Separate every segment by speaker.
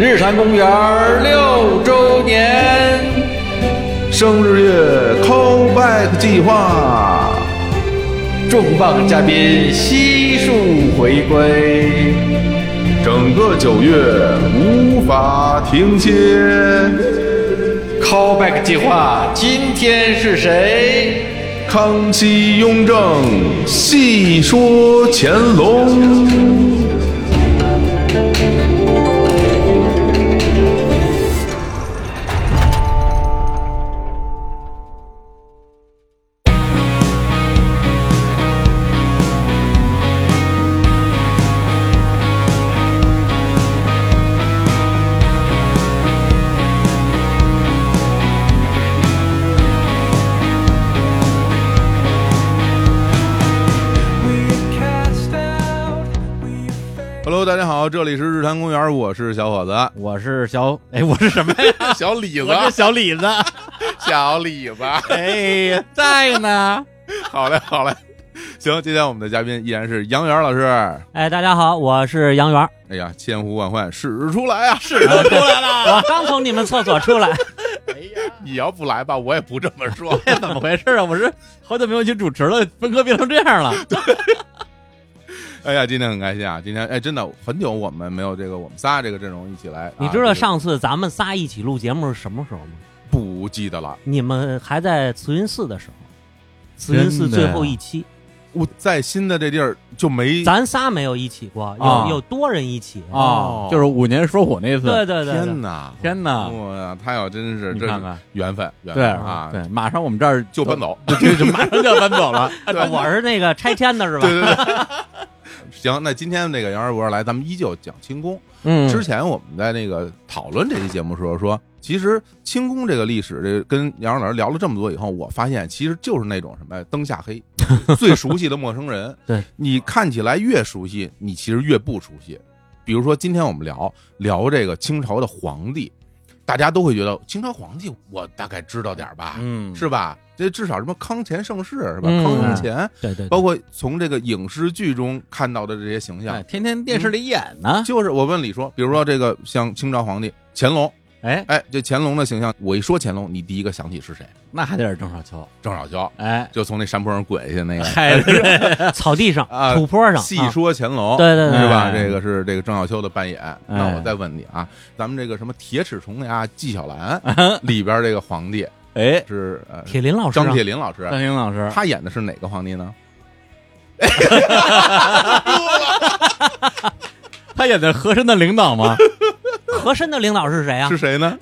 Speaker 1: 日坛公园六周年。
Speaker 2: 生日月 callback 计划，
Speaker 1: 重磅嘉宾悉数回归，
Speaker 2: 整个九月无法停歇。
Speaker 1: callback 计划，今天是谁？
Speaker 2: 康熙、雍正，细说乾隆。Hello，大家好，这里是日坛公园，我是小伙子，
Speaker 3: 我是小哎，我是什么呀？
Speaker 2: 小李子
Speaker 3: 我是小李子。
Speaker 2: 小李子，
Speaker 3: 哎，在呢。
Speaker 2: 好嘞，好嘞。行，今天我们的嘉宾依然是杨元老师。
Speaker 4: 哎，大家好，我是杨元，
Speaker 2: 哎呀，千呼万唤始出来啊！是
Speaker 3: 都 出来了，
Speaker 4: 我刚从你们厕所出来。
Speaker 2: 你要不来吧，我也不这么说。
Speaker 3: 这怎么回事啊？我是好久没有去主持了，分科变成这样了。
Speaker 2: 哎呀，今天很开心啊！今天哎，真的很久我们没有这个我们仨这个阵容一起来。
Speaker 4: 你知道
Speaker 2: 啊
Speaker 4: 上次咱们仨一起录节目是什么时候吗？
Speaker 2: 这个不记得了？
Speaker 4: 你们还在慈云寺的时候，慈云寺最后一期，
Speaker 2: 我在新的这地儿就没。
Speaker 4: 咱仨没有一起过，有、
Speaker 3: 啊
Speaker 4: 有多人一起。
Speaker 2: 哦
Speaker 3: 就是五年说火那次。
Speaker 4: 对对对
Speaker 2: 天
Speaker 4: 对，
Speaker 2: 哪！
Speaker 3: 天哪！
Speaker 2: 我呀，他要真是
Speaker 3: 你
Speaker 2: 这
Speaker 3: 看看
Speaker 2: 缘分，缘
Speaker 3: 对
Speaker 2: 分啊，
Speaker 3: 对，马上我们这儿
Speaker 2: 就搬，走。
Speaker 3: 就就马上就要搬走 了。
Speaker 4: 啊我是那个拆迁的是吧？
Speaker 2: 对对对。行，那今天这个杨二博来，咱们依旧讲清宫。
Speaker 3: 嗯
Speaker 2: 之前我们在那个讨论这期节目的时候说，其实清宫这个历史，这跟杨老师聊了这么多以后，我发现其实就是那种什么呀灯下 黑，最熟悉的陌生人。
Speaker 4: 对
Speaker 2: 你看起来越熟悉，你其实越不熟悉。比如说今天我们聊聊这个清朝的皇帝，大家都会觉得清朝皇帝我大概知道点儿吧，
Speaker 3: 嗯
Speaker 2: 是吧？这至少什么康乾盛世是吧？
Speaker 3: 嗯
Speaker 2: 康雍乾，
Speaker 4: 对对对
Speaker 2: 包括从这个影视剧中看到的这嗯些形象
Speaker 3: 哎，天天电视里演呢。
Speaker 2: 就是我问李说，比如说这个像清朝皇帝乾隆，
Speaker 3: 哎，
Speaker 2: 哎，这乾隆的形象，我一说乾隆，你第一个想起是谁？
Speaker 3: 那还得是郑少秋。
Speaker 2: 郑少秋，
Speaker 3: 哎，
Speaker 2: 就从那山坡上滚下去那个。
Speaker 3: 嗨，
Speaker 4: 草地上、
Speaker 2: 啊
Speaker 4: 土坡上，
Speaker 2: 细
Speaker 4: 啊
Speaker 2: 说乾隆，
Speaker 4: 对对对
Speaker 2: 是吧？
Speaker 3: 哎
Speaker 2: 这个是这个郑少秋的扮演。那我再问你啊，咱们这个什么铁齿铜牙纪晓岚里边这个皇帝
Speaker 3: 哎，
Speaker 2: 是呃
Speaker 4: 铁林老师、啊，
Speaker 2: 张铁林老师，
Speaker 3: 张英老师，
Speaker 2: 他演的是哪个皇帝呢？
Speaker 3: 他演的和珅的领导 吗？
Speaker 4: 和珅的领导是谁啊
Speaker 2: 是？谁呢？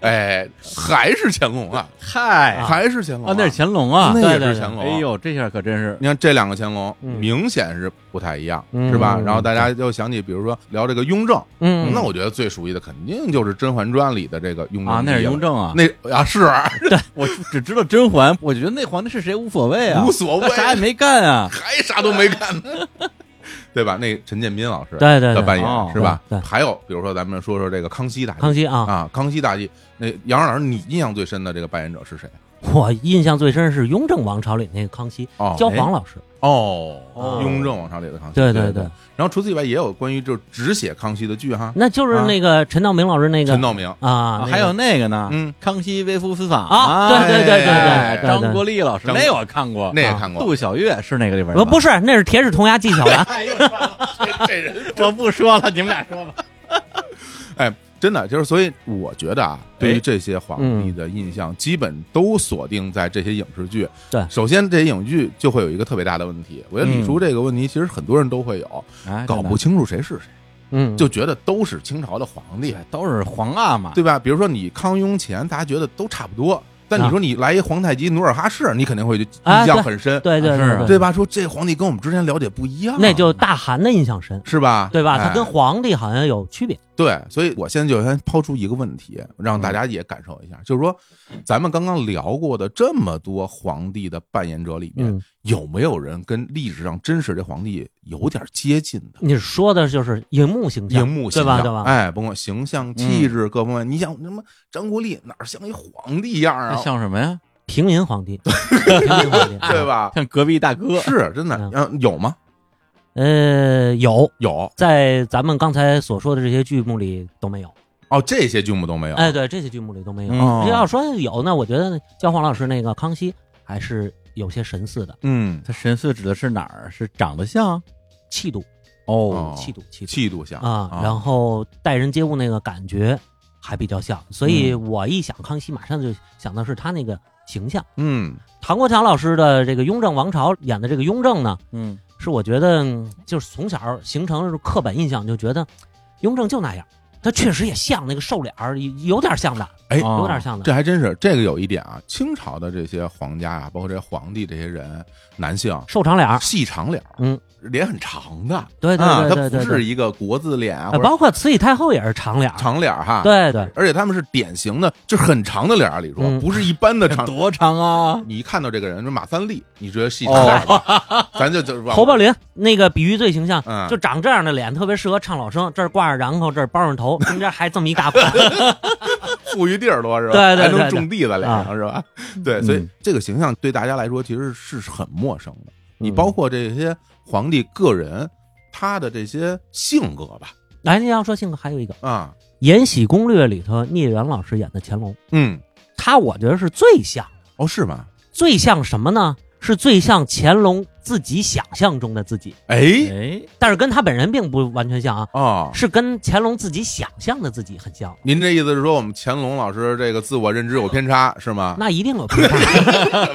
Speaker 2: 哎，还是乾隆啊，
Speaker 3: 嗨啊，
Speaker 2: 还是乾隆
Speaker 3: 那是乾隆啊
Speaker 2: 啊，。那
Speaker 4: 对
Speaker 2: 也
Speaker 4: 对
Speaker 2: 是
Speaker 4: 对
Speaker 2: 乾隆。
Speaker 3: 哎呦，这下可真是
Speaker 2: 你看这两个乾隆，
Speaker 4: 嗯
Speaker 2: 明显是不太一样，
Speaker 4: 嗯
Speaker 2: 是吧？
Speaker 4: 嗯
Speaker 2: 然后大家就想起，比如说聊这个雍正，
Speaker 4: 嗯，
Speaker 2: 那我觉得最熟悉的肯定就是《甄嬛传》里的这个雍正
Speaker 3: 啊，那是
Speaker 2: 帝了
Speaker 3: 雍，正啊。
Speaker 2: 那啊是
Speaker 3: 我只知道甄嬛，我觉得那皇帝是谁无所谓啊，
Speaker 2: 无所谓
Speaker 3: 他，啥也没干啊。
Speaker 2: 还啥都没干呢， 对吧？那陈建斌老师
Speaker 4: 对对
Speaker 2: 的
Speaker 4: 对
Speaker 2: 扮演
Speaker 3: 哦
Speaker 2: 是吧
Speaker 4: 对？对
Speaker 2: 还有比如说咱们说说这个康熙大帝
Speaker 4: 康熙啊，
Speaker 2: 啊，康熙大帝，那杨老师你印象最深的这个扮演者是谁？
Speaker 4: 我印象最深是雍正王朝里那个康熙，
Speaker 2: 哦
Speaker 4: 焦晃老师。
Speaker 2: 哦
Speaker 3: 哦，
Speaker 2: 雍正王朝里的康熙，
Speaker 4: 对
Speaker 2: 对
Speaker 4: 对对。
Speaker 2: 然后除此以外，也有关于就是只写康熙的剧哈，
Speaker 4: 那就是那个陈道明老师那个
Speaker 2: 啊陈道明。
Speaker 4: 啊，那个
Speaker 3: 哦还有那个呢，
Speaker 2: 嗯，
Speaker 3: 康熙微服私访
Speaker 4: 啊，对对对对
Speaker 2: 哎
Speaker 4: 对对
Speaker 3: 张
Speaker 4: 对
Speaker 3: 国立老师
Speaker 2: 张
Speaker 3: 那我看过，
Speaker 2: 那也看过
Speaker 3: 杜小月是那个里边的
Speaker 4: 呃，
Speaker 3: 吧，
Speaker 4: 不是，那是铁齿铜牙纪晓 岚。
Speaker 2: 这人，
Speaker 3: 我不说了，你们俩说 吧。
Speaker 2: 哎，真的就是，所以我觉得啊，对于这些皇帝
Speaker 4: 嗯
Speaker 2: 的印象，基本都锁定在这些影视剧。
Speaker 4: 对嗯
Speaker 2: 首先这些影剧就会有一个特别大的问题，我觉得李叔这个问题，其实很多人都会有，
Speaker 3: 哎
Speaker 2: 搞不清楚谁是谁，
Speaker 4: 嗯，
Speaker 2: 就觉得都是清朝的皇帝
Speaker 3: 对，，哎都是皇阿玛，
Speaker 2: 对吧？比如说你康雍乾，大家觉得都差不多，但你说你来一皇太极努尔哈赤，你肯定会就
Speaker 4: 啊
Speaker 2: 印象很深，
Speaker 4: 对对
Speaker 3: 是
Speaker 4: 对
Speaker 2: 啊对，吧？说这皇帝跟我们之前了解不一样，
Speaker 4: 那就大汗的印象深，
Speaker 2: 是吧？
Speaker 4: 对吧？他
Speaker 2: 哎
Speaker 4: 跟皇帝好像有区别。
Speaker 2: 对，所以我现在就先抛出一个问题，让
Speaker 4: 嗯
Speaker 2: 大家也感受一下，就是说，咱们刚刚聊过的这么多皇帝的扮演者里面，
Speaker 4: 嗯
Speaker 2: 有没有人跟历史上真实这皇帝有点接近的？
Speaker 4: 你说的就是荧幕形象，
Speaker 2: 荧幕形
Speaker 4: 对
Speaker 2: 象，
Speaker 4: 吧？对嗯吧？
Speaker 2: 哎，甭管形象、气质各方面，你想什么？张国立哪儿像一皇帝样
Speaker 3: 那
Speaker 2: 啊？
Speaker 3: 像什么呀？
Speaker 4: 平民皇帝，平民皇帝，啊
Speaker 2: 对吧？
Speaker 3: 像隔壁大哥，
Speaker 2: 是真的
Speaker 4: 嗯，
Speaker 2: 嗯，有吗？
Speaker 4: 呃，有
Speaker 2: 有
Speaker 4: 在咱们刚才所说的这些剧目里都没有。
Speaker 2: 哦，这些剧目都没有。
Speaker 4: 哎，对，这些剧目里都没有。
Speaker 2: 哦
Speaker 4: 这要说有，那我觉得姜黄老师那个《康熙》还是有些神似的
Speaker 2: 嗯，
Speaker 3: 他神似指的是哪儿？是长得像
Speaker 4: 气度，
Speaker 3: 哦，
Speaker 2: 哦
Speaker 4: 气度，气度
Speaker 2: 气度像
Speaker 4: 啊，然后待人接物那个感觉还比较像，所以
Speaker 2: 嗯
Speaker 4: 我一想康熙，马上就想到是他那个形象。
Speaker 2: 嗯
Speaker 4: 唐国强老师的这个《雍正王朝》演的这个雍正呢，
Speaker 3: 嗯，
Speaker 4: 是我觉得嗯就是从小形成了刻板印象，就觉得雍正就那样。他确实也像那个瘦脸儿，有点像的，
Speaker 2: 哎
Speaker 3: 哦
Speaker 4: 有点像的。
Speaker 2: 这还真是这个有一点啊，清朝的这些皇家啊，包括这些皇帝这些人，男性
Speaker 4: 瘦长脸儿，
Speaker 2: 细长脸，
Speaker 4: 啊嗯，
Speaker 2: 脸很长的，
Speaker 4: 对对
Speaker 2: 啊，
Speaker 4: 对
Speaker 2: 他
Speaker 4: 对
Speaker 2: 不
Speaker 4: 对
Speaker 2: 是
Speaker 4: 对，
Speaker 2: 一个国字脸啊或
Speaker 4: 呃
Speaker 2: 者
Speaker 4: 包括慈禧太后也是长脸儿，
Speaker 2: 长脸哈，，
Speaker 4: 对对，
Speaker 2: 而且他们是典型的，就是很长的脸啊，李叔
Speaker 4: 嗯
Speaker 2: 不是一般 的长。
Speaker 3: 多长啊？
Speaker 2: 你一看到这个人，就马三立，你觉得细长
Speaker 4: 哦
Speaker 2: 脸吧， 咱就就
Speaker 4: 侯宝林那个比喻最形象，
Speaker 2: 嗯
Speaker 4: 就长这样的脸，特别适合唱老生。这儿挂着瓤口，这儿包 上头，中间还这么一大块。
Speaker 2: 富裕地儿多是吧？
Speaker 4: 对对对
Speaker 2: 还能
Speaker 4: 对啊
Speaker 2: 种地在脸上是吧？ 对，所以
Speaker 3: 嗯
Speaker 2: 这个形象对大家来说其实是很陌生的。你
Speaker 4: 嗯
Speaker 2: 包括这些皇帝个人，他的这些性格吧，
Speaker 4: 来，哎你要说性格，还有一个《
Speaker 2: 啊，
Speaker 4: 延禧攻略》里头聂远老师演的乾隆，
Speaker 2: 嗯，
Speaker 4: 他我觉得是最像，
Speaker 2: 哦，是吗？
Speaker 4: 最像什么呢？是最像乾隆自己想象中的自己，
Speaker 2: 哎，
Speaker 3: 哎，
Speaker 4: 但是跟他本人并不完全像啊，
Speaker 2: 哦，
Speaker 4: 是跟乾隆自己想象的自己很像。
Speaker 2: 您这意思是说我们乾隆老师这个自我认知有偏差是吗？
Speaker 4: 那一定有偏差。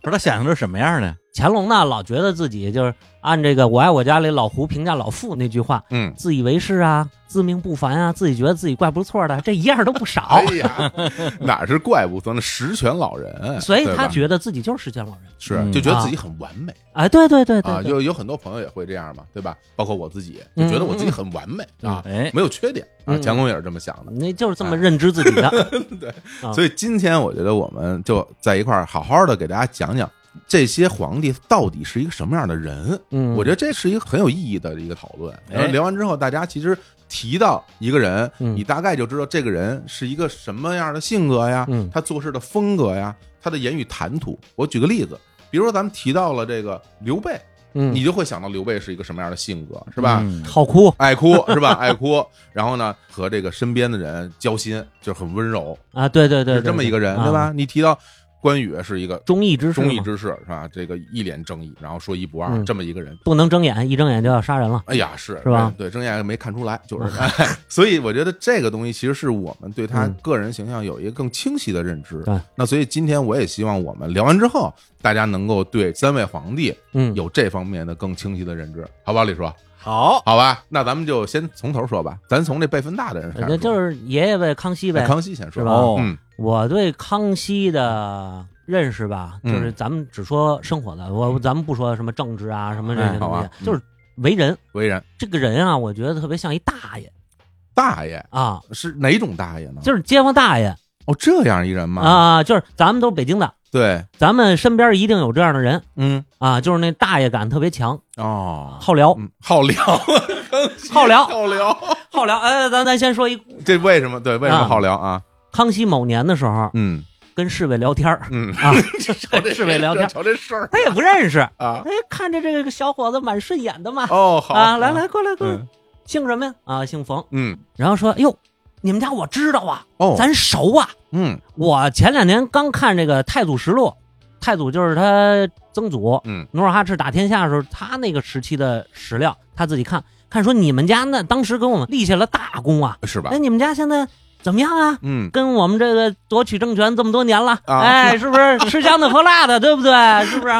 Speaker 3: 不知道想象成什么样的？
Speaker 4: 乾隆呢，老觉得自己就是按这个“我爱我家”里老胡评价老傅那句话，
Speaker 2: 嗯，
Speaker 4: 自以为是啊，自命不凡啊，自己觉得自己怪不错的，这一样都不少
Speaker 2: 哎。呀，哪是怪不得那实权老人，
Speaker 4: 所以
Speaker 2: 对吧
Speaker 4: 他觉得自己就是世间老人。
Speaker 2: 是
Speaker 3: 嗯
Speaker 2: 就觉得自己很完美
Speaker 4: 哎，对对对对
Speaker 2: 啊，
Speaker 4: 对，
Speaker 2: 就有很多朋友也会这样嘛，对吧？包括我自己，就觉得我自己很完美啊，
Speaker 3: 哎，
Speaker 2: 没有缺点啊。
Speaker 4: 嗯
Speaker 2: 乾隆也是这么想的，
Speaker 4: 那就是这么认知自己的。 啊
Speaker 2: 所以今天我觉得我们就在一块儿好好的给大家讲讲这些皇帝到底是一个什么样的人。
Speaker 4: 嗯，
Speaker 2: 我觉得这是一个很有意义的一个讨论。
Speaker 3: 哎
Speaker 2: 然后聊完之后，大家其实提到一个人，
Speaker 4: 嗯
Speaker 2: 你大概就知道这个人是一个什么样的性格呀，
Speaker 4: 嗯
Speaker 2: 他做事的风格呀，他的言语谈吐。我举个例子，比如说咱们提到了这个刘备，
Speaker 4: 嗯
Speaker 2: 你就会想到刘备是一个什么样的性格，是吧？
Speaker 3: 嗯
Speaker 4: 好哭，
Speaker 2: 爱哭是吧？爱哭，然后呢，和这个身边的人交心，就是很温柔，
Speaker 4: 啊！对对对，
Speaker 2: 是这么一个人，对？
Speaker 4: 啊
Speaker 2: 吧？你提到关羽是一个
Speaker 4: 忠义之士嘛，
Speaker 2: 忠义之士，是吧？这个一脸正义，然后说一不二，
Speaker 4: 嗯
Speaker 2: 这么一个人，
Speaker 4: 不能睁眼，一睁眼就要杀人了。
Speaker 2: 哎呀，是
Speaker 4: 是吧
Speaker 2: 对，睁眼没看 出来，就是、 哎所以我觉得这个东西其实是我们对他
Speaker 4: 嗯
Speaker 2: 个人形象有一个更清晰的认知。
Speaker 4: 对
Speaker 2: 那所以今天我也希望我们聊完之后，大家能够对三位皇帝
Speaker 4: 嗯，
Speaker 2: 有这方面的更清晰的认知，好不好，李叔？
Speaker 3: 好，
Speaker 2: 好吧，那咱们就先从头说吧，咱从这辈分大的人开始说，
Speaker 4: 那呃就是爷爷呗，康熙
Speaker 2: 哎
Speaker 4: 呗。
Speaker 2: 康熙先说
Speaker 4: 是吧
Speaker 3: 哦
Speaker 2: 嗯
Speaker 4: 我对康熙的认识吧，就
Speaker 2: 嗯
Speaker 4: 是咱们只说生活的，我咱们不说什么政治啊，什么这
Speaker 3: 哎
Speaker 4: 些
Speaker 2: 好
Speaker 4: 东
Speaker 2: 啊
Speaker 4: 西，就是为人。
Speaker 2: 为人
Speaker 4: 这个人啊，我觉得特别像一大爷
Speaker 2: 大爷
Speaker 4: 啊，
Speaker 2: 是哪种大爷呢？
Speaker 4: 就是街坊大爷
Speaker 2: 哦，这样一人吗？，
Speaker 4: 啊，就是咱们都是北京的，
Speaker 2: 对，
Speaker 4: 咱们身边一定有这样的人
Speaker 2: 嗯，
Speaker 4: 啊，就是那大爷感特别强，
Speaker 2: 哦，
Speaker 4: 好聊，
Speaker 2: 嗯，好聊，
Speaker 4: 好聊，
Speaker 2: 好聊。
Speaker 4: 好聊。哎，咱咱先说一，
Speaker 2: 这为什么？对，为什么好聊啊？
Speaker 4: 康熙某年的时候
Speaker 2: 嗯
Speaker 4: 跟侍卫聊天儿
Speaker 2: 嗯，
Speaker 4: 啊，跟侍卫聊天儿，
Speaker 2: 瞧这事儿
Speaker 4: 他也不认识，
Speaker 2: 啊！
Speaker 4: 哎，看着这个小伙子蛮顺眼的嘛，
Speaker 2: 哦，好
Speaker 4: 啊，来，来，过来过来
Speaker 2: 嗯，
Speaker 4: 姓什么呀？啊，姓冯。
Speaker 2: 嗯，
Speaker 4: 然后说，哟，你们家我知道啊，
Speaker 2: 哦，
Speaker 4: 咱熟啊，
Speaker 2: 嗯
Speaker 4: 我前两年刚看这个《太祖实录》，太祖就是他曾祖，
Speaker 2: 嗯，
Speaker 4: 努尔哈赤打天下的时候，他那个时期的史料，他自己看看说你们家那当时跟我们立下了大功啊，
Speaker 2: 是吧
Speaker 4: 哎，？你们家现在怎么样啊？
Speaker 2: 嗯，
Speaker 4: 跟我们这个夺取政权这么多年了，
Speaker 2: 啊
Speaker 4: 哎，是不是吃香的喝辣的，对不对？是 不是？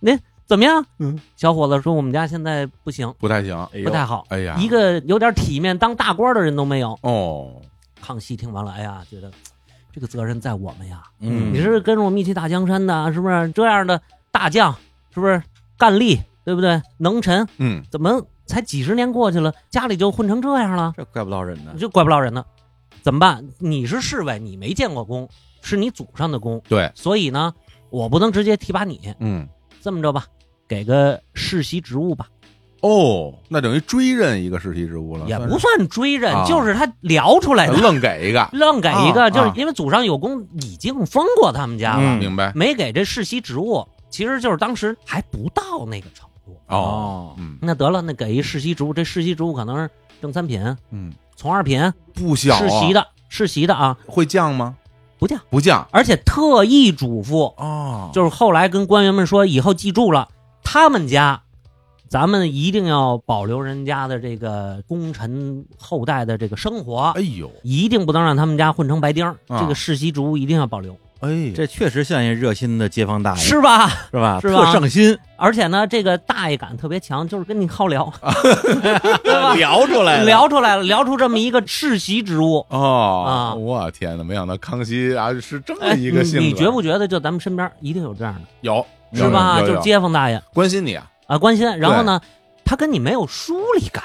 Speaker 4: 您怎么样？嗯，小伙子说我们家现在不行，
Speaker 2: 不太行。
Speaker 3: 哎呦
Speaker 4: 不太好，
Speaker 2: 哎呀，
Speaker 4: 一个有点体面当大官的人都没有。
Speaker 2: 哦，
Speaker 4: 康熙听完了，哎呀，觉得这个责任在我们呀，
Speaker 3: 嗯，
Speaker 4: 你是跟着我们一起打江山的，是不是？这样的大将，是不是干吏，对不对？能臣，
Speaker 2: 嗯，
Speaker 4: 怎么才几十年过去了，家里就混成这样了？
Speaker 3: 这怪不到人
Speaker 2: 嗯
Speaker 3: 呢
Speaker 4: 你，就怪不了人呢。怎么办？你是侍卫，你没见过功，是你祖上的功，
Speaker 2: 对，
Speaker 4: 所以呢，我不能直接提拔你。
Speaker 2: 嗯，
Speaker 4: 这么着吧，给个世袭职务吧，
Speaker 2: 哦，那等于追认一个世袭职务了，
Speaker 4: 也
Speaker 2: 算
Speaker 4: 不
Speaker 2: 是
Speaker 4: 算追认，
Speaker 2: 嗯啊
Speaker 4: 就是他聊 出来的，
Speaker 2: 愣给一个，
Speaker 4: 愣给一个，
Speaker 2: 啊
Speaker 4: 就是
Speaker 2: 啊
Speaker 4: 因为祖上有功，已经封过他们家了，
Speaker 3: 嗯
Speaker 2: 明白？
Speaker 4: 没给这世袭职务，其实就是当时还不到那个程度。多。
Speaker 3: 哦
Speaker 2: 嗯，
Speaker 4: 那得了，那给一世袭职务，这世袭职务可能是正三品、
Speaker 3: 嗯，
Speaker 4: 从二品、
Speaker 2: 不小
Speaker 4: 世袭
Speaker 2: 啊，
Speaker 4: 的、世袭的啊，
Speaker 2: 会降吗？
Speaker 4: 不降，
Speaker 2: 不降
Speaker 4: 而且特意嘱咐，
Speaker 2: 哦，
Speaker 4: 就是后来跟官员们说，以后记住了，他们家。咱们一定要保留人家的这个功臣后代的这个生活，
Speaker 2: 哎呦，
Speaker 4: 一定不能让他们家混成白丁儿。
Speaker 2: 啊
Speaker 4: 这个世袭职务一定要保留，
Speaker 2: 哎呦，
Speaker 3: 这确实像一热心的街坊大爷，
Speaker 4: 是吧？
Speaker 3: 是吧？
Speaker 4: 是吧
Speaker 3: 特上心，
Speaker 4: 而且呢，这个大爷感特别强，就是跟你 好聊，对吧？
Speaker 3: 聊出来了，
Speaker 4: 啊聊出来了，聊出这么一个世袭职务。
Speaker 2: 哦
Speaker 4: 啊
Speaker 2: 我天哪，没想到康熙啊是这么
Speaker 4: 哎，
Speaker 2: 一个性格，
Speaker 4: 你你觉不觉得？就咱们身边一定有这样的，
Speaker 2: 有
Speaker 4: 是吧？
Speaker 2: 有有
Speaker 4: 就是街坊大爷
Speaker 2: 关心你啊，
Speaker 4: 啊，关心。然后呢，他跟你没有疏离感，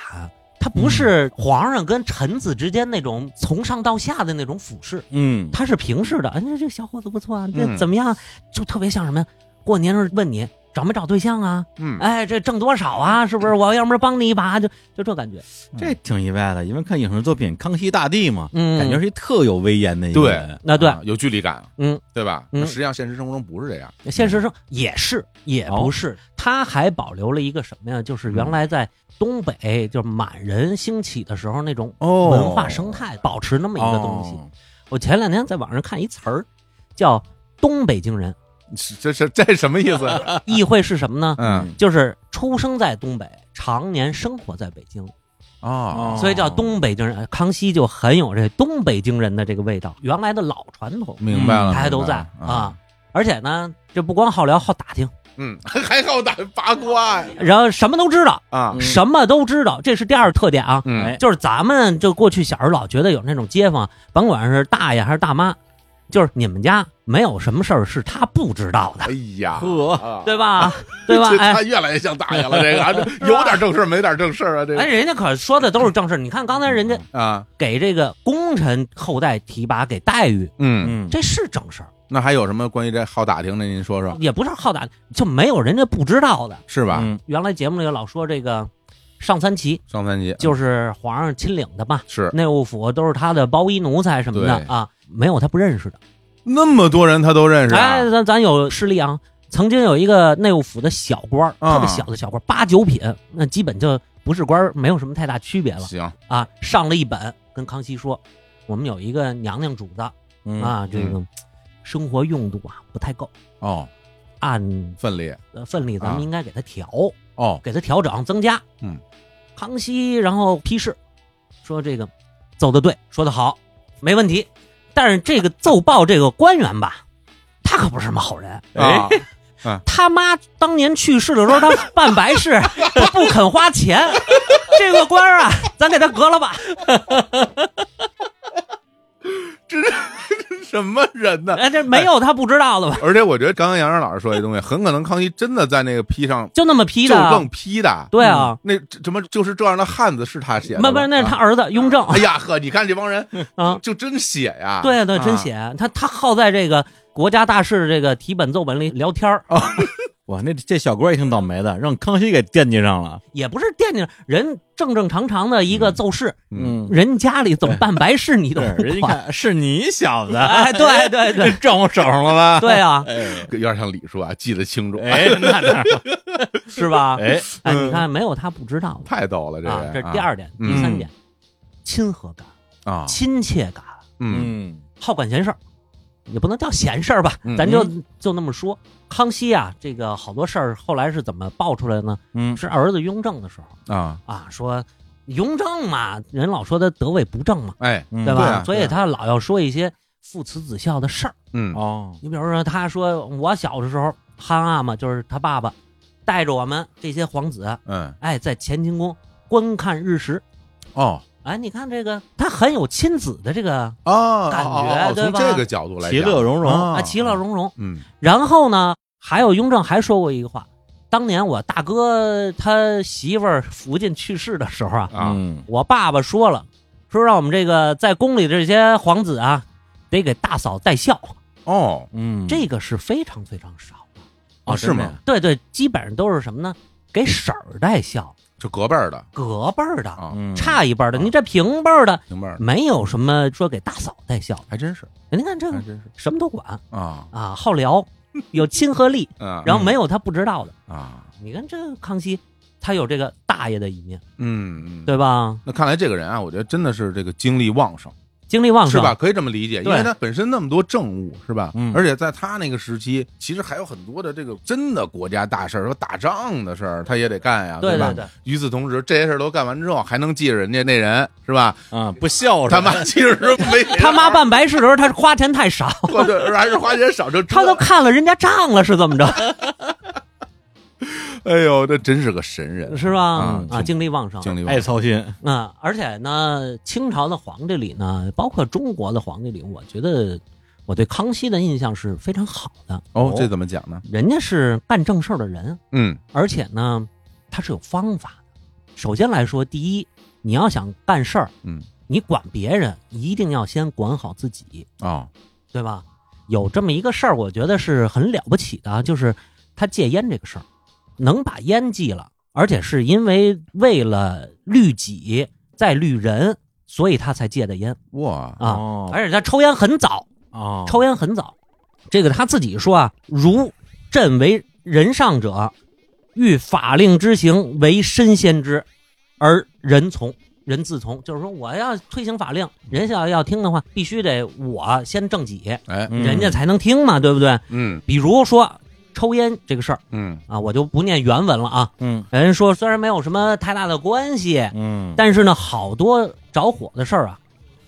Speaker 4: 他
Speaker 2: 嗯
Speaker 4: 不是皇上跟臣子之间那种从上到下的那种俯视，
Speaker 3: 嗯，
Speaker 4: 他是平视的。哎，这个小伙子不错啊，这
Speaker 2: 嗯
Speaker 4: 怎么样？就特别像什么呀？过年时候问你找没找对象啊？
Speaker 2: 嗯，
Speaker 4: 哎，这挣多少啊？是不是？我要不然帮你一把，就就这感觉。
Speaker 3: 嗯这挺意外的，因为看影视作品《康熙大帝》嘛，
Speaker 4: 嗯，
Speaker 3: 感觉是一特有威严的一个
Speaker 2: 对
Speaker 3: 人，
Speaker 4: 那对
Speaker 2: 啊，有距离感，
Speaker 4: 嗯，
Speaker 2: 对吧？
Speaker 4: 嗯
Speaker 2: 实际上现实生活中不是这样，
Speaker 4: 现实中也是，也
Speaker 2: 哦
Speaker 4: 不是。他还保留了一个什么呀？就是原来在东北，就是满人兴起的时候那种
Speaker 2: 哦
Speaker 4: 文化生态，保持那么一个东西。我前两天在网上看一词儿，叫“东北 京人
Speaker 2: 是这是这什么意 思？”，
Speaker 4: 意会是什么呢？
Speaker 2: 嗯
Speaker 4: 就是出生在东北，常年生活在北京，
Speaker 2: 哦，
Speaker 4: 所以叫东北京人。康熙就很有这东北京人的这个味道，原来的老传
Speaker 3: 嗯
Speaker 4: 统，
Speaker 2: 明白了，
Speaker 4: 他还都
Speaker 2: 明
Speaker 4: 在
Speaker 2: 白了
Speaker 4: 啊，。而且呢，这不光好聊，好打听，
Speaker 2: 嗯， 还还好打八卦呀
Speaker 4: 然后什么都知道。
Speaker 2: 啊，
Speaker 3: 嗯
Speaker 4: 什么都知道，这是第二特点啊。
Speaker 2: 嗯，
Speaker 3: 哎
Speaker 4: 就是咱们就过去小时候老觉得有那种街坊，甭管是大爷还是大妈，就是你们家没有什么事儿是他不知道的，
Speaker 2: 哎呀，
Speaker 3: 呵
Speaker 2: 啊
Speaker 4: 对吧？对吧？
Speaker 2: 这
Speaker 4: 哎
Speaker 2: 他越来越像大爷了，这个啊这有点正事儿没点正事儿啊，这
Speaker 4: 哎，
Speaker 2: 个
Speaker 4: 人家可说的都是正事儿。你看刚才人家
Speaker 2: 啊，
Speaker 4: 给这个功臣后代提拔给待遇，
Speaker 2: 嗯，
Speaker 3: 嗯，
Speaker 4: 这是正事儿，
Speaker 2: 那还有什么关于这好打听的？您说说，
Speaker 4: 也不是好打，就没有人家不知道的。
Speaker 2: 是吧？
Speaker 3: 嗯
Speaker 4: 原来节目里老说这个上三旗
Speaker 2: 上三集
Speaker 4: 就是嗯皇上亲领的嘛，
Speaker 2: 是
Speaker 4: 内务府都是他的包衣奴才什么的
Speaker 2: 嗯对
Speaker 4: 啊，没有他不认识的。
Speaker 2: 那么多人他都认识啊
Speaker 4: 哎，，咱咱有事例啊，曾经有一个内务府的小官儿，
Speaker 2: 啊
Speaker 4: 特别小的小官儿，八九品，那基本就不是官儿，没有什么太大区别了
Speaker 2: 行，
Speaker 4: 啊。上了一本，跟康熙说，我们有一个娘娘主子
Speaker 3: 嗯
Speaker 4: 啊，这个生活用度啊不太够，
Speaker 2: 哦，
Speaker 4: 按
Speaker 2: 分裂
Speaker 4: 呃分例咱
Speaker 2: 啊
Speaker 4: 们应该给他调，
Speaker 2: 哦，
Speaker 4: 给他调整增加。
Speaker 2: 嗯，
Speaker 4: 康熙然后批示说这个奏的对，说的好，没问题。但是这个奏报这个官员吧，他可不是什么好人。
Speaker 2: 啊，
Speaker 4: 他妈当年去世的时候，他办白事，他不肯花钱。这个官儿啊，咱给他革了吧。
Speaker 2: 什么人呢？
Speaker 4: 哎，这没有他不知道的吧？
Speaker 2: 而且我觉得刚刚杨洋老师说这东西，很可能康熙真的在那个批上
Speaker 4: 就那么批
Speaker 2: 就
Speaker 4: 的啊。
Speaker 2: 正批的，
Speaker 4: 对啊
Speaker 2: 嗯，那这什么就是这样的汉子是他写的吧，
Speaker 4: 不不，那是他
Speaker 2: 啊。
Speaker 4: 儿子雍正
Speaker 2: 哎呀呵，你看这帮 人
Speaker 4: 啊。
Speaker 2: 就真写呀，
Speaker 4: 对对，
Speaker 2: 啊
Speaker 4: 真写他他好在这个国家大事这个题本奏本里聊天儿，
Speaker 3: 哇，那这小官也挺倒霉的，让康熙给惦记上了，
Speaker 4: 也不是惦记着人正正常常的一个奏事，
Speaker 2: 嗯，
Speaker 4: 人家里怎么办白事你都
Speaker 3: 对，
Speaker 4: 不
Speaker 3: 人一
Speaker 4: 管。
Speaker 3: 看是你小 子，
Speaker 4: 哎，对对
Speaker 3: 这
Speaker 4: 对
Speaker 3: 撞我手上了吧？
Speaker 4: 对啊，
Speaker 3: 哎，
Speaker 2: 有点像李叔啊，记得清楚，
Speaker 3: 哎，那当然了，
Speaker 4: 是吧？
Speaker 3: 哎，
Speaker 4: 哎，你看没有他不知道的。
Speaker 2: 太逗了，这
Speaker 4: 啊，这
Speaker 2: 个
Speaker 4: 是第二点，
Speaker 2: 嗯
Speaker 4: 第三点，亲和感、
Speaker 2: 啊，
Speaker 4: 亲切感，
Speaker 2: 嗯
Speaker 3: 嗯
Speaker 4: 好管闲事儿，也不能叫闲事儿吧
Speaker 2: 嗯，
Speaker 4: 咱就就那么说。康熙啊，这个好多事儿后来是怎么爆出来呢？
Speaker 3: 嗯，
Speaker 4: 是儿子雍正的时候
Speaker 2: 啊，
Speaker 4: 啊，说雍正嘛，人老说他得位不正嘛，
Speaker 2: 哎，
Speaker 3: 嗯
Speaker 4: 对
Speaker 2: 对
Speaker 4: 吧？
Speaker 2: 啊
Speaker 4: 所以他老要说一些父慈子孝的事儿。
Speaker 2: 嗯，
Speaker 3: 哦，
Speaker 4: 你比如说，他说我小的时候，憨阿玛就是他爸爸，带着我们这些皇子，
Speaker 2: 嗯，
Speaker 4: 哎，在乾清宫观看日食。
Speaker 2: 哦，
Speaker 4: 哎，你看这个，他很有亲子的这个
Speaker 2: 啊，
Speaker 4: 感觉
Speaker 2: 哦哦
Speaker 4: 对
Speaker 2: 从
Speaker 4: 吧
Speaker 2: 这个角度来讲，
Speaker 3: 其乐融
Speaker 2: 哦
Speaker 3: 融，
Speaker 4: 啊，其乐融融。
Speaker 2: 嗯，
Speaker 4: 然后呢，还有雍正还说过一个话，当年我大哥他媳妇儿福晋去世的时候啊，
Speaker 2: 啊，
Speaker 3: 嗯
Speaker 4: 我爸爸说了，说让我们这个在宫里的这些皇子啊，得给大嫂带孝，
Speaker 2: 哦，
Speaker 3: 嗯，
Speaker 4: 这个是非常非常少的。
Speaker 2: 哦是
Speaker 3: 真
Speaker 2: 吗
Speaker 3: 的呀？
Speaker 4: 对对，基本上都是什么呢？给婶儿带孝，
Speaker 2: 就隔辈儿的
Speaker 4: 隔辈儿的，
Speaker 2: 啊，
Speaker 3: 嗯，
Speaker 4: 差一辈儿的，你这平辈儿的
Speaker 2: 平辈儿的，
Speaker 4: 没有什么说给大嫂带孝。
Speaker 2: 还真是，
Speaker 4: 您看这
Speaker 2: 还
Speaker 4: 个
Speaker 2: 真是
Speaker 4: 什么都管
Speaker 2: 啊，
Speaker 4: 啊，好聊，有亲和力，
Speaker 2: 嗯，
Speaker 4: 然后没有他不知道的。
Speaker 2: 啊，
Speaker 4: 你看这康熙，他有这个大爷的一面，
Speaker 2: 嗯，嗯
Speaker 4: 对吧？
Speaker 2: 那看来这个人啊，我觉得真的是这个精力旺盛，
Speaker 4: 精力旺
Speaker 2: 是
Speaker 4: 盛，
Speaker 2: 吧？可以这么理解，因
Speaker 4: 对
Speaker 2: 为他本身那么多政务，是吧？
Speaker 3: 嗯
Speaker 2: 而且在他那个时期，其实还有很多的这个真的国家大事儿，说打仗的事儿，他也得干呀，
Speaker 4: 对
Speaker 2: 吧？
Speaker 4: 对对
Speaker 2: 与此同时，这些事儿都干完之后，还能记着人家那人，是吧？
Speaker 3: 啊，不孝顺，
Speaker 2: 他妈其实没
Speaker 4: 哦 他妈 办白事的时候，他是花钱太少，
Speaker 2: 或者还是花钱少，就知
Speaker 4: 他
Speaker 2: 道
Speaker 4: 都看了人家账了，是怎么着？
Speaker 2: 哎呦，这真是个神人，
Speaker 4: 是吧
Speaker 2: 嗯？
Speaker 4: 啊，精力旺盛，
Speaker 2: 精力旺
Speaker 3: 爱
Speaker 2: 盛
Speaker 3: 操心，
Speaker 4: 啊，而且呢，清朝的皇帝里呢，包括中国的皇帝里，我觉得我对康熙的印象是非常好的。
Speaker 2: 哦，这怎么讲呢？
Speaker 4: 人家是干正事儿的人，
Speaker 2: 嗯
Speaker 4: 而且呢，他是有方法的。首先来说，第一，你要想干事儿，
Speaker 2: 嗯，
Speaker 4: 你管别人一定要先管好自己，
Speaker 2: 哦，
Speaker 4: 对吧？有这么一个事儿，我觉得是很了不起的啊，就是他戒烟这个事儿，能把烟戒了，而且是因为为了律己，再律人，所以他才戒的烟
Speaker 2: 哇，
Speaker 4: 啊。
Speaker 3: 哦
Speaker 4: 而且他抽烟很早，
Speaker 3: 啊，
Speaker 4: 抽烟很早，这个他自己说啊，如朕为人上者，欲法令之行为身先之，而人从人自从，就是说我要推行法令，人家要要听的话，必须得我先正己，
Speaker 2: 哎，
Speaker 3: 嗯
Speaker 4: 人家才能听嘛，对不对？
Speaker 2: 嗯
Speaker 4: 比如说抽烟这个事儿
Speaker 2: 嗯
Speaker 4: 啊，我就不念原文了啊。
Speaker 3: 嗯
Speaker 4: 人说虽然没有什么太大的关系，
Speaker 3: 嗯，
Speaker 4: 但是呢，好多着火的事儿啊，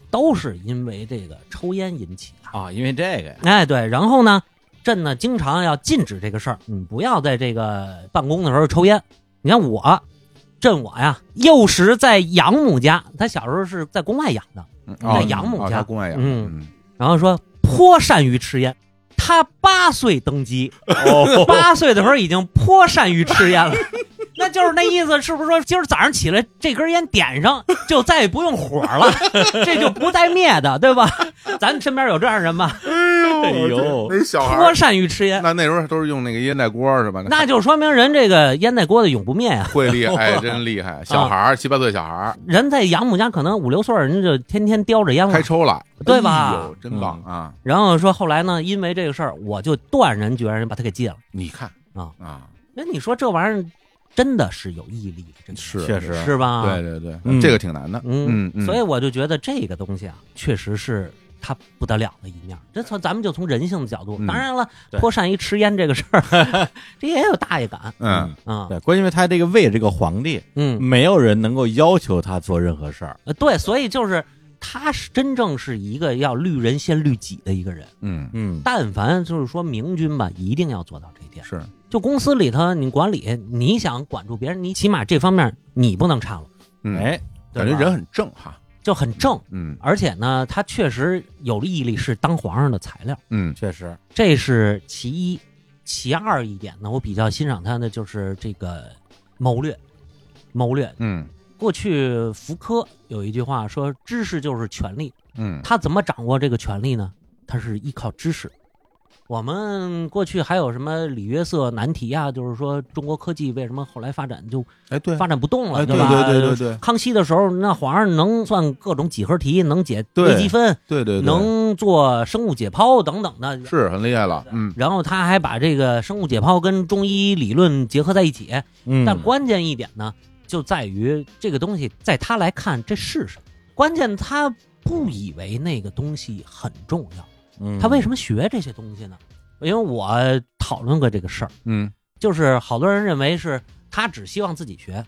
Speaker 4: 都是因为这个抽烟引起的。
Speaker 3: 啊，因为这个呀，
Speaker 4: 哎，对，然后呢，朕呢经常要禁止这个事儿，你不要在这个办公的时候抽烟。你看我，朕我呀，幼时在养母家，他小时候是在宫外养的，
Speaker 2: 嗯，
Speaker 4: 那
Speaker 2: 哦
Speaker 4: 养母
Speaker 2: 哦
Speaker 4: 家
Speaker 2: 他宫外养，
Speaker 4: 嗯，然后说颇善于吃烟。他八岁登基，
Speaker 3: 哦，
Speaker 4: 八岁的时候已经颇善于吃烟了， 那就是那意思，是不是说今儿早上起来这根烟点上就再也不用火了， 这就不带灭的，对吧？ 咱身边有这样人吗？
Speaker 3: 哎
Speaker 2: 哎
Speaker 3: 呦
Speaker 2: 那小孩
Speaker 4: 颇
Speaker 2: 儿
Speaker 4: 善于吃烟，
Speaker 2: 那那时候都是用那个烟袋锅是吧？
Speaker 4: 那就说明人这个烟袋锅的永不灭啊！
Speaker 2: 会厉 害，真厉害，小孩儿七八岁小孩儿
Speaker 4: 人在养母家可能五六岁儿，人家就天天叼着烟了
Speaker 2: 开，抽了，
Speaker 4: 嗯对吧嗯
Speaker 2: 哎呦真棒啊！
Speaker 4: 然后说后来呢，因为这个事儿，我就断然决然把它给戒了。
Speaker 2: 你看
Speaker 4: 啊
Speaker 2: 啊，
Speaker 4: 那你说这玩意儿真的是有毅力的，真的
Speaker 2: 是
Speaker 3: 确实
Speaker 4: 是吧？
Speaker 2: 对，对对，
Speaker 3: 嗯
Speaker 2: 这个挺难的，
Speaker 4: 嗯
Speaker 2: 嗯，
Speaker 4: 所以我就觉得这个东西啊，确实是它不得了的一面儿。这从咱们就从人性的角度，
Speaker 2: 嗯
Speaker 4: 当然了，
Speaker 3: 对
Speaker 4: 颇善于吃烟这个事儿， 这也有大爷感
Speaker 2: 嗯，
Speaker 4: 啊。
Speaker 3: 对，关键因为他这个位这个皇帝，
Speaker 4: 嗯，
Speaker 3: 没有人能够要求他做任何事儿，
Speaker 4: 呃对，所以就是他是真正是一个要律人先律己的一个人。
Speaker 2: 嗯
Speaker 3: 嗯，
Speaker 4: 但凡就是说明君吧，一定要做到这一点。
Speaker 2: 是，
Speaker 4: 就公司里头，你管理，你想管住别人，你起码这方面你不能差了，
Speaker 2: 嗯，
Speaker 3: 哎，
Speaker 4: 对
Speaker 2: 感觉
Speaker 4: 吧
Speaker 2: 人很正哈，
Speaker 4: 就很正，
Speaker 2: 嗯
Speaker 4: 而且呢，他确实有毅力，是当皇上的材料，
Speaker 2: 嗯
Speaker 3: 确实，
Speaker 4: 这是其一。其二一点呢，我比较欣赏他的就是这个谋略，谋略。
Speaker 2: 嗯
Speaker 4: 过去福柯有一句话说：“知识就是权力。”
Speaker 2: 嗯，
Speaker 4: 他怎么掌握这个权利呢？他是依靠知识。我们过去还有什么里约瑟难题啊？就是说中国科技为什么后来发展就
Speaker 2: 哎对，
Speaker 4: 发展不动了，
Speaker 2: 哎对
Speaker 4: 吧？
Speaker 2: 对对对对
Speaker 4: 康熙的时候，那皇上能算各种几何题，能解
Speaker 2: 对
Speaker 4: 微积分，
Speaker 2: 对对对
Speaker 4: 能做生物解剖等等的。
Speaker 2: 是很厉害了，嗯
Speaker 4: 然后他还把这个生物解剖跟中医理论结合在一起。
Speaker 3: 嗯，
Speaker 4: 但关键一点呢，就在于这个东西在他来看这是什么？关键他不以为那个东西很重要。
Speaker 3: 嗯
Speaker 4: 他为什么学这些东西呢？因为我讨论过这个事儿，
Speaker 2: 嗯
Speaker 4: 就是好多人认为是他只希望自己学，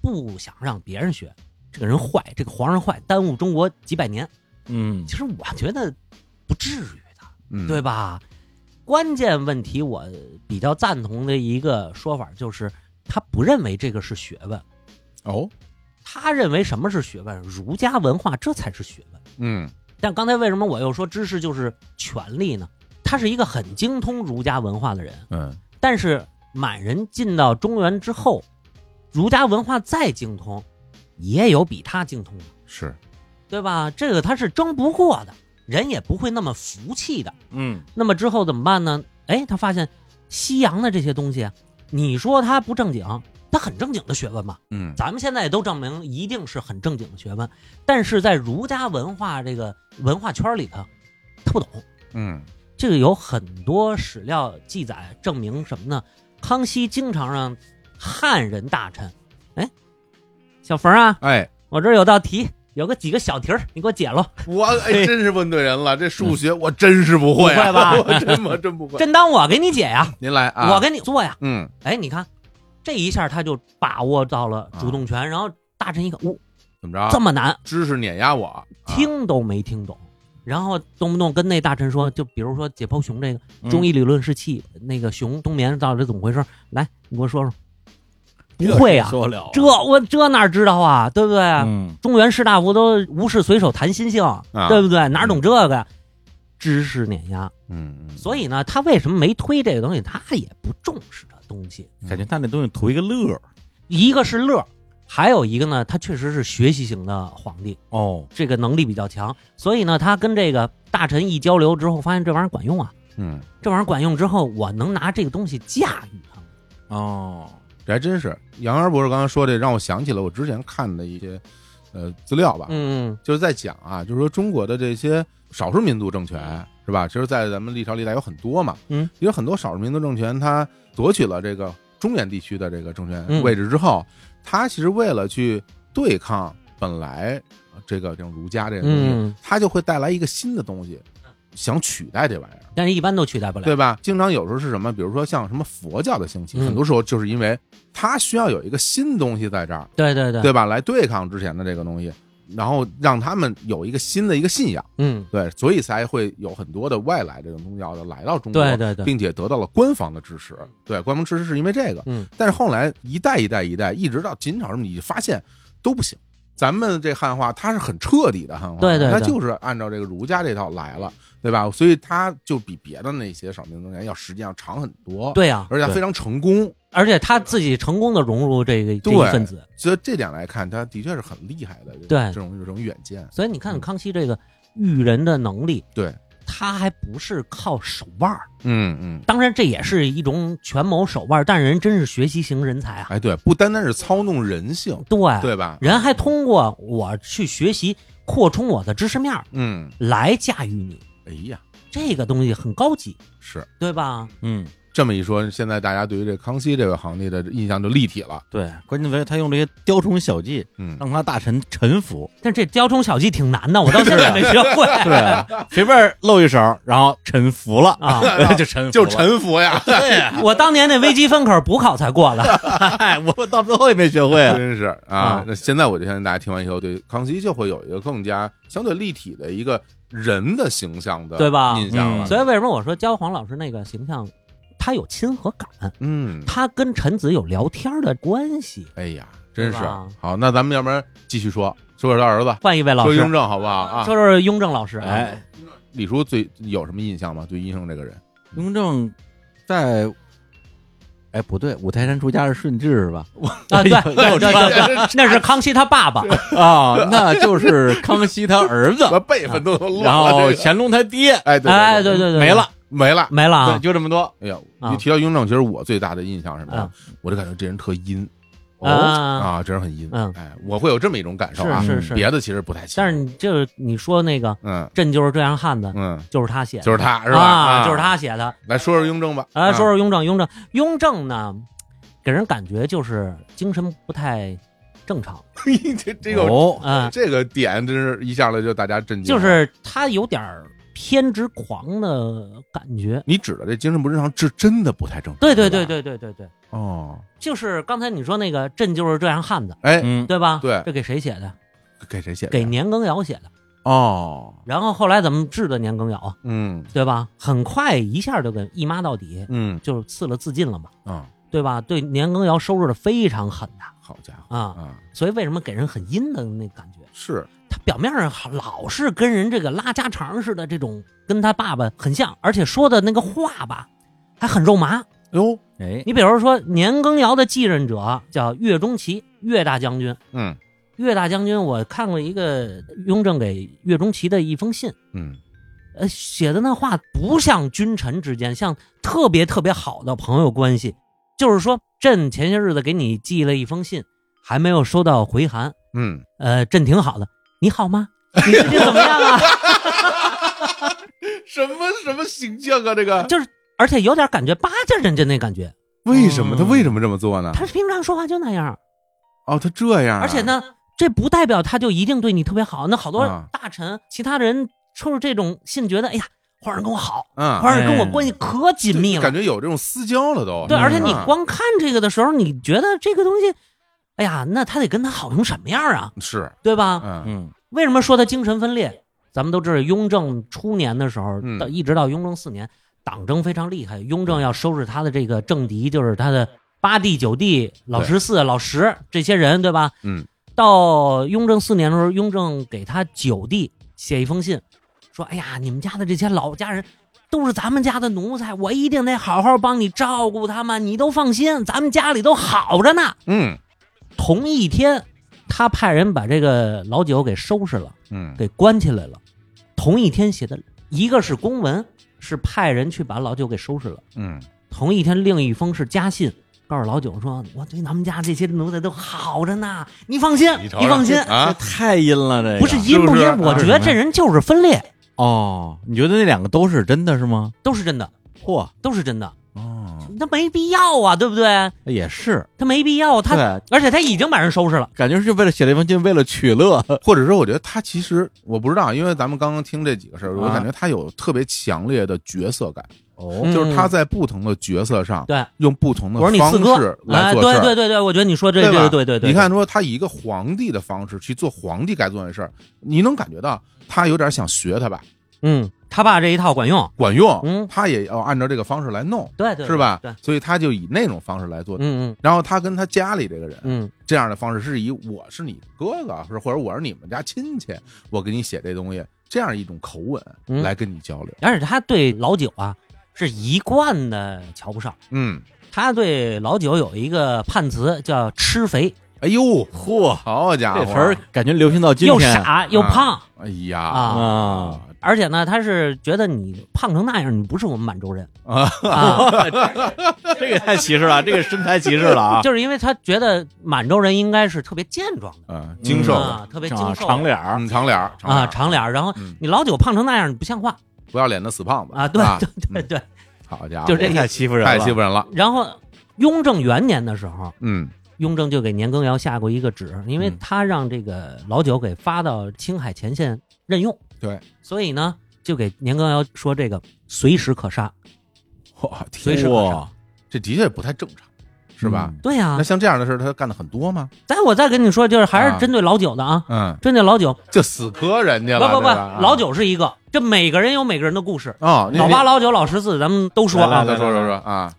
Speaker 4: 不想让别人学。这个人坏，这个皇上坏，耽误中国几百年。
Speaker 3: 嗯
Speaker 4: 其实我觉得不至于的，
Speaker 2: 嗯，
Speaker 4: 对吧？关键问题，我比较赞同的一个说法就是，他不认为这个是学问，
Speaker 2: 哦，
Speaker 4: 他认为什么是学问？儒家文化这才是学问。
Speaker 2: 嗯
Speaker 4: 但刚才为什么我又说知识就是权力呢？他是一个很精通儒家文化的人，
Speaker 2: 嗯
Speaker 4: 但是满人进到中原之后，儒家文化再精通，也有比他精通的，
Speaker 2: 是，
Speaker 4: 对吧？这个他是争不过的，人也不会那么服气的。
Speaker 3: 嗯
Speaker 4: 那么之后怎么办呢？哎，他发现西洋的这些东西，啊你说他不正经，他很正经的学问吧？
Speaker 2: 嗯
Speaker 4: 咱们现在也都证明一定是很正经的学问，但是在儒家文化这个文化圈里头，他不懂。
Speaker 2: 嗯
Speaker 4: 这个有很多史料记载证明什么呢？康熙经常让汉人大臣，哎，小冯啊，
Speaker 2: 哎，
Speaker 4: 我这儿有道题，有个几个小题儿，你给我解喽。
Speaker 2: 我哎真是问对人了，这
Speaker 4: 嗯
Speaker 2: 数学我真是不会、啊，
Speaker 4: 不会吧
Speaker 2: 我真我真不会。
Speaker 4: 真当我给你解呀，
Speaker 2: 您来啊，
Speaker 4: 我给你做呀。
Speaker 2: 嗯，
Speaker 4: 哎，你看，这一下他就把握到了主动权，然后大臣一看，哦，
Speaker 2: 怎么着？
Speaker 4: 这么难，
Speaker 2: 知识碾压我，啊
Speaker 4: 听都没听懂。然后动不动跟那大臣说，就比如说解剖熊这个中医理论是气，那个熊冬眠到底怎么回事？来，你给我说说。不会啊，
Speaker 3: 受了啊
Speaker 4: 这我这哪知道啊，对不对？
Speaker 3: 嗯，
Speaker 4: 中原士大夫都无事随手谈心性，对不对？哪懂这个呀？知识碾压，
Speaker 2: 嗯，嗯
Speaker 4: 所以呢，他为什么没推这个东西？他也不重视这东西。
Speaker 3: 嗯感觉他那东西图一个乐儿
Speaker 4: 一个是乐儿，还有一个呢，他确实是学习型的皇帝，
Speaker 3: 哦，
Speaker 4: 这个能力比较强，所以呢，他跟这个大臣一交流之后，发现这玩意儿管用啊，
Speaker 2: 嗯，
Speaker 4: 这玩意儿管用之后，我能拿这个东西驾驭它。
Speaker 3: 哦，
Speaker 2: 这还真是。杨元博士刚刚说这，让我想起了我之前看的一些呃资料吧，
Speaker 4: 嗯
Speaker 2: 就是在讲啊，就是说中国的这些少数民族政权是吧？其实，在咱们历朝历代有很多嘛，
Speaker 4: 嗯，
Speaker 2: 因为很多少数民族政权它夺取了这个中原地区的这个政权
Speaker 4: 嗯
Speaker 2: 位置之后，它其实为了去对抗本来这个这种儒家这个东西，
Speaker 4: 嗯，
Speaker 2: 它就会带来一个新的东西，想取代这玩意儿。
Speaker 4: 但是一般都取代不了。
Speaker 2: 对吧？经常有时候是什么，比如说像什么佛教的兴起，
Speaker 4: 嗯
Speaker 2: 很多时候就是因为它需要有一个新东西在这儿，
Speaker 4: 对对对，
Speaker 2: 对吧？来对抗之前的这个东西，然后让他们有一个新的一个信仰，
Speaker 4: 嗯，
Speaker 2: 对，所以才会有很多的外来这种宗教的来到中国，
Speaker 4: 对对对
Speaker 2: 并且得到了官方的支持，对，官方支持是因为这个，
Speaker 4: 嗯，
Speaker 2: 但是后来一代一代一代，一直到秦朝什么，你发现都不行。咱们这汉化，它是很彻底的汉化，
Speaker 4: 对对对
Speaker 2: 它就是按照这个儒家这套来了，对吧？所以它就比别的那些少数民族人要时间要长很多，，
Speaker 4: 对呀、
Speaker 2: 而且它非常成功。
Speaker 4: 而且他自己成功的融入这个这
Speaker 2: 对
Speaker 4: 一份子，
Speaker 2: 所以这点来看，它的确是很厉害的，这种
Speaker 4: 对
Speaker 2: 这种这种远见，
Speaker 4: 所以你看
Speaker 2: 嗯
Speaker 4: 康熙这个育人的能力，
Speaker 2: 对，
Speaker 4: 他还不是靠手腕儿，
Speaker 2: 嗯嗯，
Speaker 4: 当然这也是一种权谋手腕儿，但人真是学习型人才啊，
Speaker 2: 哎，对，不单单是操弄人性，
Speaker 4: 对，啊
Speaker 2: 对吧？
Speaker 4: 人还通过我去学习，扩充我的知识面儿
Speaker 2: 嗯，
Speaker 4: 来驾驭你，
Speaker 2: 哎呀，
Speaker 4: 这个东西很高级，
Speaker 2: 是
Speaker 4: 对吧？
Speaker 3: 嗯，
Speaker 2: 这么一说，现在大家对于这康熙这个皇帝的印象就立体了，
Speaker 3: 对，关键在于他用这些雕虫小技
Speaker 2: 嗯，
Speaker 3: 让他大臣臣服，
Speaker 4: 但这雕虫小技挺难的，我到现在没学会
Speaker 3: 对啊，随便露一手，然后臣服了，
Speaker 4: 啊。
Speaker 3: 就臣服了
Speaker 2: 就，臣服呀。
Speaker 3: 对
Speaker 2: 啊
Speaker 3: 呀，
Speaker 4: 我当年那微积分可是补考才过的，
Speaker 2: 嗯
Speaker 3: 哎，我到最后也没学会啊，
Speaker 2: 真是啊
Speaker 4: 啊！
Speaker 2: 那现在我就相信大家听完以后，对康熙就会有一个更加相对立体的一个人的形象的
Speaker 4: 对吧
Speaker 2: 印象
Speaker 3: 嗯
Speaker 2: 了。
Speaker 4: 所以为什么我说焦黄老师那个形象，他有亲和感，
Speaker 2: 嗯，
Speaker 4: 他跟陈子有聊天的关系。
Speaker 2: 哎呀，真是
Speaker 4: 对吧
Speaker 2: 好。那咱们要不然继续说，说说他儿子，
Speaker 4: 换一位老
Speaker 2: 说
Speaker 4: 师，
Speaker 2: 雍正好不好啊？
Speaker 4: 说说雍正老师，
Speaker 3: 哎，
Speaker 2: 李叔最有什么印象吗？对雍正这个人？
Speaker 3: 雍正在，哎，不对，五台山出家是顺治是吧？
Speaker 4: 啊，对
Speaker 3: 哎
Speaker 4: 对
Speaker 3: 呦
Speaker 4: 对对对，那是康熙他爸爸，
Speaker 3: 啊，那就是康熙他儿
Speaker 4: 啊
Speaker 3: 子，
Speaker 2: 我辈分都乱
Speaker 3: 然后
Speaker 2: 了。这个
Speaker 3: 乾隆他爹
Speaker 2: 哎，对
Speaker 4: 哎，
Speaker 2: 对
Speaker 4: 对对对，
Speaker 3: 没了，
Speaker 2: 没了。
Speaker 4: 没了
Speaker 3: 对，
Speaker 4: 啊，
Speaker 3: 就这么多。
Speaker 2: 哎呀，
Speaker 4: 啊
Speaker 2: 一提到雍正，其实我最大的印象是什么呀
Speaker 4: 啊？
Speaker 2: 我就感觉这人特阴
Speaker 4: 啊，
Speaker 2: 啊，这人很阴。
Speaker 4: 嗯
Speaker 2: 哎，我会有这么一种感受啊
Speaker 4: 是。是
Speaker 3: 嗯
Speaker 4: 是，
Speaker 2: 别的其实不太清，
Speaker 4: 但是你就是你说那个
Speaker 2: 嗯
Speaker 4: “朕就是这样汉子
Speaker 2: 嗯”，，
Speaker 4: 就是他写的，
Speaker 2: 就是他是吧？
Speaker 4: 啊，就是他写的。
Speaker 2: 来说说雍正吧。
Speaker 4: 啊，说说雍正，雍正，雍正呢，给人感觉就是精神不太正常，
Speaker 2: 说 这这个、
Speaker 3: 哦，
Speaker 4: 嗯，
Speaker 2: 这个点，真是一下来就大家震惊
Speaker 4: 就
Speaker 2: 了。
Speaker 4: 是他有点儿偏执狂的感觉。
Speaker 2: 你指的这精神不正常，这真的不太正常。
Speaker 4: 对对对
Speaker 2: 吧
Speaker 4: 对对对对，
Speaker 2: 哦，
Speaker 4: 就是刚才你说那个“朕就是这样汉子
Speaker 2: 哎，
Speaker 3: 嗯”，，
Speaker 4: 对吧？
Speaker 2: 对
Speaker 4: 这给谁写的？
Speaker 2: 给谁写的？
Speaker 4: 给年羹尧写的。
Speaker 2: 哦，
Speaker 4: 然后后来咱们治的年羹尧啊，
Speaker 2: 嗯
Speaker 4: 对吧？很快一下就给一妈到底，
Speaker 2: 嗯
Speaker 4: 就是刺了自尽了嘛。
Speaker 2: 啊，
Speaker 4: 对吧？对年羹尧收拾的非常狠的
Speaker 2: 好家伙
Speaker 4: 啊，
Speaker 2: 啊，
Speaker 4: 所以为什么给人很阴的那感觉？
Speaker 2: 是哎
Speaker 4: 他表面上好老是跟人这个拉家常似的，这种跟他爸爸很像，而且说的那个话吧，还很肉麻。
Speaker 2: 哟，
Speaker 3: 哎，
Speaker 4: 你比如说年羹尧的继任者叫岳钟琪，岳大将军。
Speaker 2: 嗯
Speaker 4: 岳大将军，我看过一个雍正给岳钟琪的一封信，
Speaker 2: 嗯，
Speaker 4: 呃，写的那话不像君臣之间，像特别特别好的朋友关系。就是说，朕前些日子给你寄了一封信，还没有收到回函，
Speaker 2: 嗯，
Speaker 4: 呃，朕挺好的，你好吗？你最近怎么样啊？
Speaker 2: 什么什么形象啊？这个
Speaker 4: 就是而且有点感觉巴结人家那感觉。
Speaker 2: 为什么他为什么这么做呢？
Speaker 4: 哦他平常说话就那样，
Speaker 2: 哦，他这样啊，
Speaker 4: 而且呢，这不代表他就一定对你特别好。那好多
Speaker 2: 啊
Speaker 4: 大臣、其他人冲着这种信，觉得哎呀，皇上跟我好，
Speaker 2: 嗯，
Speaker 4: 皇上跟我
Speaker 3: 哎
Speaker 4: 关系可紧密了
Speaker 2: 感。觉有这种私交了都。
Speaker 4: 对，
Speaker 3: 嗯
Speaker 4: 而且你
Speaker 2: 啊
Speaker 4: 光看这个的时候，你觉得这个东西，哎呀，那他得跟他好成什么样啊，
Speaker 2: 是，
Speaker 4: 对吧？
Speaker 2: 嗯
Speaker 3: 嗯
Speaker 4: 为什么说他精神分裂？咱们都知道，雍正初年的时候，
Speaker 2: 嗯
Speaker 4: 到一直到雍正四年，党争非常厉害，雍正要收拾他的这个政敌，就是他的八弟、九弟、老十四、老十这些人，对吧？
Speaker 2: 嗯，
Speaker 4: 到雍正四年的时候，雍正给他九弟写一封信，说：“哎呀，你们家的这些老家人都是咱们家的奴才，我一定得好好帮你照顾他们，你都放心，咱们家里都好着呢。
Speaker 2: 嗯”
Speaker 4: 同一天，他派人把这个老九给收拾了，
Speaker 2: 嗯
Speaker 4: 给关起来了。同一天写的，一个是公文，是派人去把老九给收拾了；
Speaker 2: 嗯
Speaker 4: 同一天，另一封是家信。告诉老九说：“我对咱们家这些奴才都好着呢，你放心，
Speaker 2: 你
Speaker 4: 你
Speaker 2: 瞅瞅
Speaker 4: 放心，
Speaker 2: 啊，
Speaker 3: 太阴了，这个
Speaker 4: 不是阴
Speaker 2: 就
Speaker 4: 不
Speaker 2: 是
Speaker 4: 阴，
Speaker 2: 啊
Speaker 4: 我觉得这人就是分裂，
Speaker 3: 哦？你觉得那两个都是真的是吗？
Speaker 4: 都是真的，
Speaker 3: 嚯，
Speaker 4: 都是真的，
Speaker 2: 哦，
Speaker 4: 他没必要啊，对不对？
Speaker 3: 也是，
Speaker 4: 他没必要，他
Speaker 3: 对，
Speaker 4: 而且他已经把人收拾了，
Speaker 3: 感觉是为了写了一封信，为了取乐。
Speaker 2: 或者说，我觉得他其实我不知道，因为咱们刚刚听这几个事儿，我
Speaker 3: 啊
Speaker 2: 感觉他有特别强烈的角色感，
Speaker 3: 哦
Speaker 4: 嗯
Speaker 2: 就是他在不同的角色上，
Speaker 4: 对，
Speaker 2: 用不同的
Speaker 4: 我说你
Speaker 2: 方
Speaker 4: 四哥
Speaker 2: 式，来
Speaker 4: 哎，
Speaker 2: 做事
Speaker 4: 对
Speaker 2: 儿
Speaker 4: 对。对对，我觉得你说这
Speaker 2: 对吧
Speaker 4: 对对对对，
Speaker 2: 你看说他以一个皇帝的方式去做皇帝该做的事儿，你能感觉到他有点想学他吧，
Speaker 4: 嗯，他爸这一套管用，
Speaker 2: 管用，
Speaker 4: 嗯
Speaker 2: 他也要按照这个方式来弄，
Speaker 4: 对对
Speaker 2: 是吧
Speaker 4: 对，？
Speaker 2: 所以他就以那种方式来做。
Speaker 4: 嗯
Speaker 2: 然后他跟他家里这个人
Speaker 4: 嗯
Speaker 2: 这样的方式，是以我是你哥哥，是或者我是你们家亲戚，我给你写这东西，这样一种口吻
Speaker 4: 嗯
Speaker 2: 来跟你交流。
Speaker 4: 嗯，而且他对老九啊是一贯的瞧不上，
Speaker 2: 嗯，
Speaker 4: 他对老九有一个判词叫“吃肥
Speaker 2: 哎呦，
Speaker 3: 嚯，
Speaker 2: 好家伙，
Speaker 3: 这词儿感觉流行到”，今
Speaker 4: 又
Speaker 3: 天
Speaker 4: 傻又胖
Speaker 2: 啊，哎呀
Speaker 4: 啊
Speaker 3: 啊！
Speaker 4: 而且呢，他是觉得你胖成那样，你不是我们满洲人
Speaker 2: 啊
Speaker 4: 啊。
Speaker 3: 这个太歧视了，这个身材歧视了 啊！
Speaker 4: 就是因为他觉得满洲人应该是特别健壮的，
Speaker 2: 啊，精瘦
Speaker 3: 嗯
Speaker 2: 的，
Speaker 4: 啊，特别精
Speaker 3: 啊
Speaker 4: 瘦，
Speaker 3: 长脸儿，
Speaker 2: 嗯，长脸儿
Speaker 4: 啊，
Speaker 2: 长
Speaker 4: 长脸儿。然后
Speaker 2: 嗯
Speaker 4: 你老九胖成那样，你不像话
Speaker 2: 脸儿不要脸的死胖子
Speaker 4: 啊！对
Speaker 2: 吧
Speaker 4: 对对
Speaker 2: 嗯
Speaker 4: 对。
Speaker 2: 好家伙，
Speaker 4: 就这个
Speaker 3: 太欺负人了，
Speaker 2: 太欺负人了。
Speaker 4: 然后雍正元年的时候，
Speaker 2: 嗯
Speaker 4: 雍正就给年羹尧下过一个旨，因为
Speaker 2: 嗯
Speaker 4: 他让这个老九给发到青海前线任用，
Speaker 2: 对，
Speaker 4: 所以呢，就给年羹尧说这个随时可杀。
Speaker 2: 我
Speaker 4: 所以
Speaker 2: 天，
Speaker 4: 是
Speaker 3: 哇
Speaker 4: 可上
Speaker 2: 这的确不太正常，是吧？
Speaker 4: 对呀、
Speaker 2: 那像这样的事儿，他干的很多吗？
Speaker 4: 再我再跟你说，就是还
Speaker 2: 啊
Speaker 4: 是针对老九的啊，
Speaker 2: 嗯，
Speaker 4: 针对老九，
Speaker 2: 就死磕人家
Speaker 4: 不
Speaker 2: 了，
Speaker 4: 不不，
Speaker 2: 对吧啊
Speaker 4: 老九是一个，这每个人有每个人的故事。
Speaker 2: 哦，你
Speaker 4: 老八、
Speaker 2: 你
Speaker 4: 老九、老十四，咱们都说
Speaker 2: 啊，
Speaker 4: 啊。
Speaker 2: 再
Speaker 3: 来
Speaker 2: 说
Speaker 3: 来
Speaker 2: 说
Speaker 3: 来
Speaker 2: 说啊，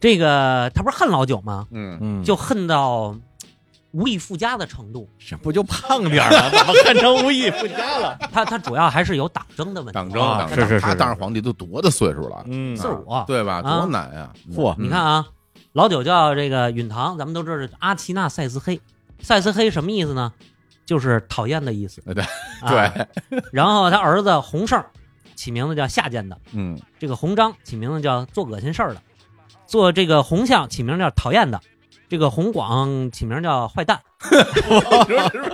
Speaker 4: 这个他不是恨老九吗？
Speaker 2: 嗯，
Speaker 3: 嗯，
Speaker 4: 就恨到无以复加的程度。
Speaker 3: 这不就胖点儿吗？怎么恨成无以复加了？
Speaker 4: 他他主要还是有党争的问题。
Speaker 2: 党争，
Speaker 3: 啊
Speaker 2: 党争
Speaker 3: 是是是
Speaker 2: 他当上皇帝都多大岁数了？
Speaker 3: 嗯
Speaker 4: 四五
Speaker 2: 啊对吧？
Speaker 4: 啊
Speaker 2: 多难呀！
Speaker 3: 嚯
Speaker 2: 嗯
Speaker 4: 你看，啊，老九叫这个允堂，咱们都知道是阿奇那塞斯黑。塞斯黑什么意思呢？就是讨厌的意思。
Speaker 2: 呃对
Speaker 4: 啊
Speaker 2: 对，
Speaker 4: 然后他儿子洪胜起名字叫下贱的，
Speaker 2: 嗯，
Speaker 4: 这个洪章起名字叫做恶心事儿的，做这个洪相起名叫讨厌的，这个洪广起名叫坏蛋，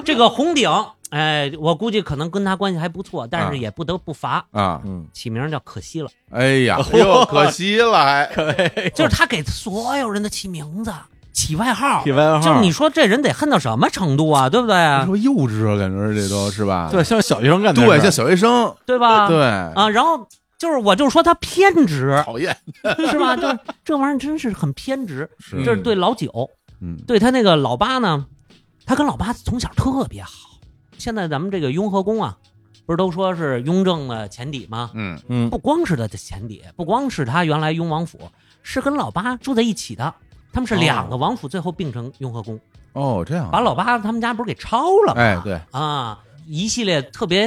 Speaker 4: 这个洪鼎，哎，我估计可能跟他关系还不错，但是也不得不罚，
Speaker 2: 啊，
Speaker 3: 嗯，
Speaker 4: 起名叫可惜了，
Speaker 2: 哎呀，哎呦，可惜了，还
Speaker 4: 就是他给所有人都起名字、起外号
Speaker 3: 体，
Speaker 2: 啊
Speaker 3: 外号
Speaker 4: 就是你说这人得恨到什么程度啊，对不 对啊？
Speaker 2: 说幼稚啊，感觉这都是吧？
Speaker 3: 对，像小学生干的事儿，
Speaker 2: 对，像小学生，
Speaker 4: 对吧？
Speaker 2: 对
Speaker 4: 啊，然后就是我就说他偏执
Speaker 2: 讨厌，
Speaker 4: 是吧？就是这玩意儿真是很偏执，
Speaker 2: 是
Speaker 4: 这是对老九，
Speaker 2: 嗯
Speaker 4: 对他那个老八呢，他跟老八从小特别好。现在咱们这个雍和宫啊，不是都说是雍正的前底吗？
Speaker 2: 嗯
Speaker 3: 嗯
Speaker 4: 不光是他的前底，不光是他原来雍王府，是跟老八住在一起的。他们是两个王府，最后并成雍和宫，
Speaker 2: 哦，这样，
Speaker 4: 把老八他们家不是给抄了吗？
Speaker 2: 哎，对，
Speaker 4: 啊，一系列特别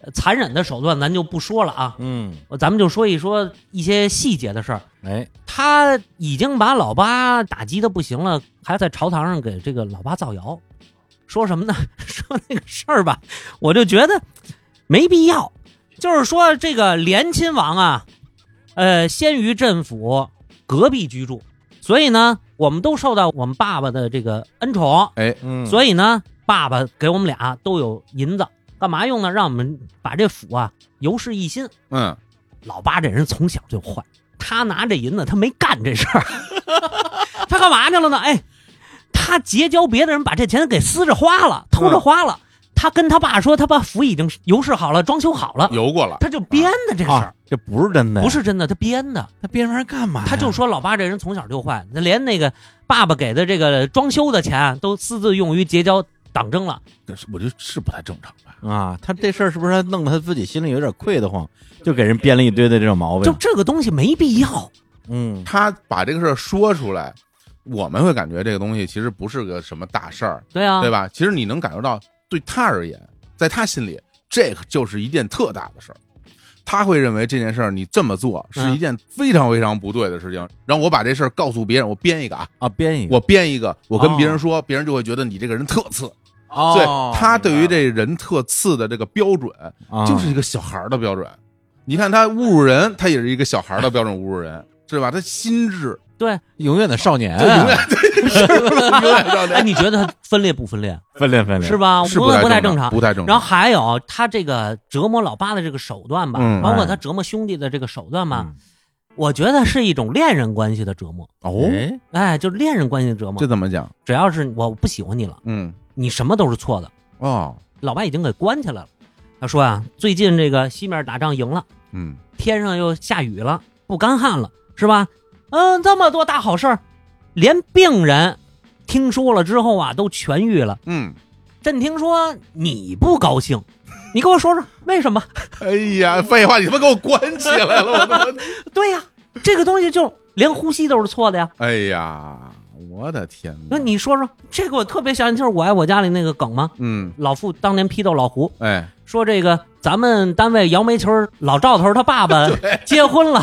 Speaker 4: 呃残忍的手段，咱就不说了啊。
Speaker 3: 嗯，
Speaker 4: 咱们就说一说一些细节的事儿。
Speaker 3: 哎，
Speaker 4: 他已经把老八打击的不行了，还在朝堂上给这个老八造谣，说什么呢？ 说那个事儿吧，我就觉得没必要。就是说，这个连亲王啊，呃，先于镇府隔壁居住，所以呢，我们都受到我们爸爸的这个恩宠，
Speaker 2: 哎，
Speaker 3: 嗯，以
Speaker 4: 所以呢，爸爸给我们俩都有银子，干嘛用呢？让我们把这斧啊游世一新。
Speaker 2: 嗯，
Speaker 4: 老八这人从小就坏，他拿这银子，他没干这 事儿，他干嘛去了呢？哎，他结交别的人，把这钱给私着花了，偷着花了。他跟他爸说，他把府已经油饰好了，装修好了，
Speaker 2: 游过了，
Speaker 4: 他就编的这事儿，
Speaker 3: 啊，这不是真的呀，
Speaker 4: 不是真的，他编的。
Speaker 3: 那编玩意儿干嘛呀？
Speaker 4: 他就说老八这人从小就坏，那连那个爸爸给的这个装修的钱啊都私自用于结交党争了。
Speaker 2: 我觉得是不太正常吧。
Speaker 3: 啊，他这事儿是不是他弄得他自己心里有点愧得慌，就给人编了一堆的这种毛病？
Speaker 4: 就这个东西没必要，
Speaker 3: 嗯，
Speaker 2: 他把这个事儿说出来，我们会感觉这个东西其实不是个什么大事儿，
Speaker 4: 对啊，
Speaker 2: 对吧？其实你能感受到，对他而言，在他心里，这个就是一件特大的事儿。他会认为这件事儿你这么做是一件非常非常不对的事情。然后我把这事儿告诉别人，我编一个啊，
Speaker 3: 啊，编一个，
Speaker 2: 我编一个，我跟别人说，别人就会觉得你这个人特次。
Speaker 3: 哦
Speaker 2: 所以他对于这人特次的这个标准，
Speaker 3: 啊
Speaker 2: 就是一个小孩儿的标准。你看他侮辱人，他也是一个小孩儿的标准侮辱人，是吧？他心智
Speaker 3: 永远的少年啊，
Speaker 2: 就永远 永远少
Speaker 4: 哎，
Speaker 2: 年，
Speaker 4: 你觉得他分裂不分裂？啊
Speaker 3: 分裂分裂
Speaker 4: 是吧？
Speaker 2: 是
Speaker 4: 啊不
Speaker 2: 太
Speaker 4: 不太
Speaker 2: 正
Speaker 4: 正常。
Speaker 2: 不太正常。嗯
Speaker 4: 然后还有他这个折磨老八的这个手段吧，
Speaker 2: 嗯哎
Speaker 4: 包括他折磨兄弟的这个手段吧，
Speaker 3: 嗯
Speaker 4: 我觉得是一种恋人关系的折磨。
Speaker 2: 哦，
Speaker 3: 哎
Speaker 4: 哎，就是恋人关系的折磨
Speaker 2: 这。怎么讲？
Speaker 4: 只要是我不喜欢你了，
Speaker 2: 嗯，
Speaker 4: 你什么都是错的。
Speaker 2: 哦，
Speaker 4: 老八已经给关起来了。他说啊，最近这个西面打仗赢了，
Speaker 2: 嗯，
Speaker 4: 天上又下雨了，不干旱了，是吧？嗯，这么多大好事儿，连病人听说了之后啊，都痊愈了。
Speaker 2: 嗯，
Speaker 4: 朕听说你不高兴，你给我说说为什么？
Speaker 2: 哎呀，废话，你他妈给我关起来了，我他妈，
Speaker 4: 对呀、这个东西就连呼吸都是错的呀。
Speaker 2: 哎呀，我的天哪！
Speaker 4: 那，你说说，这个我特别想起就是《我爱我家》里那个梗吗？
Speaker 2: 嗯，
Speaker 4: 老傅当年批斗老胡，
Speaker 2: 哎，
Speaker 4: 说这个咱们单位杨梅球老赵头他爸 爸结婚了，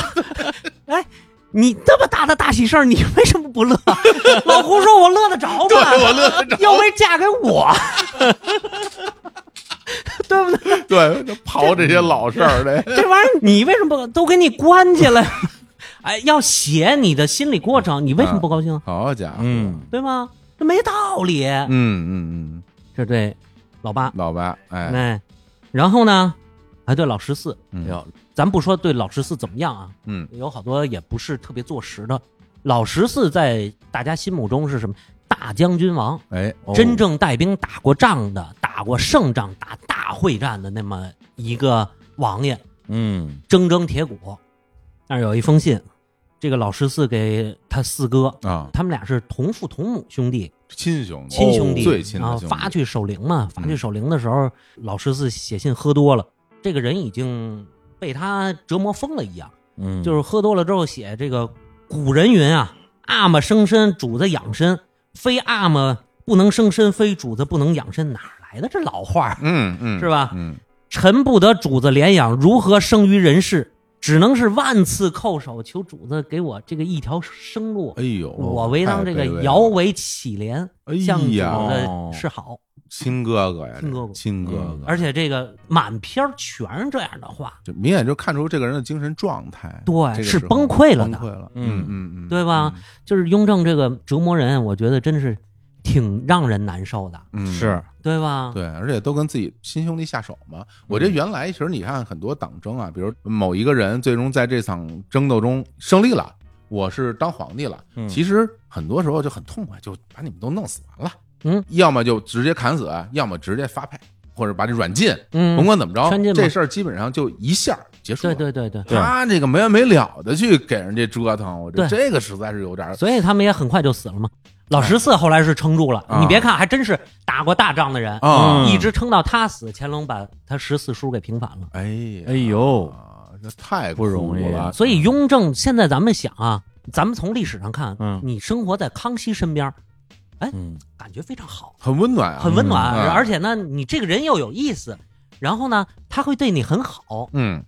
Speaker 4: 哎，你这么大的大喜事儿，你为什么不乐？ 老胡说：“我乐得着
Speaker 2: 对
Speaker 4: 吗？
Speaker 2: 我乐着，
Speaker 4: 要没嫁给我，对不对？
Speaker 2: 对，就刨这些老事儿嘞，
Speaker 4: 这玩意儿你为什么不都给你关起来？ 哎，要写你的心理过程，你为
Speaker 2: 啊
Speaker 4: 什么不高兴？
Speaker 2: 好家伙，嗯
Speaker 3: 嗯，
Speaker 4: 对吗？这没道理。
Speaker 2: 嗯嗯
Speaker 4: 这对老八
Speaker 2: 嗯，，老白，哎，
Speaker 4: 哎，然后呢，还对老十四，哎
Speaker 2: 嗯
Speaker 3: 要
Speaker 4: 咱不说对老十四怎么样啊，
Speaker 2: 嗯，
Speaker 4: 有好多也不是特别坐实的。老十四在大家心目中是什么？大将军王，
Speaker 2: 哎，
Speaker 4: 真正带兵打过仗的、打过胜仗、打大会战的那么一个王爷，
Speaker 3: 嗯
Speaker 4: 铮铮铁骨。那儿有一封信，这个老十四给他四哥，
Speaker 2: 啊，
Speaker 4: 他们俩是同父同母兄弟，
Speaker 2: 亲兄弟，
Speaker 4: 亲兄弟，
Speaker 2: 哦最亲的
Speaker 4: 然后
Speaker 2: 兄弟嗯
Speaker 4: 发去守灵嘛，发去守灵的时候，老十四写信喝多了，这个人已经被他折磨疯了一样，
Speaker 3: 嗯，
Speaker 4: 就是喝多了之后写这个古人云啊，阿么生身，主子养身，非阿么不能生身，非主子不能养身，哪儿来的这老话儿？
Speaker 2: 嗯嗯，
Speaker 4: 是吧
Speaker 2: 嗯，
Speaker 4: 臣不得主子怜养，如何生于人世？只能是万次叩首求主子给我这个一条生路，
Speaker 2: 哎呦，
Speaker 4: 我唯当这
Speaker 2: 太卑微
Speaker 4: 个
Speaker 2: 了
Speaker 4: 摇尾乞怜，
Speaker 2: 哎
Speaker 4: 向主
Speaker 2: 呀，
Speaker 4: 子示好。
Speaker 2: 亲哥哥呀，嗯
Speaker 4: 亲哥哥
Speaker 2: 亲哥哥，
Speaker 4: 而且这个满篇儿全是这样的话，
Speaker 2: 就明显就看出这个人的精神状态，
Speaker 4: 对
Speaker 2: 这个
Speaker 4: 是
Speaker 2: 时候
Speaker 4: 崩溃了
Speaker 2: 崩
Speaker 4: 的
Speaker 2: 溃了，
Speaker 3: 嗯
Speaker 2: 嗯嗯，
Speaker 4: 对吧？就是雍正这个折磨人，我觉得真是挺让人难受的，
Speaker 2: 嗯？嗯，
Speaker 3: 是
Speaker 4: 对吧？
Speaker 2: 对，而且都跟自己亲兄弟下手嘛。嗯我觉得原来其实你看很多党争啊，比如某一个人最终在这场争斗中胜利了，我是当皇帝了，
Speaker 3: 嗯
Speaker 2: 其实很多时候就很痛快，就把你们都弄死完了。
Speaker 4: 嗯，
Speaker 2: 要么就直接砍死，要么直接发配，或者把你软禁，
Speaker 4: 嗯，
Speaker 2: 甭管怎么着，
Speaker 4: 圈禁嘛
Speaker 2: 这事儿基本上就一下儿结束了。
Speaker 4: 对对对对，
Speaker 3: 对
Speaker 2: 他这个没完没了的去给人家折腾，我这
Speaker 4: 对
Speaker 2: 这个实在是有点儿
Speaker 4: 所以他们也很快就死了嘛。老十四后来是撑住了，
Speaker 2: 啊
Speaker 4: 你别看还真是打过大仗的人，
Speaker 2: 啊
Speaker 3: 嗯
Speaker 4: 一直撑到他死，乾隆把他十四叔给平反了。
Speaker 2: 哎呀
Speaker 3: 哎呦，
Speaker 2: 这太
Speaker 3: 不容易
Speaker 2: 酷了。
Speaker 4: 所以雍正现在咱们想啊，咱们从历史上看，
Speaker 3: 嗯
Speaker 4: 你生活在康熙身边，
Speaker 3: 嗯
Speaker 4: 感觉非常好。
Speaker 2: 很温暖啊，
Speaker 4: 很温暖，
Speaker 2: 嗯
Speaker 4: 而且呢，你这个人又有意思，然后呢，他会对你很好。
Speaker 2: 嗯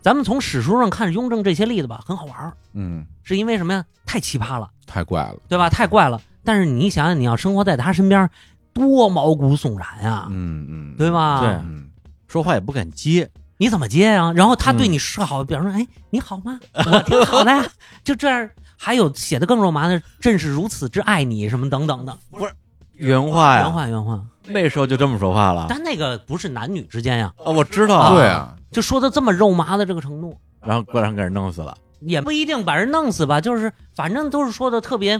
Speaker 4: 咱们从史书上看雍正这些例子吧，很好玩儿，
Speaker 2: 嗯，
Speaker 4: 是因为什么呀？太奇葩了，
Speaker 2: 太怪了，
Speaker 4: 对吧？太怪了。但是你想想，你要生活在他身边，多毛骨悚然呀、
Speaker 2: 嗯嗯，
Speaker 4: 对吧？
Speaker 3: 对
Speaker 2: 嗯，
Speaker 3: 啊说话也不敢接，
Speaker 4: 你怎么接呀、然后他对你示好，比方说，哎，你好吗？我挺好的呀， 就这样。还有写的更肉麻的，朕是如此之爱你，什么等等的，
Speaker 3: 不是原
Speaker 2: 哎
Speaker 3: 话呀，
Speaker 4: 原话原话，
Speaker 3: 那时候就这么说话了啊、
Speaker 4: 但那个不是男女之间呀，
Speaker 3: 我知道，
Speaker 2: 对，啊，
Speaker 4: 就说的这么肉麻的这个程度，
Speaker 3: 然后过两天给人弄死了，
Speaker 4: 也不一定把人弄死吧，就是反正都是说的特别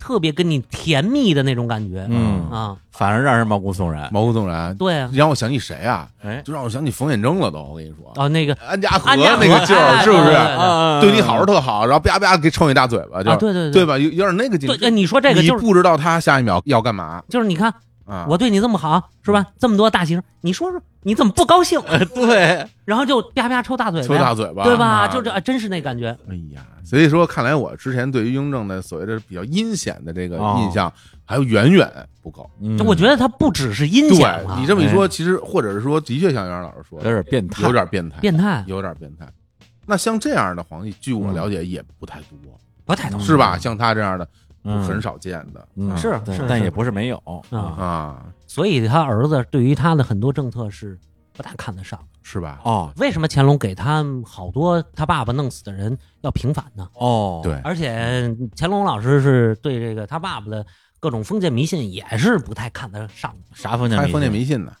Speaker 4: 特别跟你甜蜜的那种感觉，
Speaker 3: 嗯
Speaker 4: 啊，
Speaker 3: 反正让人毛骨悚然，
Speaker 2: 毛骨悚然，
Speaker 4: 对啊，
Speaker 2: 让我想起谁啊？
Speaker 3: 哎，
Speaker 2: 就让我想起冯远征了都，我跟你说，
Speaker 4: 哦那个
Speaker 2: 安家和
Speaker 4: 安家和
Speaker 2: 那个劲
Speaker 4: 哎
Speaker 2: 儿是不
Speaker 4: 对
Speaker 2: 是？
Speaker 4: 对
Speaker 3: 啊
Speaker 2: 对你好是特好，然后啪啪给抽你大嘴巴，就
Speaker 4: 啊对对
Speaker 2: 对
Speaker 4: 对
Speaker 2: 吧？有有点那个劲
Speaker 4: 对，，哎你说这个
Speaker 2: 你
Speaker 4: 就是
Speaker 2: 不知道他下一秒要干嘛
Speaker 4: 就是你看
Speaker 2: 啊？嗯
Speaker 4: 我对你这么好是吧？这么多大型，你说说你怎么不高 兴？
Speaker 3: 对，
Speaker 4: 然后就啪啪抽大嘴
Speaker 2: 抽
Speaker 4: 巴
Speaker 2: 大
Speaker 4: 呀，
Speaker 2: 嘴巴，
Speaker 4: 对吧？
Speaker 2: 啊
Speaker 4: 就这，啊真是那感觉，
Speaker 2: 哎呀，所以说看来我之前对于雍正的所谓的比较阴险的这个
Speaker 3: 哦
Speaker 2: 印象，还有远远不够。
Speaker 3: 嗯
Speaker 4: 就我觉得他不只是阴险
Speaker 2: 对
Speaker 4: 啊，
Speaker 2: 你这么一
Speaker 3: 哎
Speaker 2: 说，其实或者是说，的确像袁老师说
Speaker 3: 有
Speaker 2: 的，
Speaker 3: 点变态，
Speaker 2: 有点变态，
Speaker 4: 变态
Speaker 2: 有点变态。那像这样的皇帝，据我了解也不太多，
Speaker 4: 不太
Speaker 3: 嗯
Speaker 4: 懂
Speaker 2: 是吧？像他这样的
Speaker 3: 嗯
Speaker 2: 很，少见的
Speaker 3: 嗯
Speaker 4: 是
Speaker 3: 对
Speaker 4: 是
Speaker 3: 但
Speaker 4: 是
Speaker 3: 也不是没有嗯
Speaker 4: 啊，
Speaker 2: 啊，
Speaker 4: 所以他儿子对于他的很多政策是不大看得上。
Speaker 2: 是吧？
Speaker 3: 哦
Speaker 4: 为什么乾隆给他好多他爸爸弄死的人要平反呢？
Speaker 3: 哦，
Speaker 2: 对，
Speaker 4: 而且乾隆老师是对这个他爸爸的各种封建迷信也是不太看得上的，
Speaker 3: 啥封建
Speaker 2: 还
Speaker 3: 迷
Speaker 2: 封建
Speaker 3: 信
Speaker 2: 迷信呢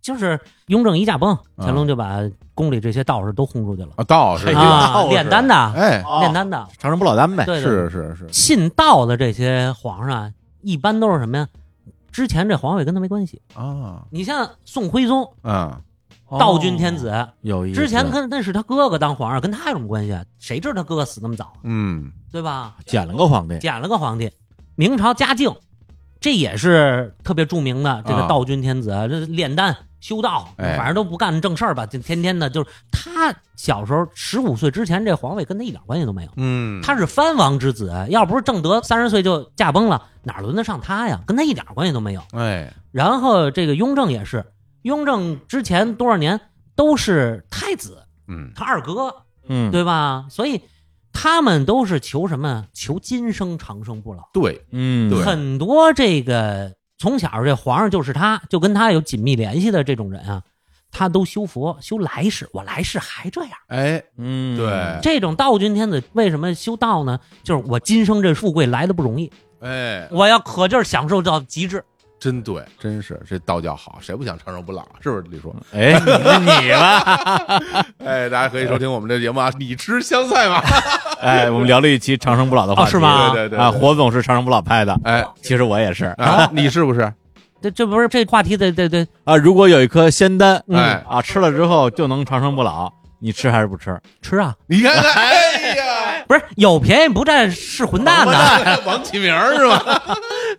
Speaker 4: 就是雍正一驾崩，
Speaker 2: 啊
Speaker 4: 乾隆就把宫里这些道士都轰出去了
Speaker 2: 啊，道士
Speaker 3: 嗯哎
Speaker 2: 吧，
Speaker 3: 道
Speaker 4: 啊，
Speaker 3: 士
Speaker 4: 炼丹的，
Speaker 2: 哎，
Speaker 3: 哦
Speaker 4: 炼丹的，
Speaker 3: 长生不老丹呗，
Speaker 4: 对对，
Speaker 2: 是是是，
Speaker 4: 信道的这些皇上啊一般都是什么呀？之前这皇位跟他没关系。
Speaker 2: 啊，
Speaker 4: 你像宋徽宗，
Speaker 2: 嗯，
Speaker 3: 哦
Speaker 4: 道君天子，
Speaker 3: 有意思，
Speaker 4: 之前跟那是他哥哥当皇上，跟他有什么关系啊？谁知道他哥哥死那么早啊，
Speaker 2: 嗯，
Speaker 4: 对吧？
Speaker 3: 捡了个皇帝，
Speaker 4: 捡了个皇帝。明朝嘉靖，这也是特别著名的这个
Speaker 2: 啊
Speaker 4: 道君天子，这炼丹修道，
Speaker 2: 哎
Speaker 4: 反正都不干正事儿吧，就天天的就是他小时候十五岁之前，这皇位跟他一点关系都没有。
Speaker 2: 嗯，
Speaker 4: 他是藩王之子，要不是正德三十岁就驾崩了，哪轮得上他呀？跟他一点关系都没有。
Speaker 2: 哎，
Speaker 4: 然后这个雍正也是，雍正之前多少年都是太子，
Speaker 2: 嗯，
Speaker 4: 他二哥，
Speaker 3: 嗯，
Speaker 4: 对吧？所以他们都是求什么？求今生长生不老。
Speaker 2: 对，
Speaker 3: 嗯，
Speaker 2: 对
Speaker 4: 很多这个从小这皇上就是他，就跟他有紧密联系的这种人啊，他都修佛修来世，我来世还这样。
Speaker 2: 哎，
Speaker 3: 嗯，
Speaker 2: 对
Speaker 4: 这种道君天子为什么修道呢？就是我今生这富贵来的不容易，
Speaker 2: 哎，
Speaker 4: 我要可劲儿享受到极致。
Speaker 2: 真对，嗯真是这道教好，谁不想长生不老？啊是不是李叔？
Speaker 3: 哎，你是你吧？
Speaker 2: 哎，大家可以收听我们这节 目啊，你吃香菜吗？
Speaker 3: 哎，我们聊了一期长生不老的话题，
Speaker 4: 哦是吗
Speaker 2: 对对对
Speaker 3: 啊，火总是长生不老派的，
Speaker 2: 哎，
Speaker 3: 其实我也是
Speaker 2: 啊，你是不是？
Speaker 4: 这这不是这话题得得得
Speaker 3: 啊。如果有一颗仙丹，
Speaker 4: 嗯
Speaker 2: 哎，
Speaker 3: 啊，吃了之后就能长生不老，你吃还是不吃？
Speaker 4: 吃啊！
Speaker 2: 你看 看，哎呀，
Speaker 4: 不是有便宜不占是混蛋呐！
Speaker 2: 王启明是吧？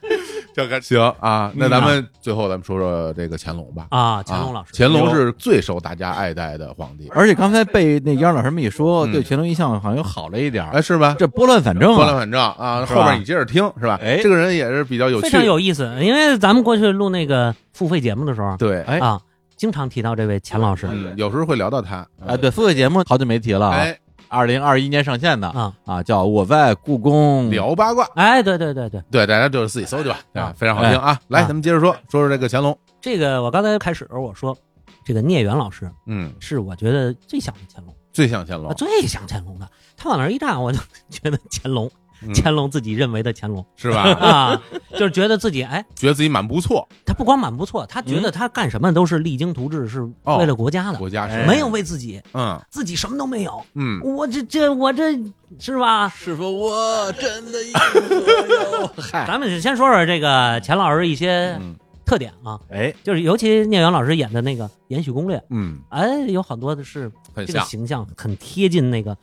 Speaker 2: 这个行啊，那咱们最后咱们说说这个乾隆吧。
Speaker 4: 啊，乾隆老
Speaker 2: 啊
Speaker 4: 师，
Speaker 2: 乾隆是最受大家爱戴的皇帝，
Speaker 3: 而且刚才被那央老师这么一说，
Speaker 2: 嗯
Speaker 3: 对乾隆印象好像又好了一点儿
Speaker 2: 哎，是吧？
Speaker 3: 这拨乱反正
Speaker 2: 拨乱
Speaker 3: 啊，
Speaker 2: 反正啊，
Speaker 3: 是吧
Speaker 2: 后面你接着听是吧？
Speaker 3: 哎
Speaker 2: 这个人也是比较有
Speaker 4: 非
Speaker 2: 趣
Speaker 4: 常，有意思，因为咱们过去录那个付费节目的时候
Speaker 2: 对，
Speaker 3: 哎
Speaker 4: 啊，经常提到这位钱老师
Speaker 2: 嗯，有时候会聊到他
Speaker 3: 啊，，对，付费节目好久没提了啊，
Speaker 2: 哎，
Speaker 3: 二零二一年上线的
Speaker 4: 啊。
Speaker 3: 啊，叫我在故宫
Speaker 2: 聊八卦，
Speaker 4: 哎，对对对对，
Speaker 2: 对，大家就是自己搜去吧，啊，非常好听啊。来，
Speaker 4: 哎啊
Speaker 2: 咱们接着说，说说这个乾隆，
Speaker 4: 这个我刚才开始我说，这个聂远老师
Speaker 2: 嗯，
Speaker 4: 是我觉得最像乾隆，
Speaker 2: 最像乾
Speaker 4: 啊
Speaker 2: 隆，
Speaker 4: 最像乾隆的。他往那儿一站，我就 觉得乾隆，
Speaker 2: 嗯
Speaker 4: 乾隆自己认为的 乾隆
Speaker 2: 是 吧？
Speaker 4: 啊，就是觉得自己哎，
Speaker 2: 觉得自己蛮不错，
Speaker 4: 他不光蛮不错，他觉
Speaker 3: 嗯
Speaker 4: 得他干什么都是励精图治，是
Speaker 2: 哦
Speaker 4: 为了国家的，
Speaker 2: 国家
Speaker 3: 哎
Speaker 2: 是
Speaker 4: 没有为自己，
Speaker 2: 嗯
Speaker 4: 自己什么都没有。
Speaker 2: 嗯，
Speaker 4: 我这这我这是吧？
Speaker 3: 是否我真的一无 所有？嗨，
Speaker 4: 咱们先说说这个钱老师一些
Speaker 2: 嗯
Speaker 4: 特点啊，
Speaker 3: 哎，
Speaker 4: 就是尤其聂远老师演的那个《延禧攻略》，
Speaker 2: 嗯，
Speaker 4: 哎，有很多的是
Speaker 2: 很
Speaker 4: 这个
Speaker 2: 像
Speaker 4: 形象很贴近那个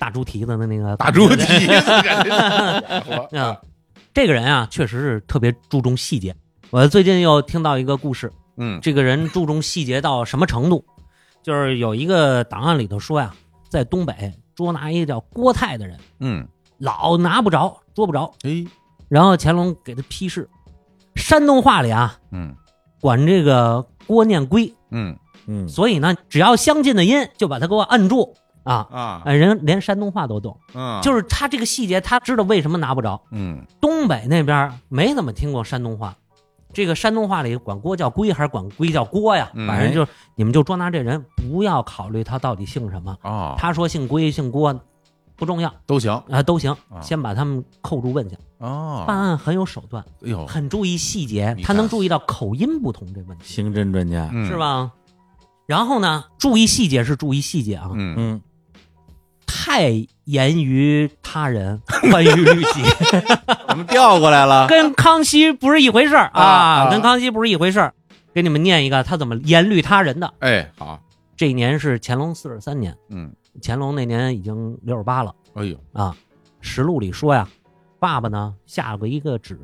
Speaker 4: 大猪蹄子的那个
Speaker 2: 大猪 蹄子感觉是
Speaker 4: 啊。这个人啊，确实是特别注重细节。我最近又听到一个故事，
Speaker 2: 嗯
Speaker 4: 这个人注重细节到什么程度？就是有一个档案里头说呀，在东北捉拿一个叫郭泰的人，
Speaker 2: 嗯，
Speaker 4: 老拿不着，捉不着，
Speaker 2: 哎，
Speaker 4: 然后乾隆给他批示，山东话里啊，
Speaker 2: 嗯
Speaker 4: 管这个郭念归，
Speaker 2: 嗯
Speaker 3: 嗯，
Speaker 4: 所以呢，只要相近的音，就把他给我摁住啊！
Speaker 2: 啊
Speaker 4: 哎，人连山东话都懂，
Speaker 2: 嗯，
Speaker 4: 就是他这个细节，他知道为什么拿不着。
Speaker 2: 嗯
Speaker 4: 东北那边没怎么听过山东话，这个山东话里管锅叫龟还是管龟叫锅呀？
Speaker 2: 嗯
Speaker 4: 反正就是你们就捉拿这人，不要考虑他到底姓什么，
Speaker 2: 哦，
Speaker 4: 他说姓龟姓郭，不重要啊、
Speaker 2: 都行
Speaker 4: 都行
Speaker 2: 啊，
Speaker 4: 先把他们扣住问下。
Speaker 2: 哦。
Speaker 4: 办案很有手段，
Speaker 2: 哎呦，
Speaker 4: 很注意细节
Speaker 2: 你，
Speaker 4: 他
Speaker 2: 看
Speaker 4: 能注意到口音不同这问题，
Speaker 3: 刑侦专家，
Speaker 2: 嗯
Speaker 4: 是？吧？然后呢，注意细节是注意细节啊，
Speaker 2: 嗯，
Speaker 3: 嗯，
Speaker 4: 太严于他 人，宽于律己，
Speaker 3: 怎么调过来了？
Speaker 4: 跟康熙不是一回事儿
Speaker 3: 啊啊
Speaker 4: 啊，跟康熙不是一回事儿。给你们念一个他怎么严律他人的。
Speaker 2: 哎，好，
Speaker 4: 这一年是乾隆四十三年，
Speaker 2: 嗯，
Speaker 4: 乾隆那年已经六十八了。
Speaker 2: 哎呦，
Speaker 4: 啊，实录里说呀，爸爸呢下过一个旨，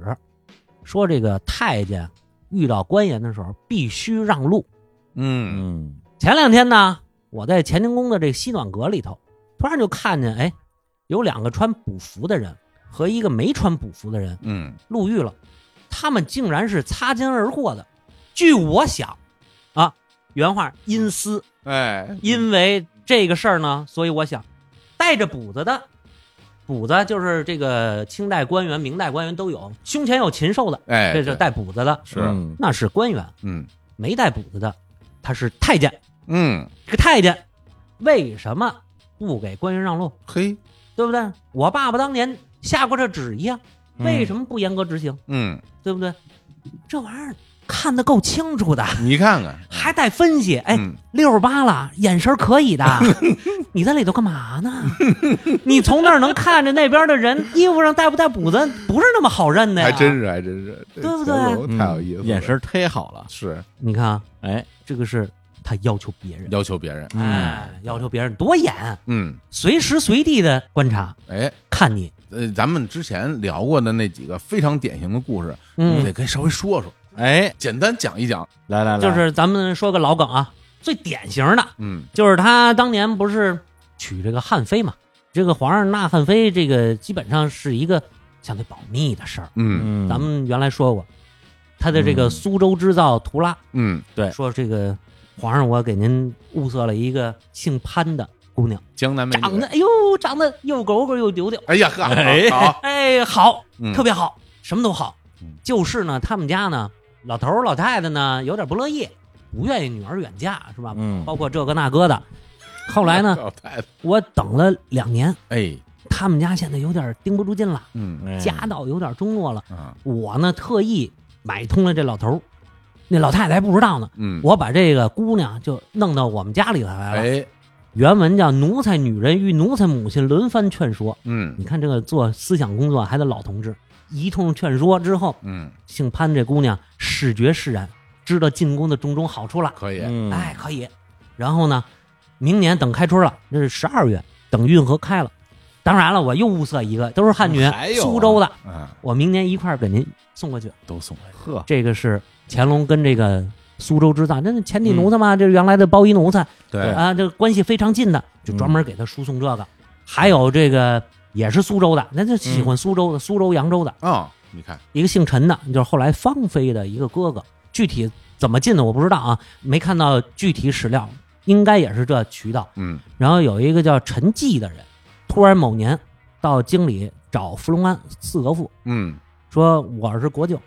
Speaker 4: 说这个太监遇到官员的时候必须让路。
Speaker 2: 嗯
Speaker 3: 嗯，
Speaker 4: 前两天呢，我在乾清宫的这个西暖阁里头，突然就看见，哎，有两个穿补服的人和一个没穿补服的人
Speaker 2: 嗯，
Speaker 4: 路遇了，他们竟然是擦肩而过的。据我想，啊，原话阴私，
Speaker 2: 哎，
Speaker 4: 因为这个事儿呢，所以我想，带着补子的，补子就是这个清代官员、明代官员都有，胸前有禽兽的，
Speaker 2: 哎，
Speaker 4: 这就带补子的，
Speaker 2: 是，
Speaker 3: 嗯
Speaker 4: 那是官员；
Speaker 2: 嗯
Speaker 4: 没带补子的，他是太监。
Speaker 2: 嗯，
Speaker 4: 这个太监为什么不给官员让路？
Speaker 2: 嘿，
Speaker 4: 对不对？我爸爸当年下过这旨意啊，
Speaker 3: 嗯
Speaker 4: 为什么不严格执行？
Speaker 2: 嗯，
Speaker 4: 对不对？这玩意儿看得够清楚的，
Speaker 2: 你看看，
Speaker 4: 还带分析。哎，
Speaker 2: 嗯
Speaker 4: 六十八了，眼神可以 的。你在里头干嘛呢？你从那儿能看着那边的人衣服上带不带补子，不是那么好认的呀。
Speaker 2: 还真是，还真是，对
Speaker 4: 对不对
Speaker 2: 太有意思了，
Speaker 3: 嗯眼神忒好了，
Speaker 2: 是
Speaker 4: 你看啊，
Speaker 3: 哎，
Speaker 4: 这个是他要求别人，
Speaker 2: 要求别人，
Speaker 4: 哎，要求别人多严，
Speaker 2: 嗯，
Speaker 4: 随时随地的观察
Speaker 2: 哎，
Speaker 4: 看你。
Speaker 2: 呃，咱们之前聊过的那几个非常典型的故事，
Speaker 4: 嗯
Speaker 2: 得，跟稍微说说，
Speaker 3: 哎，
Speaker 2: 简单讲一讲，
Speaker 3: 来来来，
Speaker 4: 就是咱们说个老梗啊，最典型的
Speaker 2: 嗯
Speaker 4: 就是他当年不是娶这个汉妃嘛，这个皇上纳汉妃，这个基本上是一个相对保密的事儿。
Speaker 2: 嗯
Speaker 3: 嗯，
Speaker 4: 咱们原来说过，他的
Speaker 3: 嗯
Speaker 4: 这个苏州织造图拉、
Speaker 2: 嗯，
Speaker 3: 对
Speaker 4: 说这个皇上，我给您物色了一个姓潘的姑娘，
Speaker 2: 江南美
Speaker 4: 长
Speaker 2: 女
Speaker 4: 得，哎呦，长得又狗狗又丢丢，
Speaker 2: 哎呀呵，
Speaker 3: 哎
Speaker 2: 好，
Speaker 4: 哎，好，
Speaker 2: 嗯
Speaker 4: 特别好，什么都好
Speaker 2: 嗯。
Speaker 4: 就是呢，他们家呢，老头儿老太太呢有点不乐意，不愿意女儿远嫁，是吧？
Speaker 3: 嗯
Speaker 4: 包括这个那个的。后 来呢，
Speaker 2: 老太太，
Speaker 4: 我等了两年，
Speaker 2: 哎，
Speaker 4: 他们家现在有点盯不住劲了，
Speaker 2: 嗯
Speaker 3: 哎
Speaker 4: 家道有点中落了。
Speaker 2: 啊，
Speaker 4: 我呢特意买通了这老头儿，那老太太还不知道呢。
Speaker 2: 嗯，
Speaker 4: 我把这个姑娘就弄到我们家里头来了。
Speaker 2: 哎，
Speaker 4: 原文叫“奴才女人与奴才母亲轮番劝说”，
Speaker 2: 嗯
Speaker 4: 你看这个做思想工作还得老同志一通劝说之后，
Speaker 2: 嗯，
Speaker 4: 姓潘这姑娘始觉释然，知道进宫的种种好处了，
Speaker 2: 可以，
Speaker 3: 嗯，
Speaker 4: 哎，可以。然后呢，明年等开春了，这是十二月，等运河开了。当然了，我又物色一个，都是汉女，
Speaker 3: 还有啊
Speaker 4: 苏州的，
Speaker 2: 啊，
Speaker 4: 我明年一块儿给您送过去。
Speaker 2: 都送
Speaker 4: 嗯
Speaker 2: 来，
Speaker 3: 呵，
Speaker 4: 这个是乾隆跟这个苏州织造，那那前
Speaker 3: 嗯
Speaker 4: 地奴才嘛，这原来的包衣奴才，
Speaker 2: 对，
Speaker 4: 啊，这关系非常近的，就专
Speaker 3: 嗯
Speaker 4: 门给他输送这个。还有这个也是苏州的，那就喜欢苏
Speaker 3: 嗯
Speaker 4: 州的，苏州扬州的
Speaker 2: 哦，你看，
Speaker 4: 一个姓陈的，就是后来芳妃的一个哥哥。具体怎么进的我不知道啊，没看到具体史料，应该也是这渠道。
Speaker 2: 嗯
Speaker 4: 然后有一个叫陈济的人，突然某年到京里找福隆安四额驸，
Speaker 2: 嗯
Speaker 4: 说我是国舅，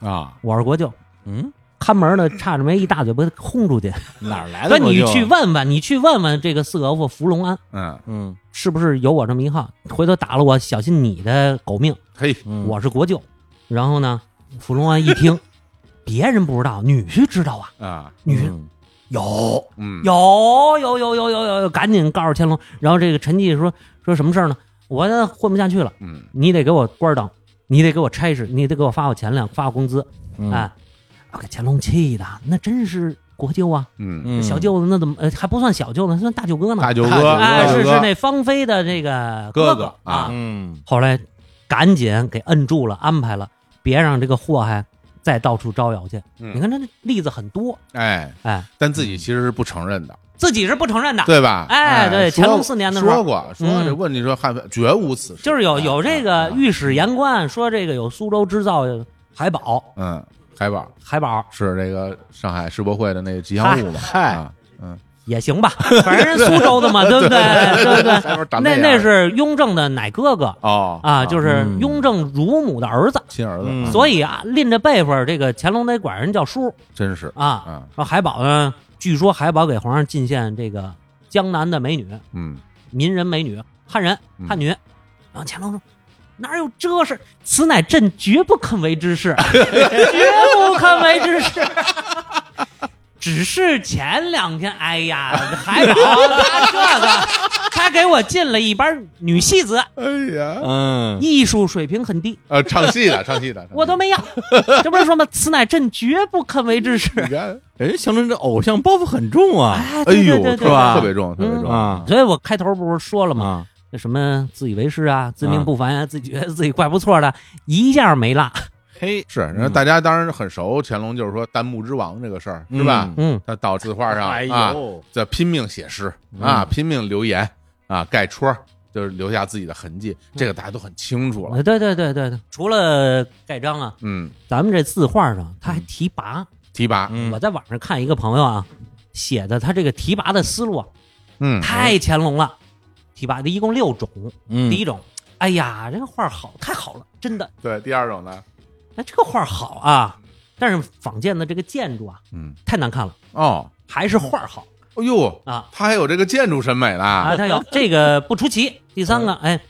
Speaker 2: 啊，
Speaker 4: 我是国舅。
Speaker 3: 嗯，
Speaker 4: 看门的差点没一大嘴巴轰出去。
Speaker 3: 哪儿来
Speaker 4: 说
Speaker 3: 的国
Speaker 4: 你
Speaker 3: 舅啊？
Speaker 4: 去问问，你去问问这个四额驸福隆安，
Speaker 2: 嗯，
Speaker 3: 嗯，
Speaker 4: 是不是有我这么一号？回头打了我，小心你的狗命！
Speaker 2: 嘿，
Speaker 3: 嗯，
Speaker 4: 我是国舅。然后呢，福隆安一听，别人不知道，女婿知道啊，
Speaker 2: 啊，
Speaker 4: 女婿
Speaker 3: 嗯
Speaker 4: 有
Speaker 2: 嗯，
Speaker 4: 有有有有有有，赶紧告诉乾隆。然后这个陈继说说什么事儿呢？我混不下去了，
Speaker 2: 嗯
Speaker 4: 你得给我官儿当，你得给我差事，你得给我发我钱粮，发我工资。
Speaker 3: 嗯
Speaker 4: 哎，我给乾隆气的，那真是国舅啊！
Speaker 2: 嗯，
Speaker 3: 嗯
Speaker 4: 小舅子那怎么呃还不算小舅子，算大舅哥呢？
Speaker 2: 大舅
Speaker 3: 大舅
Speaker 2: 哥，
Speaker 3: 哥
Speaker 4: 哎，
Speaker 2: 大舅
Speaker 4: 是
Speaker 2: 哥
Speaker 4: 是那芳菲的这个
Speaker 2: 哥
Speaker 4: 哥
Speaker 2: 哥啊
Speaker 4: 啊。
Speaker 3: 嗯
Speaker 4: 后来赶紧给摁住了，安排了，别让这个祸害再到处招摇去。
Speaker 2: 嗯
Speaker 4: 你看这例子很多，
Speaker 2: 哎，
Speaker 4: 哎，
Speaker 2: 但自己其实是不承认的，
Speaker 4: 自己是不承认的，
Speaker 2: 对吧？
Speaker 4: 嗯哎对
Speaker 2: 说
Speaker 4: 乾隆四年的时候嗯
Speaker 2: 说过，说这问题说汉妃绝无此事，
Speaker 4: 就是有有这个御史言官说这个有苏州织造海宝，
Speaker 2: 嗯，海宝
Speaker 4: 海宝
Speaker 2: 是这个上海世博会的那个吉祥物嘛，
Speaker 3: 嗨
Speaker 2: 啊，嗯，
Speaker 4: 也行吧，反正人苏州的嘛，对不对？对不对？
Speaker 2: 海宝长
Speaker 4: 那
Speaker 2: 样
Speaker 4: 那是雍正的奶哥哥
Speaker 2: 哦
Speaker 4: 啊，就是
Speaker 3: 嗯
Speaker 4: 雍正乳母的儿子。
Speaker 2: 亲儿子，
Speaker 3: 嗯
Speaker 2: 啊
Speaker 4: 所以啊，拎着辈分儿，这个乾隆得管人叫叔
Speaker 2: 真是，
Speaker 4: 啊。
Speaker 2: 啊，
Speaker 4: 说海宝呢，据说海宝给皇上进献这个江南的美女，
Speaker 2: 嗯
Speaker 4: 民人美女，汉人
Speaker 2: 嗯
Speaker 4: 汉女。然后乾隆说：“哪有这事？此乃朕绝不肯为之事，绝不肯为之事。”只是前两天，哎呀，还好他这个，他给我进了一班女戏子，
Speaker 2: 哎呀，
Speaker 3: 嗯，
Speaker 4: 艺术水平很低，
Speaker 2: 呃，唱戏的， 唱戏的，唱戏的
Speaker 4: 我都没要。这不是说吗？此乃朕绝不肯为之事。
Speaker 2: 你看，
Speaker 3: 人家祥伦这偶像包袱很重啊
Speaker 4: 哎，
Speaker 2: 哎
Speaker 4: 对
Speaker 2: 呦
Speaker 4: 对，
Speaker 2: 特
Speaker 4: 对对嗯
Speaker 2: 别
Speaker 3: 吧
Speaker 2: 特别重，特别重，
Speaker 3: 啊
Speaker 4: 所以我开头不是说了吗？
Speaker 3: 啊，
Speaker 4: 那什么自以为是啊，自命不凡啊，自己觉得自己怪不错的，一样没落。
Speaker 3: 嘿，
Speaker 2: 是，然后
Speaker 4: 嗯
Speaker 2: 大家当然很熟乾隆，就是说弹幕之王这个事儿，是吧？
Speaker 4: 嗯，
Speaker 2: 他到字画上
Speaker 3: 哎
Speaker 2: 啊，
Speaker 3: 呦，
Speaker 2: 在拼命写诗啊，拼命留言啊，盖戳，就是留下自己的痕迹，这个大家都很清楚了。
Speaker 4: 对对对对对，除了盖章啊，
Speaker 2: 嗯，
Speaker 4: 咱们这字画上他还提拔。
Speaker 2: 提拔，
Speaker 3: 嗯
Speaker 4: 我在网上看一个朋友啊写的，他这个提拔的思路啊
Speaker 2: 嗯，
Speaker 4: 太乾隆了。提拔的一共六种，
Speaker 3: 嗯
Speaker 4: 第一种，哎呀，这个画好，太好了，真的，
Speaker 2: 对，第二种呢，
Speaker 4: 哎，这个画好啊。但是坊间的这个建筑啊，
Speaker 2: 嗯，
Speaker 4: 太难看了，
Speaker 2: 哦，
Speaker 4: 还是画好
Speaker 2: 哎呦，
Speaker 4: 啊。
Speaker 2: 他还有这个建筑审美
Speaker 4: 啊，
Speaker 2: 呢，
Speaker 4: 他有这个不出奇。第三
Speaker 2: 嗯
Speaker 4: 个，哎，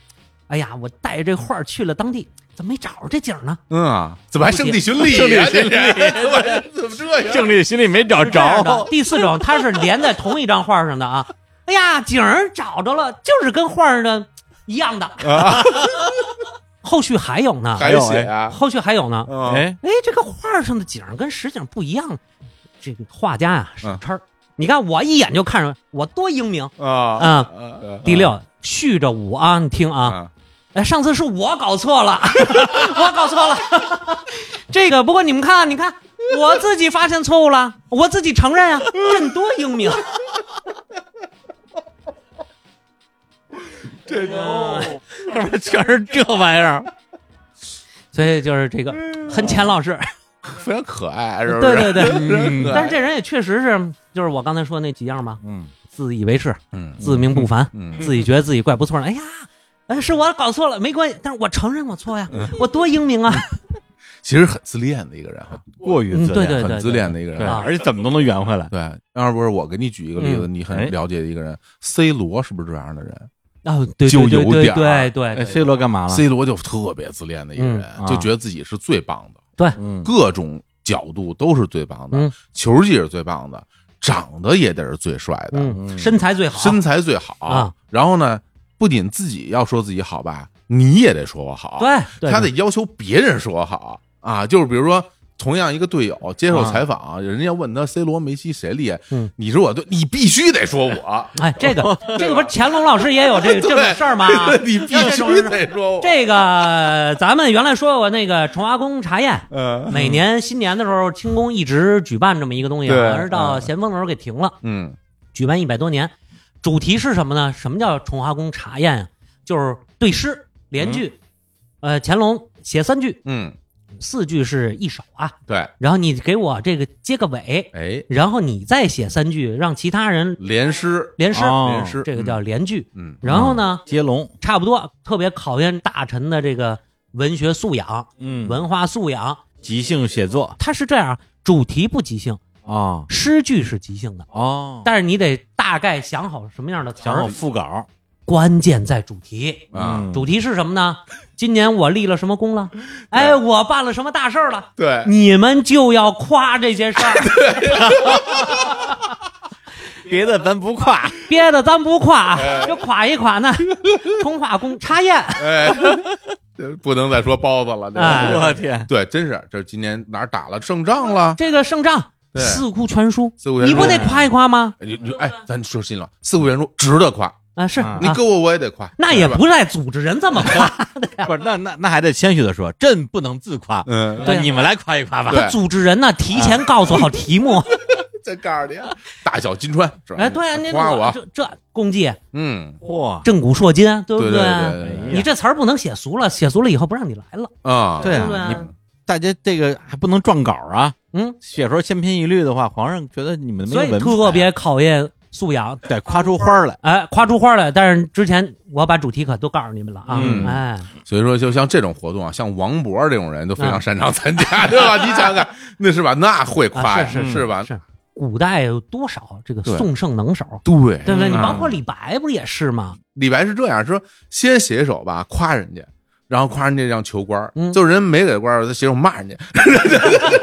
Speaker 4: 哎呀，我带着这画儿去了当地，怎么没找着这景儿呢？
Speaker 2: 嗯啊，怎么还圣地巡礼
Speaker 3: 圣
Speaker 2: 呀？
Speaker 3: 地巡礼
Speaker 2: 礼， 怎么这样？
Speaker 3: 胜利心里没找
Speaker 4: 是这样的
Speaker 3: 着，
Speaker 4: 第四种，它是连在同一张画上的啊。哎呀，景儿找着了，就是跟画上的一样的。 后续还有呢，
Speaker 2: 啊还写啊？
Speaker 4: 后续还有呢。
Speaker 2: 嗯，
Speaker 3: 哎，
Speaker 4: 哎，这个画儿上的景儿跟实景不一样。这个画家啊，是
Speaker 2: 嗯
Speaker 4: 叉儿。你看我一眼就看出来，我多英明
Speaker 2: 啊
Speaker 4: 啊！
Speaker 2: 啊
Speaker 4: 第六，续着舞啊，你听啊，
Speaker 2: 啊，
Speaker 4: 哎，上次是我搞错了， 我搞错了。 这个不过你们看，啊你看，我自己发现错误了，我自己承认啊，朕多英明。
Speaker 2: 这
Speaker 4: 哎
Speaker 3: 上面全是这玩意儿，
Speaker 4: 所以就是这个很钱老师，
Speaker 2: 非常可爱，是不
Speaker 4: 对
Speaker 2: 是？
Speaker 4: 对对。
Speaker 3: 嗯
Speaker 4: 但是这人也确实是，就是我刚才说那几样吧，
Speaker 3: 嗯
Speaker 4: 自以为是，
Speaker 2: 嗯
Speaker 4: 自命不凡，
Speaker 2: 嗯
Speaker 4: 自己觉得自己怪不错的。哎呀，哎，是我搞错了，没关系，但是我承认我错呀，
Speaker 2: 嗯
Speaker 4: 我多英 明啊。
Speaker 2: 其实很自恋的一个人，啊
Speaker 3: 过于
Speaker 4: 嗯
Speaker 3: 自恋，
Speaker 4: 对
Speaker 2: 很自恋的一个
Speaker 3: 对，
Speaker 2: 人。
Speaker 4: 啊
Speaker 3: 而且怎么都能圆回来，
Speaker 2: 对，要不是我给你举一个例子，你很了解的一个人，C 罗是不是这样的人
Speaker 4: 哦，对
Speaker 2: 就
Speaker 4: 对对
Speaker 2: 有
Speaker 4: 对
Speaker 2: 点儿
Speaker 4: 对对
Speaker 3: 哎
Speaker 4: 对
Speaker 3: ，C 罗干嘛了？
Speaker 2: ？C 罗就特别自恋的一个人
Speaker 3: 嗯，啊
Speaker 2: 就觉得自己是最棒的，
Speaker 3: 嗯
Speaker 2: 各种角度都是最棒的
Speaker 4: 嗯，
Speaker 2: 球技是最棒的，长得也得是最帅的，
Speaker 4: 嗯，身材最好，
Speaker 2: 身材最好
Speaker 4: 啊。
Speaker 2: 然后呢，不仅自己要说自己好吧，你也得说我好。
Speaker 4: 对对，
Speaker 2: 他得要求别人说我好啊，就是比如说。同样一个队友接受采访，人家问他 C 罗、梅西谁厉害，
Speaker 4: 啊嗯
Speaker 2: 你说我对，你必须得说我，
Speaker 4: 哎，这
Speaker 2: 哦
Speaker 4: 个这个不是乾隆老师也 有这个这种事儿吗？
Speaker 2: 你必须得说我。
Speaker 4: 这个咱们原来说过那个崇华宫茶宴，
Speaker 2: 嗯
Speaker 4: 每年新年的时候，清宫一直举办这么一个东西，好
Speaker 2: 对
Speaker 4: 像是到咸丰的时候给停了，
Speaker 2: 嗯
Speaker 4: 举办一百多年。主题是什么呢？什么叫崇华宫茶宴啊？就是对诗连句，呃，乾隆写三句，
Speaker 2: 嗯，
Speaker 4: 四句是一首啊，
Speaker 2: 对，
Speaker 4: 然后你给我这个接个尾，
Speaker 2: 哎，
Speaker 4: 然后你再写三句，让其他人
Speaker 2: 连诗，
Speaker 4: 连诗，
Speaker 3: 哦
Speaker 2: 连诗，
Speaker 4: 这个叫连句。
Speaker 2: 嗯
Speaker 4: 然后呢，
Speaker 3: 接龙，
Speaker 4: 差不多，特别考验大臣的这个文学素养、
Speaker 3: 嗯
Speaker 4: 文化素养。
Speaker 3: 即兴写作
Speaker 4: 它是这样，主题不即兴，
Speaker 3: 啊
Speaker 4: 诗句是即兴的，
Speaker 3: 哦，
Speaker 4: 但是你得大概想好什么样的词
Speaker 3: 想好
Speaker 4: 儿，
Speaker 3: 副稿
Speaker 4: 关键在主题。
Speaker 2: 啊，
Speaker 3: 嗯
Speaker 4: 主题是什么呢？今年我立了什么功 了？哎，我办了什么大事儿了？
Speaker 2: 对，
Speaker 4: 你们就要夸这些 事儿，
Speaker 3: 别的咱不夸，
Speaker 4: 别的咱不夸啊，就夸一 夸那通化宫插宴。
Speaker 2: 哎， 这不能再说包子了，这
Speaker 4: 哎
Speaker 2: 个
Speaker 3: 我天，
Speaker 2: 对，真是，这今年哪儿打了胜仗了？
Speaker 4: 这个胜仗
Speaker 2: 对
Speaker 4: 四库全书，
Speaker 2: 四库全
Speaker 4: 你不
Speaker 2: 书
Speaker 4: 得夸一夸吗？
Speaker 2: 你你哎，咱说心里话，四库全书值得夸，
Speaker 4: 啊，是
Speaker 3: 啊
Speaker 2: 你
Speaker 4: 嗯啊
Speaker 2: 搁我我也得夸，
Speaker 4: 那也
Speaker 2: 是吧
Speaker 4: 不赖组织人这么夸，
Speaker 3: 不是那那那还得谦虚的说，朕不能自夸，
Speaker 2: 嗯，
Speaker 4: 对
Speaker 3: 那你们来夸一夸吧
Speaker 2: 对，
Speaker 4: 他组织人呢提前告诉好 题目。
Speaker 2: 再告诉你，啊大小金川是吧？
Speaker 4: 哎，对啊，那
Speaker 2: 你
Speaker 4: 个
Speaker 2: 夸我，
Speaker 4: 这这功绩
Speaker 2: 嗯，
Speaker 3: 嚯，
Speaker 4: 震古烁今，对不
Speaker 2: 对对
Speaker 3: 对对
Speaker 4: 你这词儿不能写俗了，写俗了以后不让你来了，
Speaker 2: 啊，
Speaker 3: 对
Speaker 4: 对不
Speaker 3: 啊，你
Speaker 4: 对？
Speaker 3: 大家这个还不能撞稿啊，
Speaker 4: 嗯，
Speaker 3: 写时候千篇一律的话，皇上觉得你们没有
Speaker 4: 所以
Speaker 3: 文采啊
Speaker 4: 特别考验素养。
Speaker 3: 得夸出花儿来，
Speaker 4: 哎，夸出花来，但是之前我把主题可都告诉你们了啊！
Speaker 3: 嗯
Speaker 4: 哎，
Speaker 2: 所以说，就像这种活动啊，像王 勃这种人都非常擅长参加，对吧？你想想，那是吧？那会夸
Speaker 4: 嗯啊
Speaker 2: 呀，
Speaker 4: 是
Speaker 2: 是吧？
Speaker 4: 是古代有多少这个
Speaker 2: 对
Speaker 4: 颂圣能手，
Speaker 2: 对，
Speaker 4: 对不对？
Speaker 2: 嗯
Speaker 4: 你包括李白不是也是吗？
Speaker 2: 李白是这样说：先写一首吧，夸人家，然后夸人家让求官儿，
Speaker 4: 嗯
Speaker 2: 就是人没给官儿，他写首骂人家。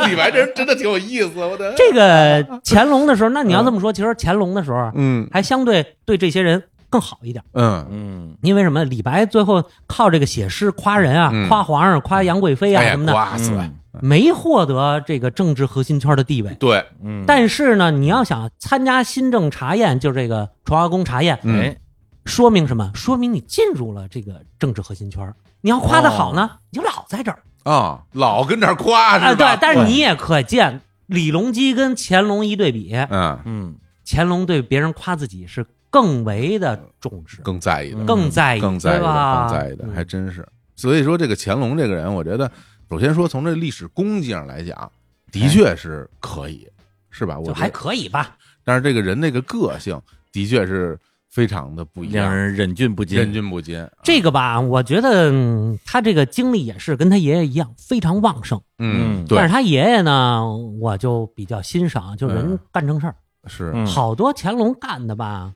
Speaker 2: 李白这人真的挺有意思，我的。
Speaker 4: 这个乾隆的时候，那你要这么说，其实乾隆的时候
Speaker 2: 嗯
Speaker 4: 还相对对这些人更好一点，
Speaker 2: 嗯，
Speaker 3: 嗯，
Speaker 4: 因为什么？李白最后靠这个写诗夸人啊，
Speaker 2: 嗯
Speaker 4: 夸皇上、夸杨贵妃啊
Speaker 2: 哎呀
Speaker 4: 什么的，
Speaker 2: 夸死了。
Speaker 4: 没获得这个政治核心圈的地位。
Speaker 2: 对，
Speaker 3: 嗯，
Speaker 4: 但是呢，你要想参加新政茶宴，就是这个传华宫茶宴，
Speaker 2: 嗯
Speaker 3: 哎，
Speaker 4: 说明什么？说明你进入了这个政治核心圈。你要夸的好呢，
Speaker 2: 哦
Speaker 4: 你就老在这儿。
Speaker 2: 啊，老跟这儿夸
Speaker 4: 哎，
Speaker 2: 是吧
Speaker 4: 对，？但是你也可见，李隆基跟乾隆一对比，
Speaker 2: 嗯，
Speaker 3: 嗯，
Speaker 4: 乾隆对别人夸自己是更为的重视，
Speaker 2: 更在意的，
Speaker 3: 更
Speaker 4: 更在意，
Speaker 2: 更在意
Speaker 4: 对
Speaker 2: 的，
Speaker 4: 吧
Speaker 2: 更在意的，还
Speaker 4: 嗯
Speaker 2: 真是。所以说，这个乾隆这个人，我觉得，首先说从这历史功绩上来讲，的确是可以，是吧？我
Speaker 4: 就
Speaker 2: 觉
Speaker 4: 还
Speaker 2: 得啊
Speaker 4: 可以吧。
Speaker 2: 但是这个人那个个性，的确是非常的不一
Speaker 3: 让
Speaker 2: 样，
Speaker 3: 人忍俊不禁，
Speaker 2: 忍俊不禁。
Speaker 4: 这个吧，我觉得、嗯他这个精力也是跟他爷爷一样非常旺盛，
Speaker 2: 嗯，
Speaker 3: 嗯
Speaker 2: 对
Speaker 4: 但，是他爷爷呢，我就比较欣赏，就人
Speaker 2: 嗯
Speaker 4: 干正事儿。
Speaker 2: 是，
Speaker 3: 嗯
Speaker 4: 好多乾隆干的吧，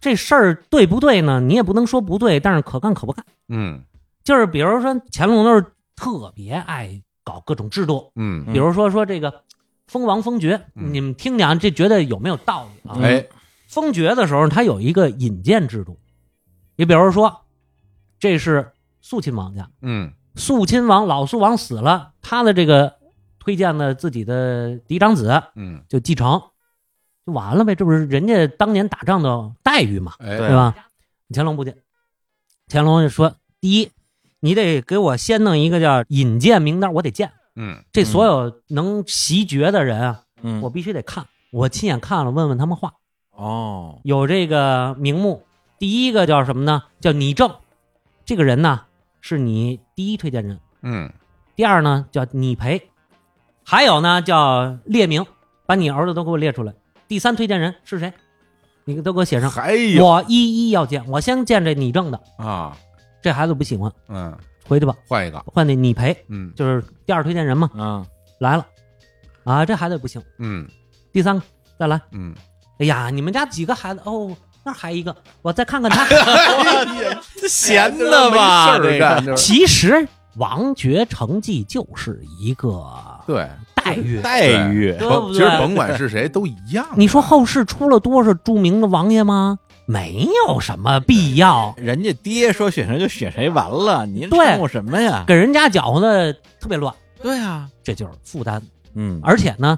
Speaker 4: 这事儿对不对呢？你也不能说不对，但是可干可不干。
Speaker 2: 嗯
Speaker 4: 就是比如说乾隆都是特别爱搞各种制度，
Speaker 2: 嗯，
Speaker 4: 比如说说这个封王封爵，
Speaker 2: 嗯
Speaker 4: 你们听讲这觉得有没有道理啊？
Speaker 2: 哎，
Speaker 4: 封爵的时候，他有一个引荐制度，你比如说这是肃亲王家，
Speaker 2: 嗯
Speaker 4: 肃亲王老肃王死了，他的这个推荐的自己的嫡长子
Speaker 2: 嗯，
Speaker 4: 就继承，就完了呗，这不是人家当年打仗的待遇嘛，
Speaker 2: 哎，
Speaker 3: 对
Speaker 4: 对吧？乾隆不进，乾隆就说：第一，你得给我先弄一个叫引荐名单，我得见
Speaker 2: 嗯
Speaker 4: 这所有能袭爵的人啊，
Speaker 3: 嗯，
Speaker 4: 我必须得看，我亲眼看了，问问他们话。
Speaker 3: 哦，
Speaker 4: 有这个名目，第一个叫什么呢？叫拟正，这个人呢是你第一推荐人。
Speaker 2: 嗯
Speaker 4: 第二呢叫拟培，还有呢叫列名，把你儿子都给我列出来。第三推荐人是谁？你都给我写上，
Speaker 2: 还有
Speaker 4: 我一一要见。我先见这拟正的，
Speaker 2: 啊，
Speaker 4: 这孩子不喜欢，
Speaker 2: 嗯，
Speaker 4: 回去吧，
Speaker 2: 换一个，
Speaker 4: 换那拟培，
Speaker 2: 嗯
Speaker 4: 就是第二推荐人嘛，
Speaker 3: 啊，
Speaker 4: 来了，啊，这孩子也不行。
Speaker 2: 嗯
Speaker 4: 第三个再来，
Speaker 2: 嗯，
Speaker 4: 哎呀，你们家几个孩子？哦，那儿还一个，我再看看他。
Speaker 3: 这闲
Speaker 2: 的吧这个
Speaker 4: 其实王爵成绩就是一个
Speaker 2: 对，
Speaker 4: 待遇，
Speaker 3: 待遇
Speaker 4: 对不
Speaker 2: 其实
Speaker 4: 对
Speaker 2: 甭管是谁都一样，
Speaker 4: 你说后世出了多少著名的王爷吗？没有什么必要
Speaker 3: 人家爹说选谁就选谁，完了，您
Speaker 4: 对
Speaker 3: 耽误什么呀？
Speaker 4: 给人家搅和的特别乱，
Speaker 3: 对啊，
Speaker 4: 这就是负担。
Speaker 3: 嗯，
Speaker 4: 而且呢，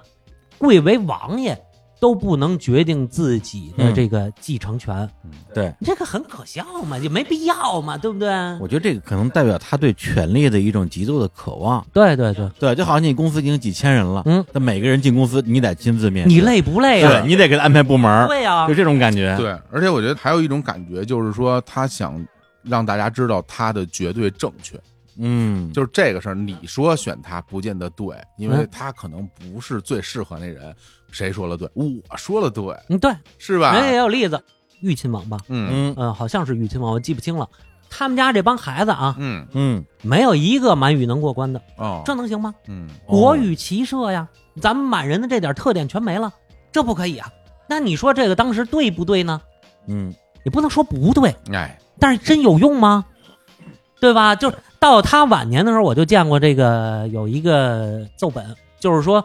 Speaker 4: 贵为王爷都不能决定自己的这个继承权，
Speaker 3: 对，
Speaker 4: 这个很可笑嘛，也没必要嘛，对不对？
Speaker 3: 我觉得这个可能代表他对权力的一种极度的渴望。
Speaker 4: 对对对，
Speaker 3: 对，就好像你公司已经几千人了，
Speaker 4: 嗯，
Speaker 3: 那每个人进公司你得亲自面试，
Speaker 4: 你累不累啊
Speaker 3: 对？你得给他安排部门儿，
Speaker 4: 对啊呀、
Speaker 3: 就这种感觉。，
Speaker 2: 对，而且我觉得还有一种感觉，就是说他想让大家知道他的绝对正确，
Speaker 3: 嗯，
Speaker 2: 就是这个事儿，你说选他不见得对，因为
Speaker 4: 嗯
Speaker 2: 他可能不是最适合那人。谁说了对？我说了对，
Speaker 4: 嗯，对，
Speaker 2: 是吧？
Speaker 4: 人也有例子，豫亲王吧，
Speaker 2: 嗯
Speaker 3: 嗯
Speaker 4: 嗯、好像是豫亲王，我记不清了。他们家这帮孩子啊，
Speaker 2: 嗯
Speaker 3: 嗯，
Speaker 4: 没有一个满语能过关的，
Speaker 2: 哦，
Speaker 4: 这能行吗？
Speaker 2: 嗯
Speaker 4: 国语骑射呀，咱们满人的这点特点全没了，这不可以啊。那你说这个当时对不对呢？
Speaker 3: 嗯，
Speaker 4: 你不能说不对，
Speaker 2: 哎
Speaker 4: 但是真有用吗？对吧？就是到他晚年的时候，我就见过这个有一个奏本，就是说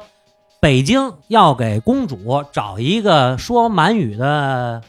Speaker 4: 北京要给公主找一个说满语的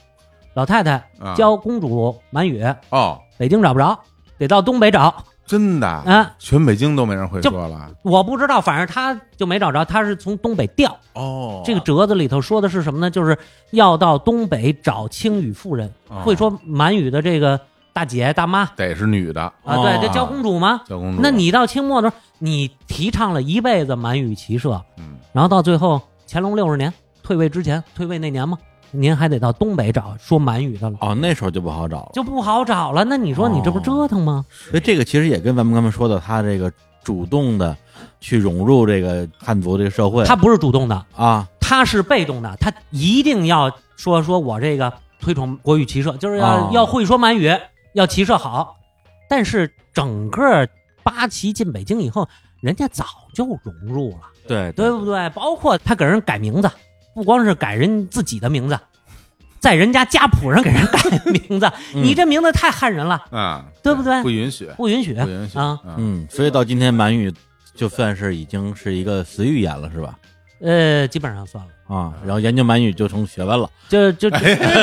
Speaker 4: 老太太
Speaker 2: 啊
Speaker 4: 教公主满语，
Speaker 2: 哦，
Speaker 4: 北京找不着，得到东北找。
Speaker 2: 真的，
Speaker 4: 啊，
Speaker 2: 全北京都没人会说了。
Speaker 4: 我不知道，反正他就没找着，他是从东北调。
Speaker 2: 哦，
Speaker 4: 这个折子里头说的是什么呢？就是要到东北找青语妇人，
Speaker 2: 哦
Speaker 4: 会说满语的这个大姐大妈
Speaker 2: 得是女的，
Speaker 4: 啊，
Speaker 3: 哦
Speaker 4: 对，这教公主啊吗？
Speaker 2: 小公主。
Speaker 4: 那你到清末的时候，你提倡了一辈子满语骑射，
Speaker 2: 嗯
Speaker 4: 然后到最后乾隆六十年退位之前，退位那年嘛，您还得到东北找说满语的了，
Speaker 3: 哦，那时候就不好找了。
Speaker 4: 就不好找了。那你说你这不折腾吗？
Speaker 3: 所以这个其实也跟咱们刚才说的，他这个主动的去融入这个汉族这个社会，
Speaker 4: 他不是主动的，
Speaker 3: 啊，
Speaker 4: 他是被动的，他一定要说说我这个推崇国语骑射，就是要、
Speaker 2: 啊
Speaker 3: 哦
Speaker 4: 要会说满语，要骑射好。但是整个八旗进北京以后，人家早就融入了，
Speaker 3: 对
Speaker 4: 对不对？包括他给人改名字，不光是改人自己的名字，在人家家谱上给人改名字，
Speaker 2: 嗯
Speaker 4: 你这名字太汉人了，
Speaker 2: 啊，
Speaker 4: 对不对
Speaker 2: 不允许，
Speaker 4: 不允许
Speaker 2: 不允许
Speaker 4: 啊。
Speaker 2: 嗯
Speaker 3: 嗯，所以到今天满语就算是已经是一个死语言了，是吧？
Speaker 4: 呃，基本上算了，
Speaker 2: 嗯
Speaker 3: 啊，然后研究满语就成学问了，
Speaker 4: 就就，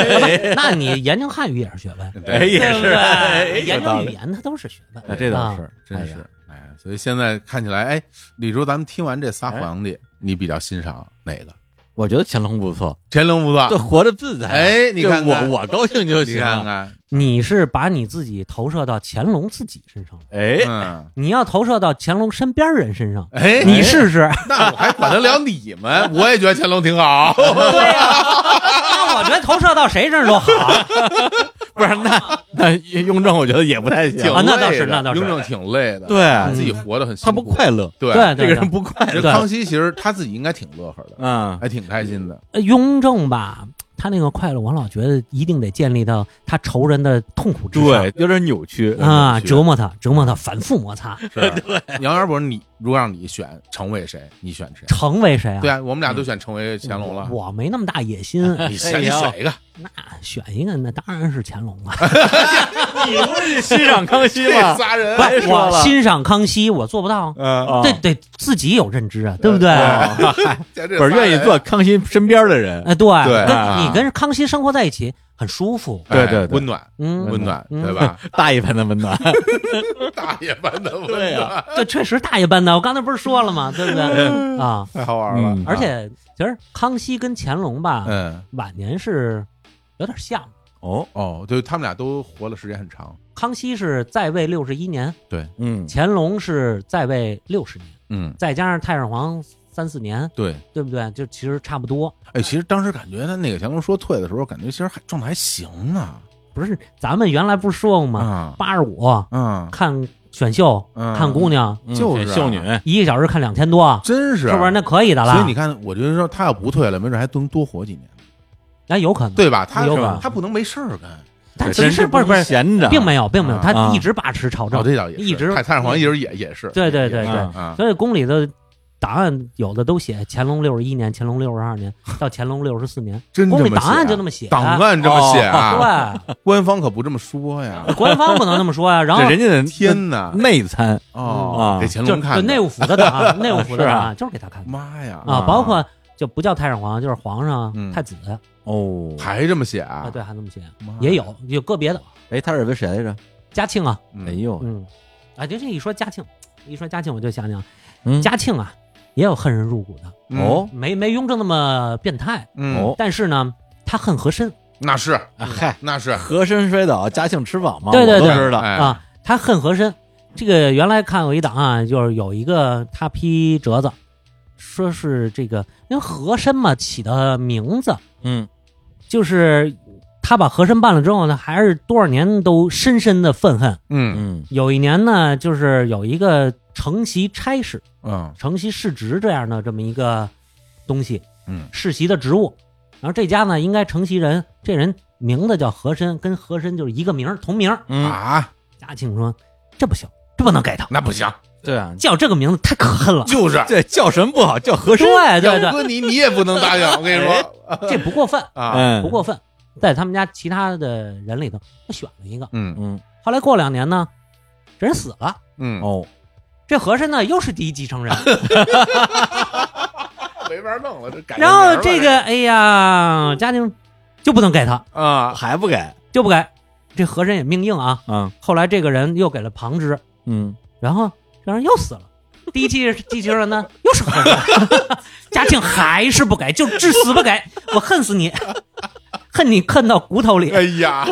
Speaker 4: 那你研究汉语也是学问，
Speaker 2: 对
Speaker 3: 也
Speaker 4: 对不
Speaker 3: 是哎
Speaker 4: 对？
Speaker 3: 有
Speaker 4: 研
Speaker 3: 道
Speaker 4: 究
Speaker 3: 理
Speaker 4: 语言它都是学问，
Speaker 3: 哎这倒
Speaker 4: 啊
Speaker 3: 是，
Speaker 2: 真
Speaker 3: 哎呀
Speaker 2: 是，哎，所以现在看起来，哎，李叔，咱们听完这仨
Speaker 3: 哎
Speaker 2: 皇帝，你比较欣赏哪个？
Speaker 3: 我觉得乾隆不错，
Speaker 2: 乾隆不
Speaker 3: 这
Speaker 2: 错，
Speaker 3: 活着自在啊。
Speaker 2: 哎你
Speaker 3: 就
Speaker 2: 看看
Speaker 3: 我我高兴就
Speaker 2: 你
Speaker 3: 行。
Speaker 2: 看看，
Speaker 4: 你是把你自己投射到乾隆自己身上了，
Speaker 3: 哎，
Speaker 2: 嗯，
Speaker 4: 你要投射到乾隆身边人身上，
Speaker 2: 哎，
Speaker 4: 你试试。
Speaker 2: 那我还管得了你们？我也觉得乾隆 挺好，
Speaker 4: 对哎呀、 那我觉得投射到谁这儿都好，
Speaker 3: 不是那那雍正，我觉得也不太
Speaker 2: 挺
Speaker 3: 行
Speaker 4: 啊。那倒是
Speaker 2: 累的
Speaker 4: 那倒是嗯
Speaker 2: 雍正挺累的，啊
Speaker 3: 对
Speaker 2: 自己活得很辛
Speaker 3: 他
Speaker 2: 苦，
Speaker 3: 不快乐，
Speaker 2: 对
Speaker 4: 对
Speaker 3: 这个人不快
Speaker 2: 这
Speaker 3: 乐。
Speaker 4: 对
Speaker 2: 康熙其实他自己应该挺乐呵的，
Speaker 3: 嗯，
Speaker 2: 还挺开心的。
Speaker 4: 呃雍正吧，他那个快乐，我老觉得一定得建立到他仇人的痛苦之上
Speaker 3: 对，有点扭曲
Speaker 4: 啊，
Speaker 3: 就
Speaker 4: 折磨他，折磨他，反复摩擦，
Speaker 3: 啊
Speaker 2: 是， 杨元博，你如果让你选成为谁，你选谁？
Speaker 4: 成为谁啊？
Speaker 2: 对啊，我们俩都选成为乾隆
Speaker 3: 啊
Speaker 2: 了。
Speaker 4: 我哎没那么大野心，
Speaker 3: 哎
Speaker 2: 你选你选一个，
Speaker 4: 那选一个，那当然是乾隆啊。
Speaker 3: 你不是欣赏康熙
Speaker 2: 这
Speaker 3: 吗？
Speaker 2: 仨人
Speaker 4: 不，
Speaker 3: 白
Speaker 4: 是，
Speaker 3: 说
Speaker 4: 我
Speaker 3: 了
Speaker 4: 欣赏康熙，我做不到啊，
Speaker 3: 呃
Speaker 2: 嗯，
Speaker 4: 这得自己有认知啊，对不对？
Speaker 3: 啊
Speaker 2: 这嗯
Speaker 3: 不是愿意
Speaker 4: 啊
Speaker 3: 做康熙身边的人。
Speaker 4: 哎，对，
Speaker 2: 对
Speaker 4: 跟你跟康熙生活在一起很舒服，
Speaker 3: 对对对
Speaker 2: 哎温暖，
Speaker 4: 嗯，
Speaker 2: 温暖，
Speaker 4: 嗯
Speaker 2: 对吧？
Speaker 3: 大一份的温 暖，
Speaker 2: 大爷般 的温
Speaker 3: 对
Speaker 2: 暖，
Speaker 3: 呀，
Speaker 4: 这确实大一般的，我刚才不是说了吗？对不对啊？
Speaker 2: 太好玩了
Speaker 3: 嗯。
Speaker 4: 而且其实康熙跟乾隆吧，
Speaker 2: 嗯，
Speaker 4: 晚年是有点像。
Speaker 3: 哦，
Speaker 2: 哦，对他们俩都活了时间很长，
Speaker 4: 康熙是在位六十一年，
Speaker 3: 嗯，
Speaker 4: 乾隆是在位六十年，
Speaker 2: 嗯，
Speaker 4: 再加上太上皇三四年，
Speaker 2: 对。
Speaker 4: 对不对？就其实差不多。
Speaker 2: 哎，其实当时感觉他那个乾隆说退的时候，感觉其实还状态还行呢。
Speaker 4: 不是咱们原来不是说过吗？
Speaker 2: 啊，
Speaker 4: 八十五
Speaker 2: 嗯，
Speaker 4: 看选秀，
Speaker 2: 嗯
Speaker 4: 看姑娘，
Speaker 2: 就是啊
Speaker 3: 秀女，
Speaker 4: 一个小时看两千多，
Speaker 2: 真是，啊
Speaker 4: 是不是？那可以的了。
Speaker 2: 所以你看，我觉得说他要不退了，没准还能多活几年，
Speaker 4: 那有可能，
Speaker 2: 对吧？他
Speaker 4: 有可能
Speaker 2: 他不能没事儿干。
Speaker 4: 但其
Speaker 3: 真
Speaker 4: 实不是不是，
Speaker 3: 闲着，
Speaker 4: 并没有，并没有，
Speaker 2: 啊
Speaker 4: 他
Speaker 3: 啊
Speaker 4: 一直把持朝政
Speaker 2: 哦，。这倒也是
Speaker 4: 一直嗯
Speaker 2: 太太上皇一直也也是，
Speaker 4: 对对对
Speaker 2: 也是
Speaker 3: 对
Speaker 2: 啊，
Speaker 4: 所以宫里的档案有的都写乾隆六十一年、乾隆六十二年到乾隆六十四年，
Speaker 2: 真
Speaker 4: 宫
Speaker 2: 这
Speaker 4: 里
Speaker 2: 么
Speaker 4: 档案就那
Speaker 2: 么
Speaker 4: 么写。
Speaker 2: 档案这么写
Speaker 4: 哦
Speaker 2: 啊？
Speaker 4: 对，
Speaker 2: 官方可不这么说 呀！
Speaker 4: 官方不能那么说呀。啊然后
Speaker 3: 这人家的
Speaker 2: 天哪，
Speaker 3: 内参，
Speaker 2: 哦
Speaker 3: 啊，
Speaker 2: 给乾
Speaker 4: 就
Speaker 2: 隆看
Speaker 4: 就
Speaker 2: 的啊
Speaker 4: 内务府的档案，内务 府的档
Speaker 3: 是
Speaker 4: 案就是给他看的
Speaker 2: 妈呀
Speaker 4: 啊，包括就不叫太上皇，就是皇上
Speaker 2: 嗯、
Speaker 4: 太子
Speaker 3: 哦，
Speaker 2: 还这么写啊
Speaker 4: 啊，？对，还那么写，
Speaker 2: 妈呀
Speaker 4: 也有有个别的
Speaker 3: 哎，他是为谁来着？
Speaker 4: 嘉庆啊，
Speaker 2: 嗯
Speaker 3: 哎呦，
Speaker 4: 嗯，啊，就这一说嘉庆，一说嘉庆我就想想
Speaker 3: 嗯
Speaker 4: 嘉庆啊，也有恨人入骨的，
Speaker 3: 哦，
Speaker 4: 没没雍正那么变态，
Speaker 2: 嗯
Speaker 3: 哦，
Speaker 4: 但是呢，他恨和珅
Speaker 2: 那是
Speaker 3: 啊嗨，
Speaker 2: 那是，
Speaker 3: 和珅摔倒，嘉庆吃网嘛，
Speaker 4: 嗯对对
Speaker 3: 我都
Speaker 4: 对
Speaker 3: 知道，
Speaker 2: 哎，
Speaker 4: 啊，他恨和珅。这个原来看过一档案，就是有一个他批折子，说是这个因为和珅嘛起的名字，
Speaker 3: 嗯，
Speaker 4: 就是他把和珅办了之后呢，还是多少年都深深的愤恨。
Speaker 2: 嗯
Speaker 3: 嗯
Speaker 4: 有一年呢，就是有一个承袭差事、
Speaker 2: 嗯
Speaker 4: 承袭世职这样的这么一个东西，
Speaker 2: 嗯，
Speaker 4: 世袭的职务。然后这家呢，应该承袭人，这人名字叫和珅，跟和珅就是一个名儿同名儿。
Speaker 3: 嗯，
Speaker 2: 啊，
Speaker 4: 嘉庆说：“这不行，这不能给他，
Speaker 2: 那不行，
Speaker 3: 对啊，
Speaker 4: 叫这个名字太可恨了。
Speaker 2: 就是
Speaker 3: 这叫什么不好，叫”和珅，
Speaker 4: 对对哎
Speaker 2: 要
Speaker 4: 对，
Speaker 2: 搁你你也不能答应， 我跟你说
Speaker 4: 这不过分，
Speaker 2: 啊，
Speaker 3: 嗯，
Speaker 4: 不过分。在他们家其他的人里头，他选了一个。
Speaker 2: 嗯
Speaker 3: 嗯
Speaker 4: 后来过两年呢，这人死了，
Speaker 2: 嗯，
Speaker 3: 哦，
Speaker 4: 这和珅呢又是第一继 承人，
Speaker 2: 没法弄了，这改
Speaker 4: 然后这个哎呀，嘉庆就不能给他，
Speaker 2: 啊，
Speaker 3: 还不给，
Speaker 4: 就不给。这和珅也命硬啊。
Speaker 3: 嗯
Speaker 4: 后来这个人又给了旁支，
Speaker 3: 嗯，
Speaker 4: 然后这人又死了。第一继继承人 呢，又是和珅，嘉庆还是不给，就至死不给。我恨死 你，恨你恨到骨头里。
Speaker 2: 哎 呀，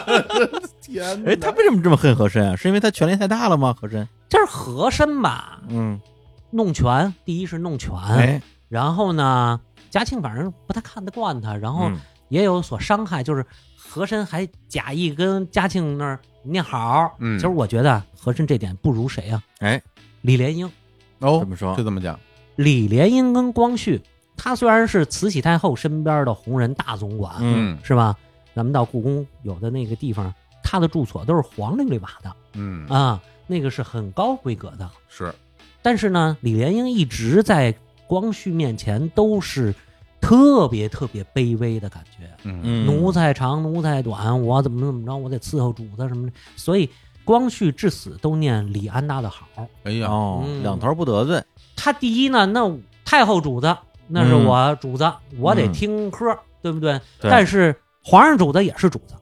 Speaker 2: 天
Speaker 4: 嗯
Speaker 2: 哪，
Speaker 3: 哎，他为什么这么恨和珅啊？是因为他权力太大了吗？和珅，
Speaker 4: 这是和珅吧？
Speaker 3: 嗯，
Speaker 4: 弄权，第一是弄权，
Speaker 3: 哎，
Speaker 4: 然后呢，嘉庆反正不太看得惯他，然后
Speaker 3: 嗯
Speaker 4: 也有所伤害，就是和珅还假意跟嘉庆那儿念好。
Speaker 2: 嗯
Speaker 4: 其实我觉得啊和珅这点不如谁啊？
Speaker 3: 哎，
Speaker 4: 李莲英，
Speaker 2: 哦
Speaker 3: 怎么说
Speaker 2: 就这么讲，
Speaker 4: 李莲英跟光绪，他虽然是慈禧太后身边的红人大总管，
Speaker 3: 嗯
Speaker 4: 是吧？咱们到故宫有的那个地方，他的住所都是黄琉璃瓦的
Speaker 2: 嗯，
Speaker 4: 啊，那个是很高规格的。
Speaker 2: 是
Speaker 4: 但是呢，李莲英一直在光绪面前都是特别特别卑微的感觉。
Speaker 2: 嗯
Speaker 3: 嗯
Speaker 4: 奴才长，奴才短，我怎么怎么着，我得伺候主子什么的。所以光绪至死都念李安娜的好。
Speaker 2: 哎呀，
Speaker 3: 哦
Speaker 4: 嗯，
Speaker 3: 两头不得罪，
Speaker 4: 他第一呢，那太后主子那是
Speaker 3: 嗯
Speaker 4: 我主子，我得
Speaker 3: 嗯
Speaker 4: 听科，对不对？
Speaker 3: 对
Speaker 4: 但是皇上主子也是主子，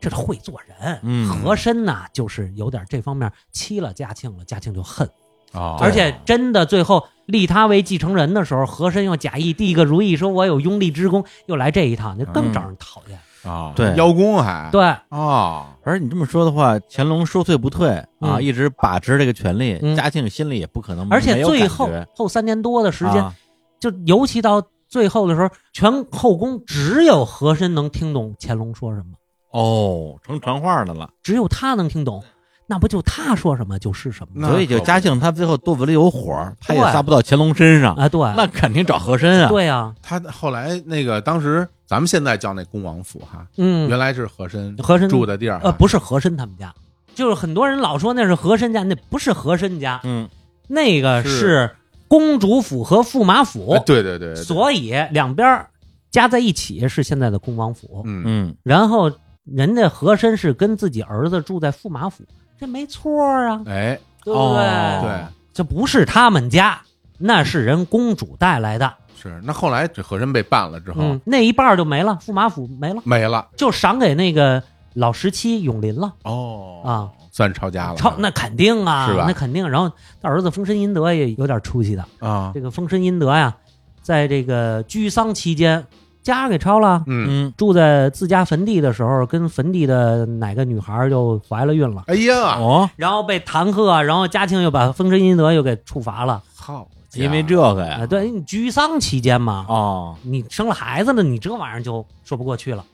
Speaker 4: 这是会做人。
Speaker 3: 嗯
Speaker 4: 和珅呐，就是有点这方面欺了嘉庆了，嘉庆就恨。
Speaker 2: 啊，
Speaker 3: 哦
Speaker 4: 而且真的最后立他为继承人的时候，和珅又假意递个如意，说我有拥立之功，又来这一套，那更招人讨厌。
Speaker 3: 嗯
Speaker 2: 啊，
Speaker 3: 对
Speaker 2: 邀功还
Speaker 4: 对，
Speaker 3: 嗯
Speaker 2: 啊，
Speaker 3: 而你这么说的话，乾隆说退不退啊，
Speaker 4: 嗯
Speaker 3: 一直把持这个权力，
Speaker 4: 嗯
Speaker 3: 嘉庆心里也不可能没
Speaker 4: 而
Speaker 3: 有感
Speaker 4: 且
Speaker 3: 觉，
Speaker 4: 最后后三年多的时间，
Speaker 3: 啊
Speaker 4: 就尤其到最后的时候，全后宫只有和珅能听懂乾隆说什么，
Speaker 3: 哦，成传话的了，
Speaker 4: 只有他能听懂，那不就他说什么就是什么
Speaker 2: 那
Speaker 3: 所以就
Speaker 2: 可不
Speaker 3: 嘉庆他最后肚子里有火，他也
Speaker 4: 对
Speaker 3: 撒不到乾隆身上，
Speaker 4: 啊？对，
Speaker 3: 那肯定找和珅啊，
Speaker 4: 对啊，
Speaker 2: 他后来那个当时咱们现在叫那恭王府哈，
Speaker 4: 嗯
Speaker 2: 原，来是和珅
Speaker 4: 和珅
Speaker 2: 住的地儿啊哈
Speaker 4: 呃不是和珅他们家，就是很多人老说那是和珅家，那不是和珅家，
Speaker 3: 嗯，
Speaker 4: 那个
Speaker 2: 是
Speaker 4: 是公主府和驸马府
Speaker 2: 哎，对对对，
Speaker 4: 所
Speaker 2: 以
Speaker 4: 以两边儿加在一起是现在的恭王府。
Speaker 2: 嗯
Speaker 3: 嗯
Speaker 4: 然后人家和珅是跟自己儿子住在驸马府，这没错儿啊，
Speaker 2: 哎
Speaker 4: 对不对？
Speaker 3: 哦
Speaker 2: 对
Speaker 4: 这不是他们家，那是人公主带来的。
Speaker 2: 是那后来这和珅被办了之后
Speaker 4: 嗯，那一半儿就没了，驸马府没了，
Speaker 2: 没了
Speaker 4: 就赏给那个老十七永林了
Speaker 2: 哦
Speaker 4: 啊。
Speaker 2: 算抄家了
Speaker 4: 超那肯定啊，
Speaker 2: 是吧
Speaker 4: 那肯定。然后他儿子封神阴德也有点出息的，
Speaker 2: 啊
Speaker 4: 这个封神阴德呀，在这个居丧期间，家给抄了。
Speaker 2: 嗯
Speaker 3: 嗯，
Speaker 4: 住在自家坟地的时候，跟坟地的哪个女孩就怀了孕了，
Speaker 2: 哎呀
Speaker 3: 哦，
Speaker 4: 然后被弹劾，啊然后嘉庆又把封神阴德又给处罚了。
Speaker 2: 好家伙
Speaker 3: 因为这个
Speaker 4: 啊，
Speaker 2: 哎
Speaker 3: 呀，
Speaker 4: 对你居丧期间嘛，
Speaker 3: 哦，
Speaker 4: 你生了孩子了，你这玩意儿就说不过去了。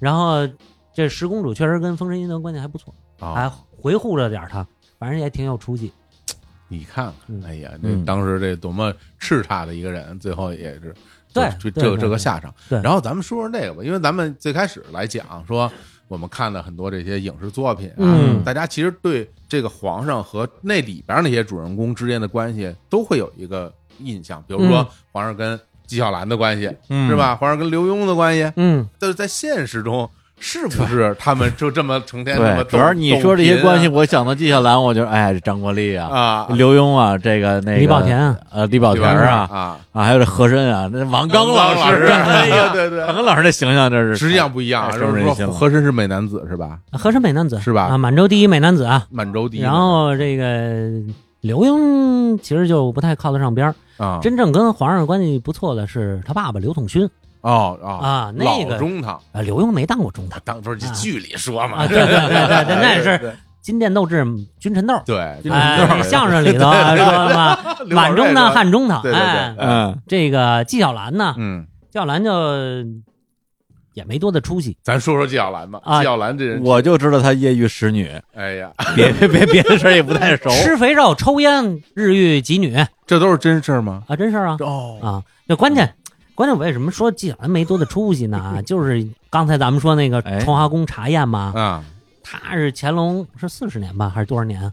Speaker 4: 然后这十公主确实跟封神阴德关系还不错，还
Speaker 2: 啊
Speaker 4: 回护着点儿她，反正也挺有出息。
Speaker 2: 你看看
Speaker 4: 嗯
Speaker 2: 哎呀这
Speaker 3: 嗯
Speaker 2: 当时这多么叱咤的一个人最后也是
Speaker 4: 对
Speaker 2: 这
Speaker 4: 对
Speaker 2: 这个
Speaker 4: 对
Speaker 2: 这个
Speaker 4: 对
Speaker 2: 下场
Speaker 4: 对
Speaker 2: 然后咱们说说这个吧因为咱们最开始来讲说我们看了很多这些影视作品啊
Speaker 4: 嗯
Speaker 2: 大家其实对这个皇上和那里边那些主人公之间的关系都会有一个印象，比如说
Speaker 4: 嗯
Speaker 2: 皇上跟纪晓岚的关系、
Speaker 3: 嗯
Speaker 2: 是吧？皇上跟刘墉的关系，
Speaker 4: 嗯，
Speaker 2: 但是在现实中是不是他们就这么成天那
Speaker 3: 对，
Speaker 2: 么斗
Speaker 3: 主要你说这
Speaker 2: 斗贫
Speaker 3: 些
Speaker 2: 啊
Speaker 3: 关系，我想到纪晓岚，我就哎，张国立啊，
Speaker 2: 啊，
Speaker 3: 刘墉啊，这个那个
Speaker 4: 李保田啊
Speaker 3: 呃，李保
Speaker 2: 对
Speaker 3: 田
Speaker 2: 吧
Speaker 3: 啊，
Speaker 2: 啊，
Speaker 3: 啊，还有这和珅啊，那王刚老
Speaker 2: 师，
Speaker 3: 师啊， 哎呀
Speaker 2: 对对
Speaker 3: 王
Speaker 2: 对，
Speaker 3: 刚老师这形象真是
Speaker 2: 实际上不一样啊，
Speaker 3: 太
Speaker 2: 就
Speaker 3: 深入
Speaker 2: 是
Speaker 3: 人心
Speaker 2: 说
Speaker 3: 了
Speaker 2: 和珅是美男子是吧？
Speaker 4: 和珅美男子
Speaker 2: 是吧
Speaker 4: 啊，满洲第一美男子啊。
Speaker 2: 满洲第一，
Speaker 4: 然后这个刘墉其实就不太靠得上边儿，
Speaker 2: 啊，
Speaker 4: 真正跟皇上关系不错的是他爸爸刘统勋
Speaker 2: 哦哦
Speaker 4: 啊，那
Speaker 2: 老
Speaker 4: 个
Speaker 2: 中堂，
Speaker 4: 啊，刘墉没当过中堂
Speaker 2: 当不是这
Speaker 4: 啊
Speaker 2: 剧里说嘛
Speaker 4: 啊，，对对 对对对，那
Speaker 2: 哦对
Speaker 4: 是金殿斗智君臣斗儿。
Speaker 2: 对，就是
Speaker 4: 哎，
Speaker 2: 那
Speaker 4: 那
Speaker 2: 样
Speaker 4: 相声里头啊说嘛，
Speaker 2: 刘老
Speaker 4: 满
Speaker 2: 瑞
Speaker 4: 中堂
Speaker 2: 说
Speaker 4: 汉中堂，
Speaker 2: 对对对
Speaker 4: 哎，
Speaker 3: 嗯
Speaker 4: 这个纪晓岚呢，
Speaker 2: 嗯，
Speaker 4: 纪晓岚就也没多大出息，
Speaker 2: 咱说说纪晓岚吧。
Speaker 4: 啊
Speaker 2: 纪晓岚这人，
Speaker 3: 我就知道他业余 使女，
Speaker 2: 哎呀，
Speaker 3: 别别别别的事儿也不太熟。
Speaker 4: 吃肥肉、抽烟、日遇己女啊，
Speaker 2: 这都是真事儿吗？
Speaker 4: 真事儿啊
Speaker 2: 哦，
Speaker 4: 啊！这关键，关键我为什么说纪晓岚没多大出息呢？啊就是刚才咱们说那个
Speaker 3: 哎
Speaker 4: 崇华宫茶宴嘛，
Speaker 2: 啊，
Speaker 4: 他是乾隆是四十年吧，还是多少年啊？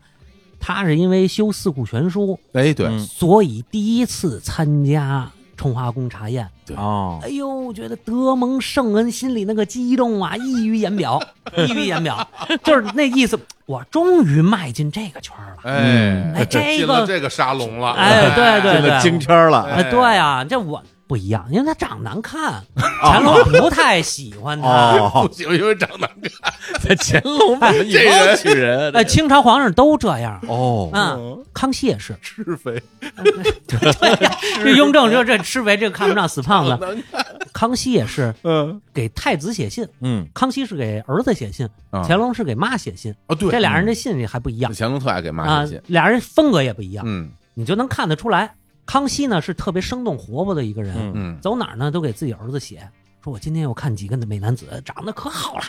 Speaker 4: 他是因为修《四库全书
Speaker 2: 哎，对，
Speaker 3: 嗯》，
Speaker 4: 所以第一次参加崇华宫茶宴。
Speaker 3: 哦，
Speaker 4: 哎呦，觉得德蒙圣恩心里那个激动啊，溢于 言表，溢于言表，就是那意思。我终于迈进这个圈儿了。
Speaker 2: 哎，
Speaker 4: 哎这
Speaker 2: 进了
Speaker 4: 个
Speaker 2: 这个沙龙了，
Speaker 4: 哎对对
Speaker 3: 进
Speaker 4: 对
Speaker 3: 了京圈了。
Speaker 2: 哎
Speaker 4: 哎，对啊，这我不一样，因为他长得 难看，乾隆不太喜欢他。
Speaker 3: 哦
Speaker 2: 不，行，因为长得
Speaker 3: 乾隆
Speaker 4: 哎
Speaker 3: 以貌取人
Speaker 4: 哎，清朝皇上都这样。
Speaker 3: 哦，
Speaker 4: 嗯，康熙也是，
Speaker 2: 是非，
Speaker 4: 对呀，这雍正就这吃肥，这看不上死胖子。康熙也是
Speaker 2: 嗯，
Speaker 4: 给太子写信，
Speaker 3: 嗯，
Speaker 4: 康熙是给儿子写信，
Speaker 2: 啊
Speaker 4: 乾隆是给妈写信，
Speaker 2: 哦，对，
Speaker 4: 这俩人这信也还不一样
Speaker 2: 乾隆特爱给妈
Speaker 4: 啊
Speaker 2: 写信，，
Speaker 4: 俩人风格也不一样。
Speaker 2: 嗯
Speaker 4: 你就能看得出来，康熙呢是特别生动活泼的一个人，
Speaker 3: 嗯
Speaker 2: 嗯，
Speaker 4: 走哪儿呢都给自己儿子写，说我今天又看几个美男子，长得可好了。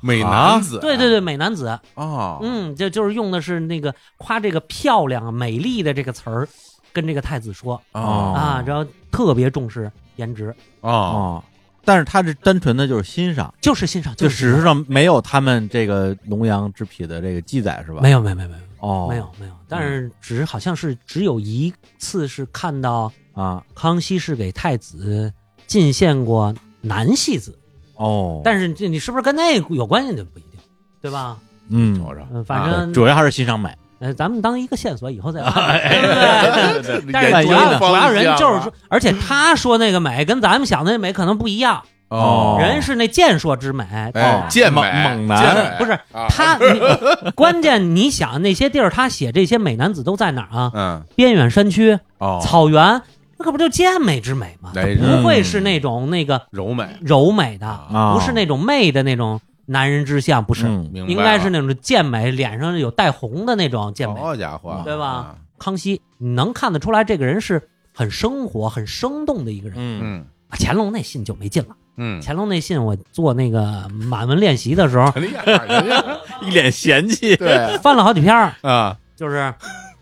Speaker 2: 美男子，
Speaker 4: 对对对，美男子，
Speaker 2: 啊哦，
Speaker 4: 嗯，这就是用的是那个夸这个漂亮啊、美丽的这个词儿，跟这个太子说
Speaker 2: 哦
Speaker 4: 啊，然后特别重视颜值，
Speaker 2: 哦，
Speaker 3: 哦，但是他是单纯的就是欣赏，
Speaker 4: 就是欣赏，
Speaker 3: 就
Speaker 4: 就是
Speaker 3: 史
Speaker 4: 欣
Speaker 3: 书
Speaker 4: 赏
Speaker 3: 上没有他们这个龙阳之癖的这个记载是吧？
Speaker 4: 没有没有没有没有
Speaker 3: 哦，
Speaker 4: 没有没有，但是只好像是只有一次是看到
Speaker 3: 啊，
Speaker 4: 康熙是给太子。进献过男戏子，
Speaker 3: 哦，
Speaker 4: 但是这你是不是跟那个有关系就不一定，对吧？
Speaker 3: 嗯，
Speaker 2: 瞅 瞅，
Speaker 4: 嗯，反
Speaker 3: 啊
Speaker 4: 正、
Speaker 3: 主要还是欣赏美，
Speaker 4: 呃，咱们当一个线索，以后再挖。
Speaker 2: 哎
Speaker 4: 对不对 但是
Speaker 3: 万一
Speaker 4: 主
Speaker 3: 呢
Speaker 4: 要
Speaker 2: 啊
Speaker 4: 主要人就是说，而且他说那个美跟咱们想的那美可能不一样，
Speaker 2: 哦，
Speaker 4: 人是那健硕之美，
Speaker 2: 哎，健美
Speaker 3: 猛猛男
Speaker 2: 健美
Speaker 4: 不是
Speaker 2: 啊
Speaker 4: 他。你 关键你想那些地儿，他写这些美男子都在哪儿啊？
Speaker 2: 嗯
Speaker 4: 边远山区、
Speaker 2: 哦，
Speaker 4: 草原，那可不就健美之美吗？
Speaker 2: 哎
Speaker 4: 不会是那种那个
Speaker 2: 柔美，
Speaker 4: 柔美的，
Speaker 3: 啊
Speaker 2: 嗯
Speaker 4: 不是那种媚的那种男人之相，不是，
Speaker 3: 嗯
Speaker 2: 明白
Speaker 4: 应该是那种健美，脸上有带红的那种健美。
Speaker 2: 好家伙，
Speaker 4: 对吧？康熙，你能看得出来这个人是很生活、很生动的一个人。
Speaker 3: 嗯
Speaker 2: 嗯
Speaker 4: 啊乾隆那信就没劲了。
Speaker 2: 嗯，
Speaker 4: 乾隆那信，我做那个满文练习的时候
Speaker 2: 肯定肯定，
Speaker 3: 一脸嫌弃，
Speaker 2: 对
Speaker 4: 翻了好几篇儿，
Speaker 2: 啊，
Speaker 4: 就是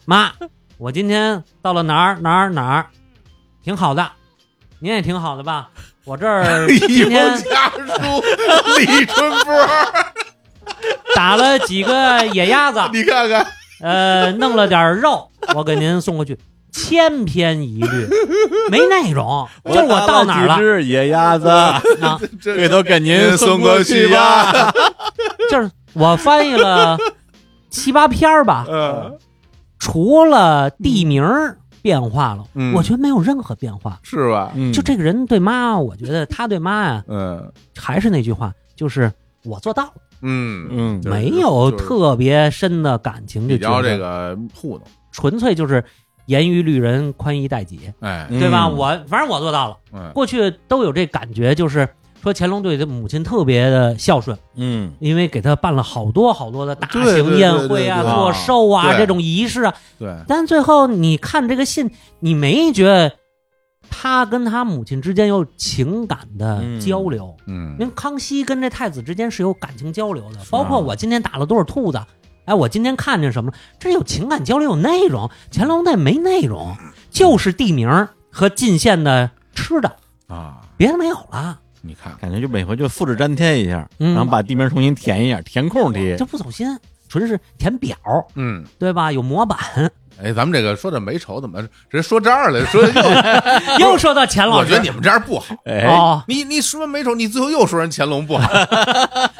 Speaker 4: 妈，我今天到了哪儿哪儿哪儿，挺好的，您也挺好的吧？我这
Speaker 2: 哎
Speaker 4: 儿今天
Speaker 2: 有家书李春波，
Speaker 4: 打了几个野 鸭子，
Speaker 2: 你看看，
Speaker 4: 呃，弄了点肉，我给您送过去。千篇一律，没内容，就是我到哪儿
Speaker 3: 几
Speaker 4: 了
Speaker 3: 只野鸭子，
Speaker 4: 啊？
Speaker 2: 这
Speaker 3: 这都给
Speaker 2: 您
Speaker 3: 您
Speaker 2: 送过
Speaker 3: 过
Speaker 2: 去吧
Speaker 3: 吧。
Speaker 4: 就是我翻译了七八篇儿吧，
Speaker 2: 嗯
Speaker 4: 除了地名儿变化了，
Speaker 2: 嗯
Speaker 4: 我觉得没有任何变化。
Speaker 2: 是吧？
Speaker 3: 嗯
Speaker 4: 就这个人对妈，我觉得他对妈呀、
Speaker 2: 嗯
Speaker 4: 还是那句话，就是我做到了，
Speaker 2: 嗯，
Speaker 3: 嗯
Speaker 2: 就是
Speaker 4: 没有
Speaker 2: 就是
Speaker 4: 特别深的感情，就
Speaker 2: 比较
Speaker 4: 觉得
Speaker 2: 这个糊弄，
Speaker 4: 纯粹就是严于律人，宽衣待己，
Speaker 2: 哎，
Speaker 3: 嗯
Speaker 4: 对吧？我反正我做到了，
Speaker 2: 嗯
Speaker 4: 过去都有这感觉，就是说乾隆对他母亲特别的孝顺。
Speaker 3: 嗯
Speaker 4: 因为给他办了好多好多的大
Speaker 2: 对对
Speaker 4: 型
Speaker 2: 对
Speaker 4: 宴会啊、
Speaker 2: 对对
Speaker 3: 对
Speaker 4: 做寿啊
Speaker 2: 对
Speaker 4: 这种仪式啊，
Speaker 2: 对，
Speaker 4: 但最后你看这个信，你没觉得他跟他母亲之间有情感的交流？
Speaker 2: 嗯
Speaker 4: 因为康熙跟这太子之间是有感情交流的，包括我今天打了多少兔子，哎，我今天看见什么了，这有情感交流，有内容。乾隆那没内容，就是地名儿和进献的吃的，
Speaker 2: 啊，
Speaker 4: 别的没有了，
Speaker 2: 你看，
Speaker 3: 感觉就每回就复制粘贴一下，
Speaker 4: 嗯
Speaker 3: 然后把地名重新填一下，填空题
Speaker 4: 这。不走心，纯是填表，
Speaker 2: 嗯，
Speaker 4: 对吧？有 模板。
Speaker 2: 哎，咱们这个说这美丑怎么直接说这儿了？说又，
Speaker 4: 又说到乾
Speaker 2: 我
Speaker 4: 老
Speaker 2: 觉
Speaker 4: 师，
Speaker 2: 得你们这样不好。
Speaker 3: 哎，
Speaker 4: 哦，
Speaker 2: 你你说美丑，你最后又说人乾隆不好，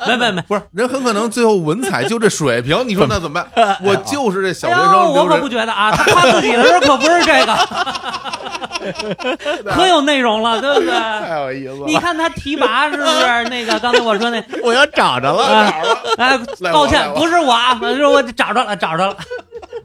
Speaker 4: 没没没，
Speaker 2: 不是人很可能最后文采就这水平，你说那怎么 办？我就是这小
Speaker 4: 哎
Speaker 2: 学
Speaker 4: 呦，
Speaker 2: 生
Speaker 4: 我
Speaker 2: 刘
Speaker 4: 可不
Speaker 2: 仁，
Speaker 4: 觉得啊，他夸自己的时候可不是这个， 可有内容了，对不对？
Speaker 2: 太有意思
Speaker 4: 你
Speaker 2: 了。
Speaker 4: 看他提拔是不是那个？刚才我 说那，
Speaker 3: 我要找着了。
Speaker 4: 哎哎，
Speaker 2: 赖我
Speaker 4: 抱
Speaker 2: 赖
Speaker 4: 歉，
Speaker 2: 我
Speaker 4: 不是我啊，我说我找着了，找着了。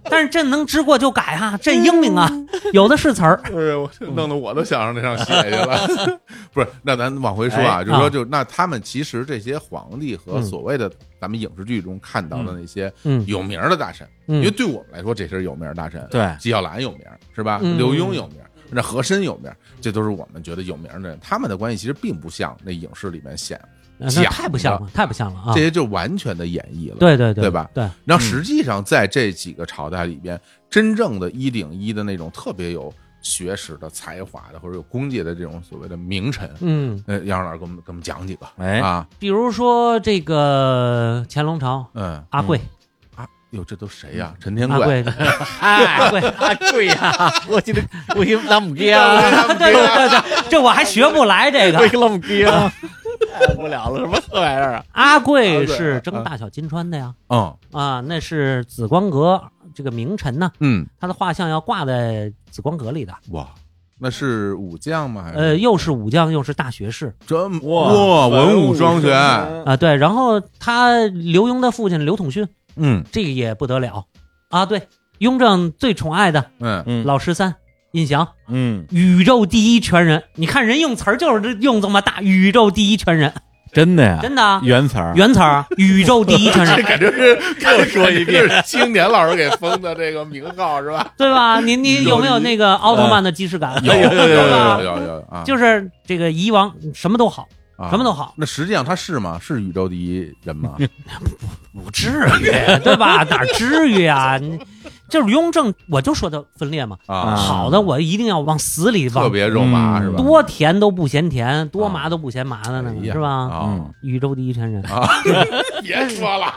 Speaker 4: 但是这能知过就改哈、这英明啊，
Speaker 2: 嗯
Speaker 4: 有的是词儿。
Speaker 2: 哎呦，我弄得我都想上那上写去了。 不是，那咱往回说啊，
Speaker 3: 哎
Speaker 2: 就是说
Speaker 4: 啊
Speaker 2: 就，那他们其实这些皇帝和
Speaker 4: 嗯
Speaker 2: 所谓的咱们影视剧中看到的那些
Speaker 4: 嗯
Speaker 2: 有名儿的大臣，因为
Speaker 4: 嗯，
Speaker 2: 对我们来说这是有名儿大臣，
Speaker 3: 对
Speaker 2: 纪晓岚有名儿是吧？
Speaker 4: 嗯
Speaker 2: 刘墉有名儿，那和珅有名儿，这都是我们觉得有名儿的人。他们的关系其实并不像那影视里面显，
Speaker 4: 那太不像了，太不像了啊
Speaker 2: 这！些就完全的演绎了。
Speaker 4: 对对
Speaker 2: 对
Speaker 4: 对
Speaker 2: 吧
Speaker 4: 对，
Speaker 2: 然后实际上在这几个朝代里边，真正的一顶一的那种特别有学识的、才华的或者有功绩的这种所谓的名臣，
Speaker 4: 嗯，
Speaker 2: 呃，杨老师给我们给我们讲几个
Speaker 3: 哎，
Speaker 2: 啊？
Speaker 4: 比如说这个乾隆朝
Speaker 2: 嗯
Speaker 4: 阿贵，
Speaker 2: 啊，哟，这都谁呀？陈天
Speaker 4: 阿
Speaker 2: 嗯贵。
Speaker 4: 嗯贵， 哎阿贵，
Speaker 3: 对呀， 我记得我给那么
Speaker 4: 哎
Speaker 3: 哥，
Speaker 4: 对对对对，这我还学不来这 个
Speaker 3: 我。给那么哥，
Speaker 4: 哎
Speaker 3: 太无聊了，什么破玩意儿啊？
Speaker 4: 阿贵嗯是争大小金川的呀，
Speaker 2: 嗯
Speaker 4: 啊，那是紫光阁这个名臣呢，
Speaker 2: 嗯，
Speaker 4: 他的画像要挂在紫光阁里的。
Speaker 2: 哇，那是武将吗？还是
Speaker 4: 呃，又是武将，又是大学士
Speaker 2: 这么哇，文武双全。
Speaker 4: 啊，对。然后他刘墉的父亲刘统勋，
Speaker 2: 嗯
Speaker 4: 这个也不得了啊。对，雍正最宠爱的
Speaker 2: 嗯，
Speaker 3: 嗯
Speaker 4: 老十三胤祥，
Speaker 3: 嗯，
Speaker 4: 宇宙第一拳人。你看人用词儿就是用这么大，宇宙第一拳人，
Speaker 3: 真的呀，
Speaker 4: 真的啊，
Speaker 3: 原词儿，
Speaker 4: 原 词儿，啊宇宙第一拳人
Speaker 2: 这。感觉是
Speaker 3: 又说一遍，
Speaker 2: 这是青年老师给封的这个名号是吧？
Speaker 4: 对吧？你你有没有那个奥特曼的既视感？
Speaker 2: 呃有有有
Speaker 4: 对吧
Speaker 2: 有有有啊！
Speaker 4: 就是这个以往什么都好，
Speaker 2: 啊
Speaker 4: 什么都好，
Speaker 2: 那实际上他是吗？是宇宙第一人 吗？
Speaker 4: 不至于， 对吧？哪至于啊？你就是雍正，我就说他分裂嘛，
Speaker 2: 啊，
Speaker 4: 好的我一定要往死里
Speaker 2: 特
Speaker 4: 往，
Speaker 2: 别肉麻
Speaker 3: 嗯
Speaker 2: 是吧？
Speaker 4: 多甜都不嫌甜，多
Speaker 2: 啊
Speaker 4: 麻都不嫌麻的呢
Speaker 2: 哎，呀
Speaker 4: 是吧？
Speaker 2: 啊
Speaker 3: 嗯，
Speaker 4: 宇宙第一神人
Speaker 2: 别说了，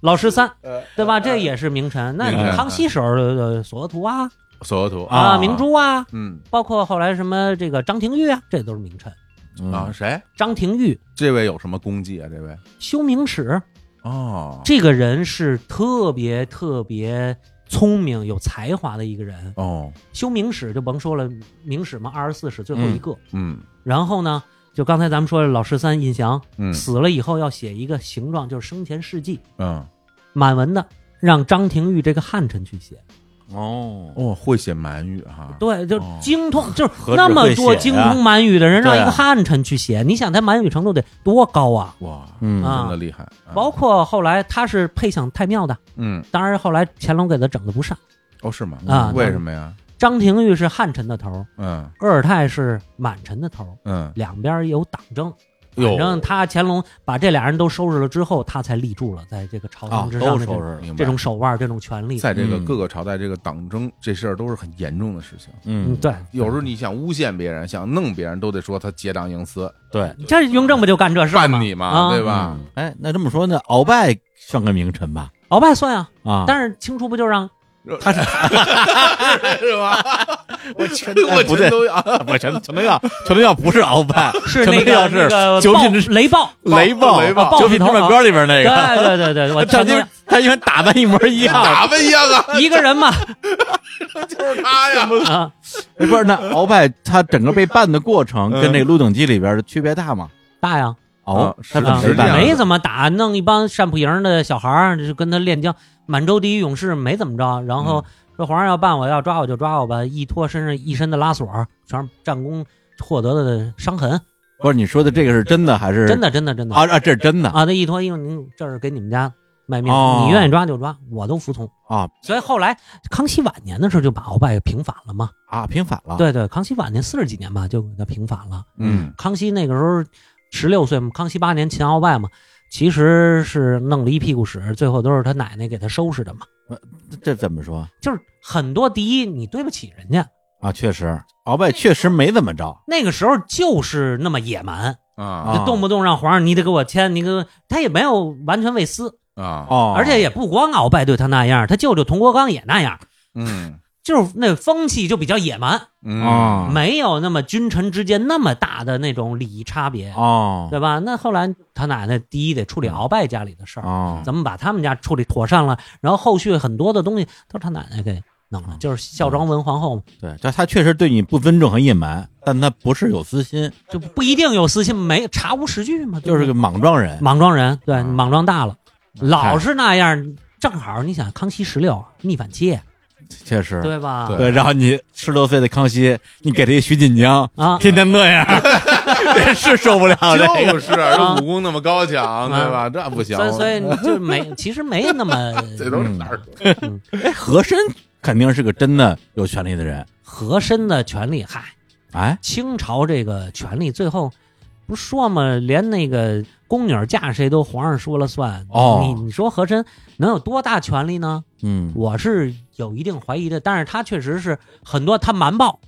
Speaker 4: 老十三
Speaker 2: 呃，
Speaker 4: 对吧？这也是名臣。那
Speaker 2: 明
Speaker 4: 你
Speaker 2: 白
Speaker 4: 康熙时候的索额图啊，
Speaker 2: 索额图
Speaker 3: 啊
Speaker 4: 啊，明珠啊，
Speaker 2: 嗯
Speaker 4: 包括后来什么这个张廷玉啊，这都是名臣。
Speaker 2: 啊，，谁？
Speaker 4: 张廷玉、
Speaker 2: 这位有什么功绩啊？这位
Speaker 4: 修明史
Speaker 2: 哦
Speaker 4: 这个人是特别特别聪明、有才华的一个人。
Speaker 2: 哦
Speaker 4: 修明史就甭说了，明史嘛，二十四史最后一个。
Speaker 2: 嗯
Speaker 4: 然后呢，就刚才咱们说的老十三印祥、
Speaker 2: 嗯
Speaker 4: 死了以后要写一个形状，就是生前事迹，
Speaker 2: 嗯
Speaker 4: 满文的，让张廷玉这个汉臣去写。
Speaker 3: 哦，
Speaker 2: 哦，会写满语哈。
Speaker 4: 对，就
Speaker 2: 哦
Speaker 4: 精通，就是
Speaker 3: 何止
Speaker 4: 那么
Speaker 3: 会写
Speaker 4: 多
Speaker 3: 呀
Speaker 4: 精通满语的人，让
Speaker 3: 对啊
Speaker 4: 一个汉臣去写，你想他满语程度得多高啊？
Speaker 2: 哇，
Speaker 3: 嗯
Speaker 4: 啊
Speaker 2: 真的厉害。啊
Speaker 4: 包括后来他是配享太庙的，
Speaker 2: 嗯
Speaker 4: 当然后来乾隆给他整的不善。
Speaker 2: 哦是吗？
Speaker 4: 啊
Speaker 2: 为什么呀？
Speaker 4: 张廷玉是汉臣的头儿，
Speaker 2: 嗯
Speaker 4: 鄂尔泰是满臣的头儿，
Speaker 2: 嗯，
Speaker 4: 两边儿有党争。
Speaker 2: 哟
Speaker 3: 哦
Speaker 4: 反正他乾隆把这俩人都收拾了之后，他才立住了，在这个朝
Speaker 3: 啊
Speaker 4: 堂，之
Speaker 3: 都
Speaker 4: 上的这
Speaker 3: 收
Speaker 4: 种
Speaker 3: 拾了，
Speaker 2: 明白
Speaker 4: 这种手腕、这种权力。
Speaker 2: 在这个
Speaker 3: 嗯
Speaker 2: 各个朝代，这个党争这事儿都是很严重的事情。
Speaker 4: 嗯，
Speaker 3: 嗯，
Speaker 4: 对，
Speaker 2: 有时候你想诬陷别人，想弄别人，都得说他结党营私，
Speaker 3: 对，
Speaker 4: 这雍正不就干这事儿
Speaker 2: 办
Speaker 4: 吗？
Speaker 2: 你嘛，
Speaker 4: 啊
Speaker 2: 对
Speaker 3: 对
Speaker 2: 吧？？
Speaker 3: 哎，那这么说，那鳌拜算个名臣吧？
Speaker 4: 鳌拜算啊，
Speaker 3: 啊，
Speaker 4: 但是清初不就让
Speaker 2: 他是是吧？
Speaker 3: 我全
Speaker 2: 我
Speaker 3: 哎 不对，
Speaker 2: 全都要。
Speaker 3: 我全全都要，全都要不是鳌拜，
Speaker 4: 是
Speaker 3: 全
Speaker 4: 那
Speaker 3: 都
Speaker 4: 个
Speaker 3: 要
Speaker 4: 那
Speaker 3: 是
Speaker 4: 个
Speaker 3: 九
Speaker 4: 豹
Speaker 3: 品芝
Speaker 4: 雷暴？
Speaker 3: 雷
Speaker 2: 暴
Speaker 3: 暴
Speaker 2: 雷暴
Speaker 3: 九品芝麻官里边那
Speaker 4: 对
Speaker 3: 个，
Speaker 4: 对对啊对，我
Speaker 3: 他
Speaker 4: 全都
Speaker 3: 因为他因为打扮一模一 样，
Speaker 2: 打扮一样啊，
Speaker 4: 一个 人嘛
Speaker 2: 就是他呀。
Speaker 4: 啊，
Speaker 3: 不是那鳌拜他整个被办的过程
Speaker 2: 嗯
Speaker 3: 跟那个《鹿鼎记》里边的区别大吗？
Speaker 4: 大呀
Speaker 3: 哦，
Speaker 2: 是
Speaker 3: 他怎
Speaker 4: 啊
Speaker 3: 么
Speaker 2: 是
Speaker 3: 被
Speaker 2: 这
Speaker 3: 办
Speaker 2: 样
Speaker 3: 的？
Speaker 4: 没怎么打，弄一帮善不营的小孩儿，就是跟他练将，满洲第一勇士没怎么着。然
Speaker 3: 嗯
Speaker 4: 后说皇上要办我，要抓我就抓我吧，一脱身上一身的拉锁，全是战功获得的伤痕，
Speaker 3: 不是你说的这个是真的还是
Speaker 4: 真的真的真的
Speaker 3: 啊啊？这是真的
Speaker 4: 啊！那一脱衣服，您这是给你们家卖命，
Speaker 3: 哦
Speaker 4: 你愿意抓就抓，我都服从。
Speaker 3: 啊
Speaker 4: 所以后来康熙晚年的时候就把鳌拜给平反了嘛。
Speaker 3: 啊，平反了，
Speaker 4: 对对，康熙晚年四十几年吧，就给他平反了。
Speaker 2: 嗯
Speaker 4: 康熙那个时候十六岁嘛，康熙八年秦鳌拜嘛，其实是弄了一屁股屎，最后都是他奶奶给他收拾的嘛。
Speaker 3: 这这怎么说
Speaker 4: 就是很多第一，你对不起人家。
Speaker 3: 啊？确实，鳌拜确实没怎么着
Speaker 4: 那个时候就是那么野蛮，
Speaker 2: 啊
Speaker 3: 啊
Speaker 4: 就动不动让皇上你得给我签，你给我他也没有完全未私，
Speaker 2: 啊，
Speaker 3: 哦，
Speaker 4: 而且也不光鳌拜对他那样，他舅舅佟国刚也那样，
Speaker 2: 嗯
Speaker 4: 就是那风气就比较野蛮，
Speaker 2: 嗯
Speaker 3: 啊
Speaker 4: 没有那么君臣之间那么大的那种礼仪差别，
Speaker 3: 哦嗯
Speaker 4: 对吧？那后来他奶奶第一得处理鳌拜家里的事儿，
Speaker 3: 哦，
Speaker 4: 咱们把他们家处理妥善了，然后后续很多的东西都是他奶奶给弄
Speaker 3: 哦
Speaker 4: 了，就是孝庄文皇后嘛，
Speaker 3: 对，但他确实对你不尊重和野蛮，但他不是有私心，
Speaker 4: 就不一定有私心，没查无实据嘛，对
Speaker 3: 就
Speaker 4: 不
Speaker 3: 是
Speaker 4: 对
Speaker 3: 个嗯莽撞人。
Speaker 4: 莽撞人，对，
Speaker 3: 啊
Speaker 4: 莽撞大了，老是那样。正好你想，康熙十六逆反期，
Speaker 3: 确实，
Speaker 4: 对吧？
Speaker 2: 对
Speaker 3: 对，然后你十多岁的康熙，你给这徐锦江，
Speaker 4: 啊，
Speaker 3: 天天那样， 真是受不了这个。
Speaker 2: 就是啊这武功那么高强，对吧？这不行，
Speaker 4: 所以所 以你就没，其实没那么
Speaker 2: 这都是哪儿？
Speaker 3: 哎，和珅肯定是个真的有权利的人。
Speaker 4: 和珅的权利。嗨，
Speaker 3: 哎，
Speaker 4: 清朝这个权利最后不是说嘛，连那个宫女儿嫁谁都皇上说了算。
Speaker 3: 哦
Speaker 4: 你你说和珅能有多大权利呢？
Speaker 3: 嗯，
Speaker 4: 我是有一定怀疑的，但是他确实是很多他瞒报，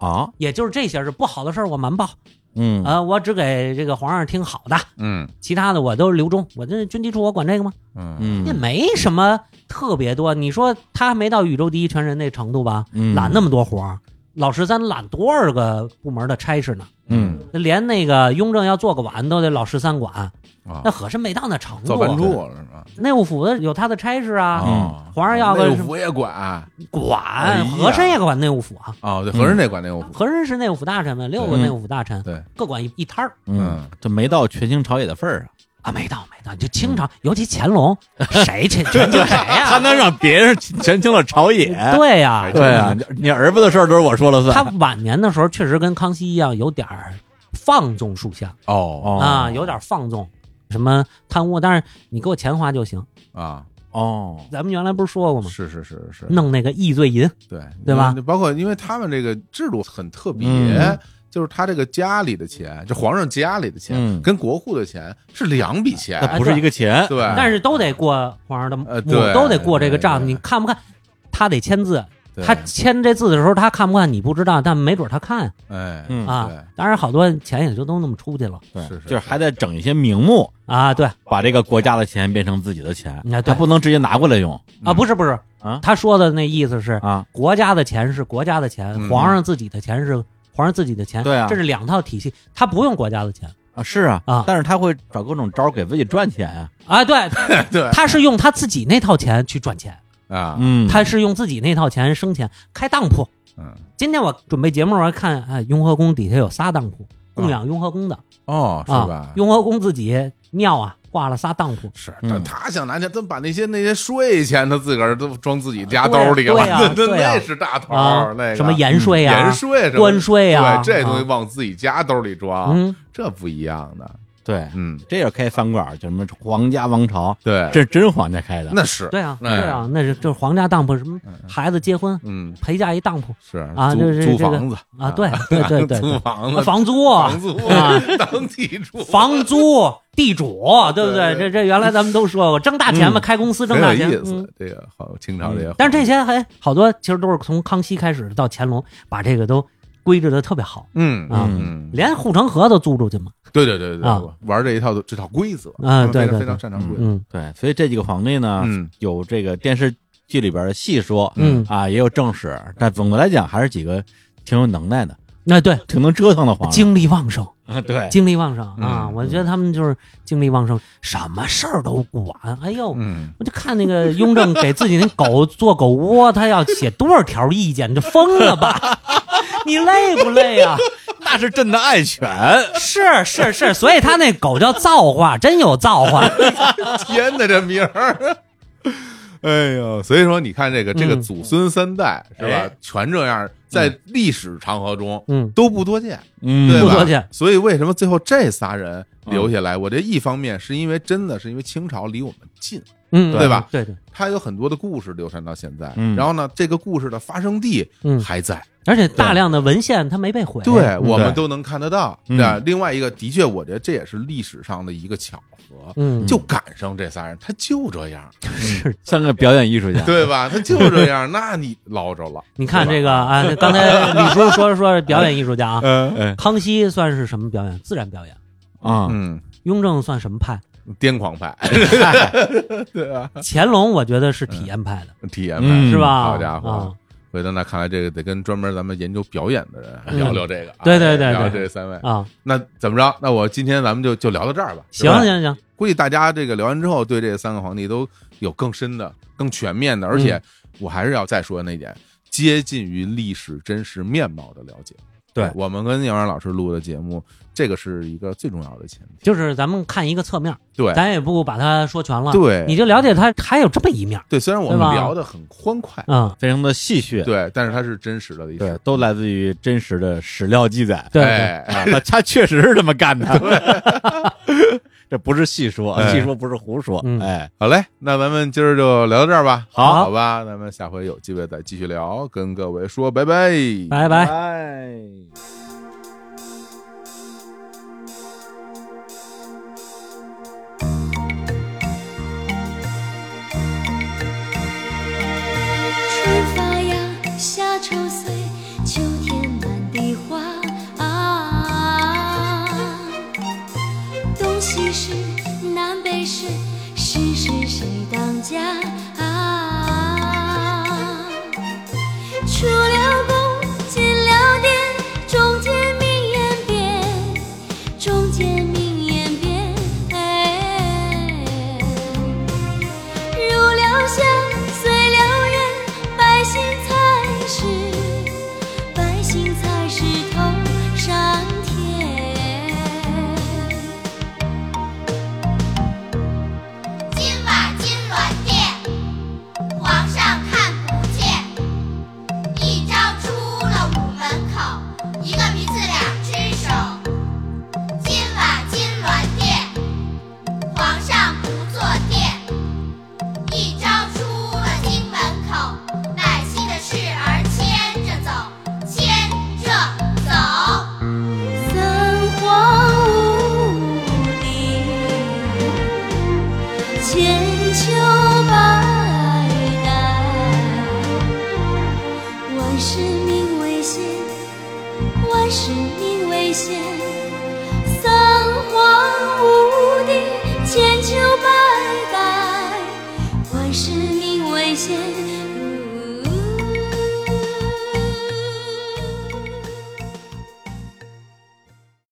Speaker 3: 啊，
Speaker 4: 也就是这些是不好的事儿我瞒报，
Speaker 3: 嗯，
Speaker 4: 呃，我只给这个皇上听好的，
Speaker 2: 嗯
Speaker 4: 其他的我都留中。我这军机处我管这个吗？
Speaker 2: 嗯
Speaker 4: 也
Speaker 3: 嗯，
Speaker 4: 没什么特别多。你说他还没到宇宙第一权人那程度吧？
Speaker 3: 嗯
Speaker 4: 揽那么多活儿，老十三揽多少个部门的差事呢？
Speaker 3: 嗯，
Speaker 4: 那连那个雍正要做个碗都得老十三管，
Speaker 2: 啊
Speaker 4: 那，和珅没到那程
Speaker 2: 造
Speaker 4: 度。
Speaker 2: 反柱了是吧？
Speaker 4: 内务府的有他的差事啊，
Speaker 2: 啊，
Speaker 4: 皇上要个
Speaker 2: 内务府也管啊，哎呀
Speaker 4: 管和珅也管内务府啊。
Speaker 2: 对，和珅得管内务府，
Speaker 4: 和珅是内务府大臣嘛，六个
Speaker 3: 嗯
Speaker 4: 内务府大臣，
Speaker 2: 对，
Speaker 4: 各管一一摊儿
Speaker 3: 嗯，这没到权倾朝野的份儿啊。
Speaker 4: 啊，没到没到，就清朝，尤其 乾隆，谁去全听谁哎呀？
Speaker 3: 他能让别人权倾了朝野？
Speaker 4: 对呀，
Speaker 3: 对啊，你你儿子的事儿都是我说了
Speaker 4: 他
Speaker 3: 算。
Speaker 4: 晚年的时候确实跟康熙一样有点儿放纵属下
Speaker 2: 哦
Speaker 3: 哦
Speaker 4: 啊，有点儿放纵，什么贪污，但是你给我钱花就行。
Speaker 2: 啊，
Speaker 3: 哦，
Speaker 4: 咱们原来不是说过吗？
Speaker 2: 是是是是，
Speaker 4: 嗯弄那个易罪银，
Speaker 2: 对
Speaker 4: 对吧？
Speaker 2: 包括因为他们这个制度很特别。
Speaker 3: 嗯
Speaker 2: 就是他这个家里的钱，就皇上家里的钱，
Speaker 3: 嗯
Speaker 2: 跟国库的钱是两笔钱，
Speaker 3: 那不是一个钱，
Speaker 2: 对
Speaker 4: 但是都得过皇上的
Speaker 2: 哎呃
Speaker 4: 目，
Speaker 2: 对
Speaker 4: 都得过这个
Speaker 2: 对
Speaker 4: 账。
Speaker 2: 对
Speaker 4: 你看不看？他得签字，
Speaker 2: 对
Speaker 4: 他签这字的时候他看不看你不知道，但没准他看
Speaker 2: 哎，
Speaker 3: 嗯
Speaker 4: 啊
Speaker 2: 对。
Speaker 4: 当然，好多钱也就都那么出去了
Speaker 3: 对
Speaker 2: 是是
Speaker 3: 就是还得整一些名目，
Speaker 4: 啊。对
Speaker 3: 把这个国家的钱变成自己的钱
Speaker 4: 啊，对
Speaker 3: 他不能直接拿过来用
Speaker 2: 嗯
Speaker 4: 啊，不是不是，
Speaker 3: 啊
Speaker 4: 他说的那意思是，
Speaker 3: 啊，
Speaker 4: 国家的钱是国家的钱，
Speaker 2: 嗯
Speaker 4: 皇上自己的钱是皇上自己的钱，
Speaker 3: 对啊
Speaker 4: 这是两套体系，他不用国家的钱
Speaker 3: 啊是啊
Speaker 4: 啊
Speaker 3: 但是他会找各种招儿给自己赚钱啊，
Speaker 4: 啊， 对，
Speaker 2: 对
Speaker 4: 他是用他自己那套钱去赚钱，
Speaker 2: 啊，
Speaker 3: 嗯
Speaker 4: 他是用自己那套钱生钱，开当铺。
Speaker 2: 嗯
Speaker 4: 今天我准备节目，我还看，哎，雍和宫底下有仨当铺，供养雍和宫的
Speaker 2: 哦，啊是
Speaker 4: 啊
Speaker 2: 吧，？
Speaker 4: 雍和宫自己庙啊挂了仨当铺，
Speaker 2: 是，
Speaker 3: 嗯
Speaker 2: 他他想拿钱，他把那些那些税钱，他自个儿都装自己家兜里了，
Speaker 4: 对呀啊
Speaker 2: 那那
Speaker 4: 对呀
Speaker 2: 那是大头
Speaker 4: 啊
Speaker 2: 哦儿，那个嗯
Speaker 4: 什么盐税啊、
Speaker 2: 盐税什么
Speaker 4: 关税啊，
Speaker 2: 对，这东西
Speaker 4: 啊
Speaker 2: 往自己家兜里装，
Speaker 4: 嗯，
Speaker 2: 这不一样的，
Speaker 3: 对，
Speaker 2: 嗯，
Speaker 3: 这也是开饭馆儿，叫什么皇家王朝，
Speaker 2: 对，
Speaker 3: 这是真皇家开的，
Speaker 2: 那是
Speaker 4: 对啊，
Speaker 2: 哎
Speaker 4: 对啊，那是就是皇家当铺，什么孩子结婚
Speaker 2: 嗯
Speaker 4: 陪嫁一当铺
Speaker 2: 是
Speaker 4: 啊
Speaker 2: 租
Speaker 4: 这是
Speaker 2: 租
Speaker 4: 这个
Speaker 2: 房子嗯
Speaker 4: 啊，对对对 对
Speaker 2: 租
Speaker 4: 对，
Speaker 2: 房
Speaker 4: 啊
Speaker 2: 子
Speaker 4: 房租
Speaker 2: 房租
Speaker 4: 啊，
Speaker 2: 当地住
Speaker 4: 房租、地主，对不
Speaker 2: 对
Speaker 4: 对？
Speaker 2: 对
Speaker 4: 这这原来咱们都说过，挣大钱嘛，
Speaker 3: 嗯
Speaker 4: 开公司挣
Speaker 2: 很有
Speaker 4: 大钱
Speaker 2: 意。
Speaker 4: 嗯
Speaker 2: 思，这个好清朝这些，
Speaker 4: 但是这些还好多，其实都是从康熙开始到乾隆，把这个都规制的特别好，
Speaker 2: 嗯
Speaker 4: 啊
Speaker 2: 嗯，
Speaker 4: 连护城河都租出去嘛。
Speaker 2: 对对对对
Speaker 4: 啊，
Speaker 2: 玩这一套这套规则他
Speaker 4: 啊
Speaker 2: 们非
Speaker 4: 对
Speaker 2: 常
Speaker 4: 对
Speaker 2: 非常
Speaker 4: 对
Speaker 2: 擅长规则，
Speaker 4: 嗯，
Speaker 3: 对，所以这几个皇帝呢，
Speaker 2: 嗯
Speaker 3: 有这个电视剧里边的戏说，
Speaker 4: 嗯
Speaker 3: 啊，也有正史，但总的来讲还是几个挺有能耐的、
Speaker 4: 那对，
Speaker 2: 啊
Speaker 3: 挺能折腾的皇帝。
Speaker 4: 精力旺盛，
Speaker 3: 啊，对，
Speaker 4: 精力旺盛啊！
Speaker 2: 哎嗯
Speaker 4: 我觉得他们就是精力旺盛，什么事儿都管。哎呦，
Speaker 2: 嗯，
Speaker 4: 我就看那个雍正给自己那狗做狗窝，他要写多少条意见，你这疯 了吧？你累不累啊？
Speaker 3: 那是朕的爱犬，
Speaker 4: 是是是，所以他那狗叫造化，真有造化。
Speaker 2: 天哪，这名儿。 哎呦，所以说你看这个这个
Speaker 4: 嗯
Speaker 2: 祖孙三代是吧
Speaker 3: 哎，
Speaker 2: 全这样，在历史长河中
Speaker 4: 嗯，
Speaker 2: 都不多见，
Speaker 3: 嗯
Speaker 2: 对吧
Speaker 4: 不多见
Speaker 2: 所以为什么最后这仨人留下来？我这一方面是因为真的是因为清朝离我们近，
Speaker 4: 嗯，
Speaker 2: 对吧
Speaker 4: 对对，
Speaker 2: 它有很多的故事流传到现在。
Speaker 3: 嗯
Speaker 2: 然后呢，这个故事的发生地
Speaker 4: 嗯，
Speaker 2: 还在，
Speaker 4: 而且大量的文献它没被毁。
Speaker 2: 对我们
Speaker 3: 对
Speaker 2: 都能看得到。
Speaker 3: 嗯
Speaker 2: 对吧，另外一个的确，我觉得这也是历史上的一个巧合，
Speaker 4: 嗯，
Speaker 2: 就赶上这仨人，他就这样，
Speaker 4: 是
Speaker 3: 三个表演艺术家，
Speaker 2: 对吧？他就这样，那你捞着了。
Speaker 4: 你看
Speaker 2: 对吧
Speaker 4: 这个啊，刚 才李叔说说表演艺术家啊，
Speaker 2: 嗯
Speaker 3: 哎
Speaker 4: 康熙算是什么表演？自然表演。
Speaker 3: 啊，
Speaker 2: 嗯，
Speaker 4: 雍正算什么派？
Speaker 2: 癫狂派，
Speaker 4: 乾隆我觉得是体验派的，
Speaker 2: 体验
Speaker 3: 嗯
Speaker 2: 派
Speaker 4: 是吧？
Speaker 2: 好家
Speaker 4: 啊
Speaker 2: 伙！，回头那看来这个得跟专门咱们研究表演的人
Speaker 4: 嗯
Speaker 2: 聊聊这个啊，
Speaker 4: 对对对
Speaker 2: 聊
Speaker 4: 对
Speaker 2: 这三位。
Speaker 4: 啊，
Speaker 2: 那怎么着？那我今天咱们就就聊到这儿吧。是
Speaker 4: 行
Speaker 2: 吧，
Speaker 4: 行行，
Speaker 2: 估计大家这个聊完之后，对这三个皇帝都有更深的、更全面
Speaker 4: 嗯
Speaker 2: 的，而且我还是要再说那一点，接近于历史真实面貌的了解。
Speaker 3: 对
Speaker 2: 我们跟杨然老师录的节目，这个是一个最重要的前提。
Speaker 4: 就是咱们看一个侧面，
Speaker 2: 对
Speaker 4: 咱也不把它说全了，
Speaker 2: 对
Speaker 4: 你就了解它还有这么一面，
Speaker 2: 对，虽然我们
Speaker 4: 对吧
Speaker 2: 聊得很欢快，
Speaker 4: 嗯，
Speaker 3: 非常的戏谑，
Speaker 2: 对，但是它是真实的历
Speaker 3: 对
Speaker 2: 史，。
Speaker 3: 都来自于真实的史料记载，
Speaker 4: 对对，
Speaker 2: 哎，
Speaker 3: 啊，他他确实是这么干的， 这不是戏说，
Speaker 2: 哎
Speaker 3: 戏说不是胡说，
Speaker 4: 嗯
Speaker 3: 哎，
Speaker 2: 好嘞，那咱们今儿就聊到这儿吧。
Speaker 4: 好
Speaker 2: 好吧，咱们下回有机会再继续聊，跟各位说拜拜，
Speaker 4: 拜
Speaker 2: 哎
Speaker 4: 拜。
Speaker 3: 拜。
Speaker 5: 春发芽，夏抽穗，秋天满地花啊。东西是南北是，是是谁当家啊？出了宫，进了殿，中间名言匾，中间名言匾，哎。入了乡，随了愿，百姓才是百姓才是头上天。
Speaker 6: 金瓦金銮殿，皇上看不见。一朝出了午门口，一个鼻子两只手。金瓦金銮殿，皇上不坐殿。一朝出了京门口，奶昔的侍儿牵着走，牵着走。
Speaker 5: 三皇五帝，千秋百代，万事民为先，万事民为先。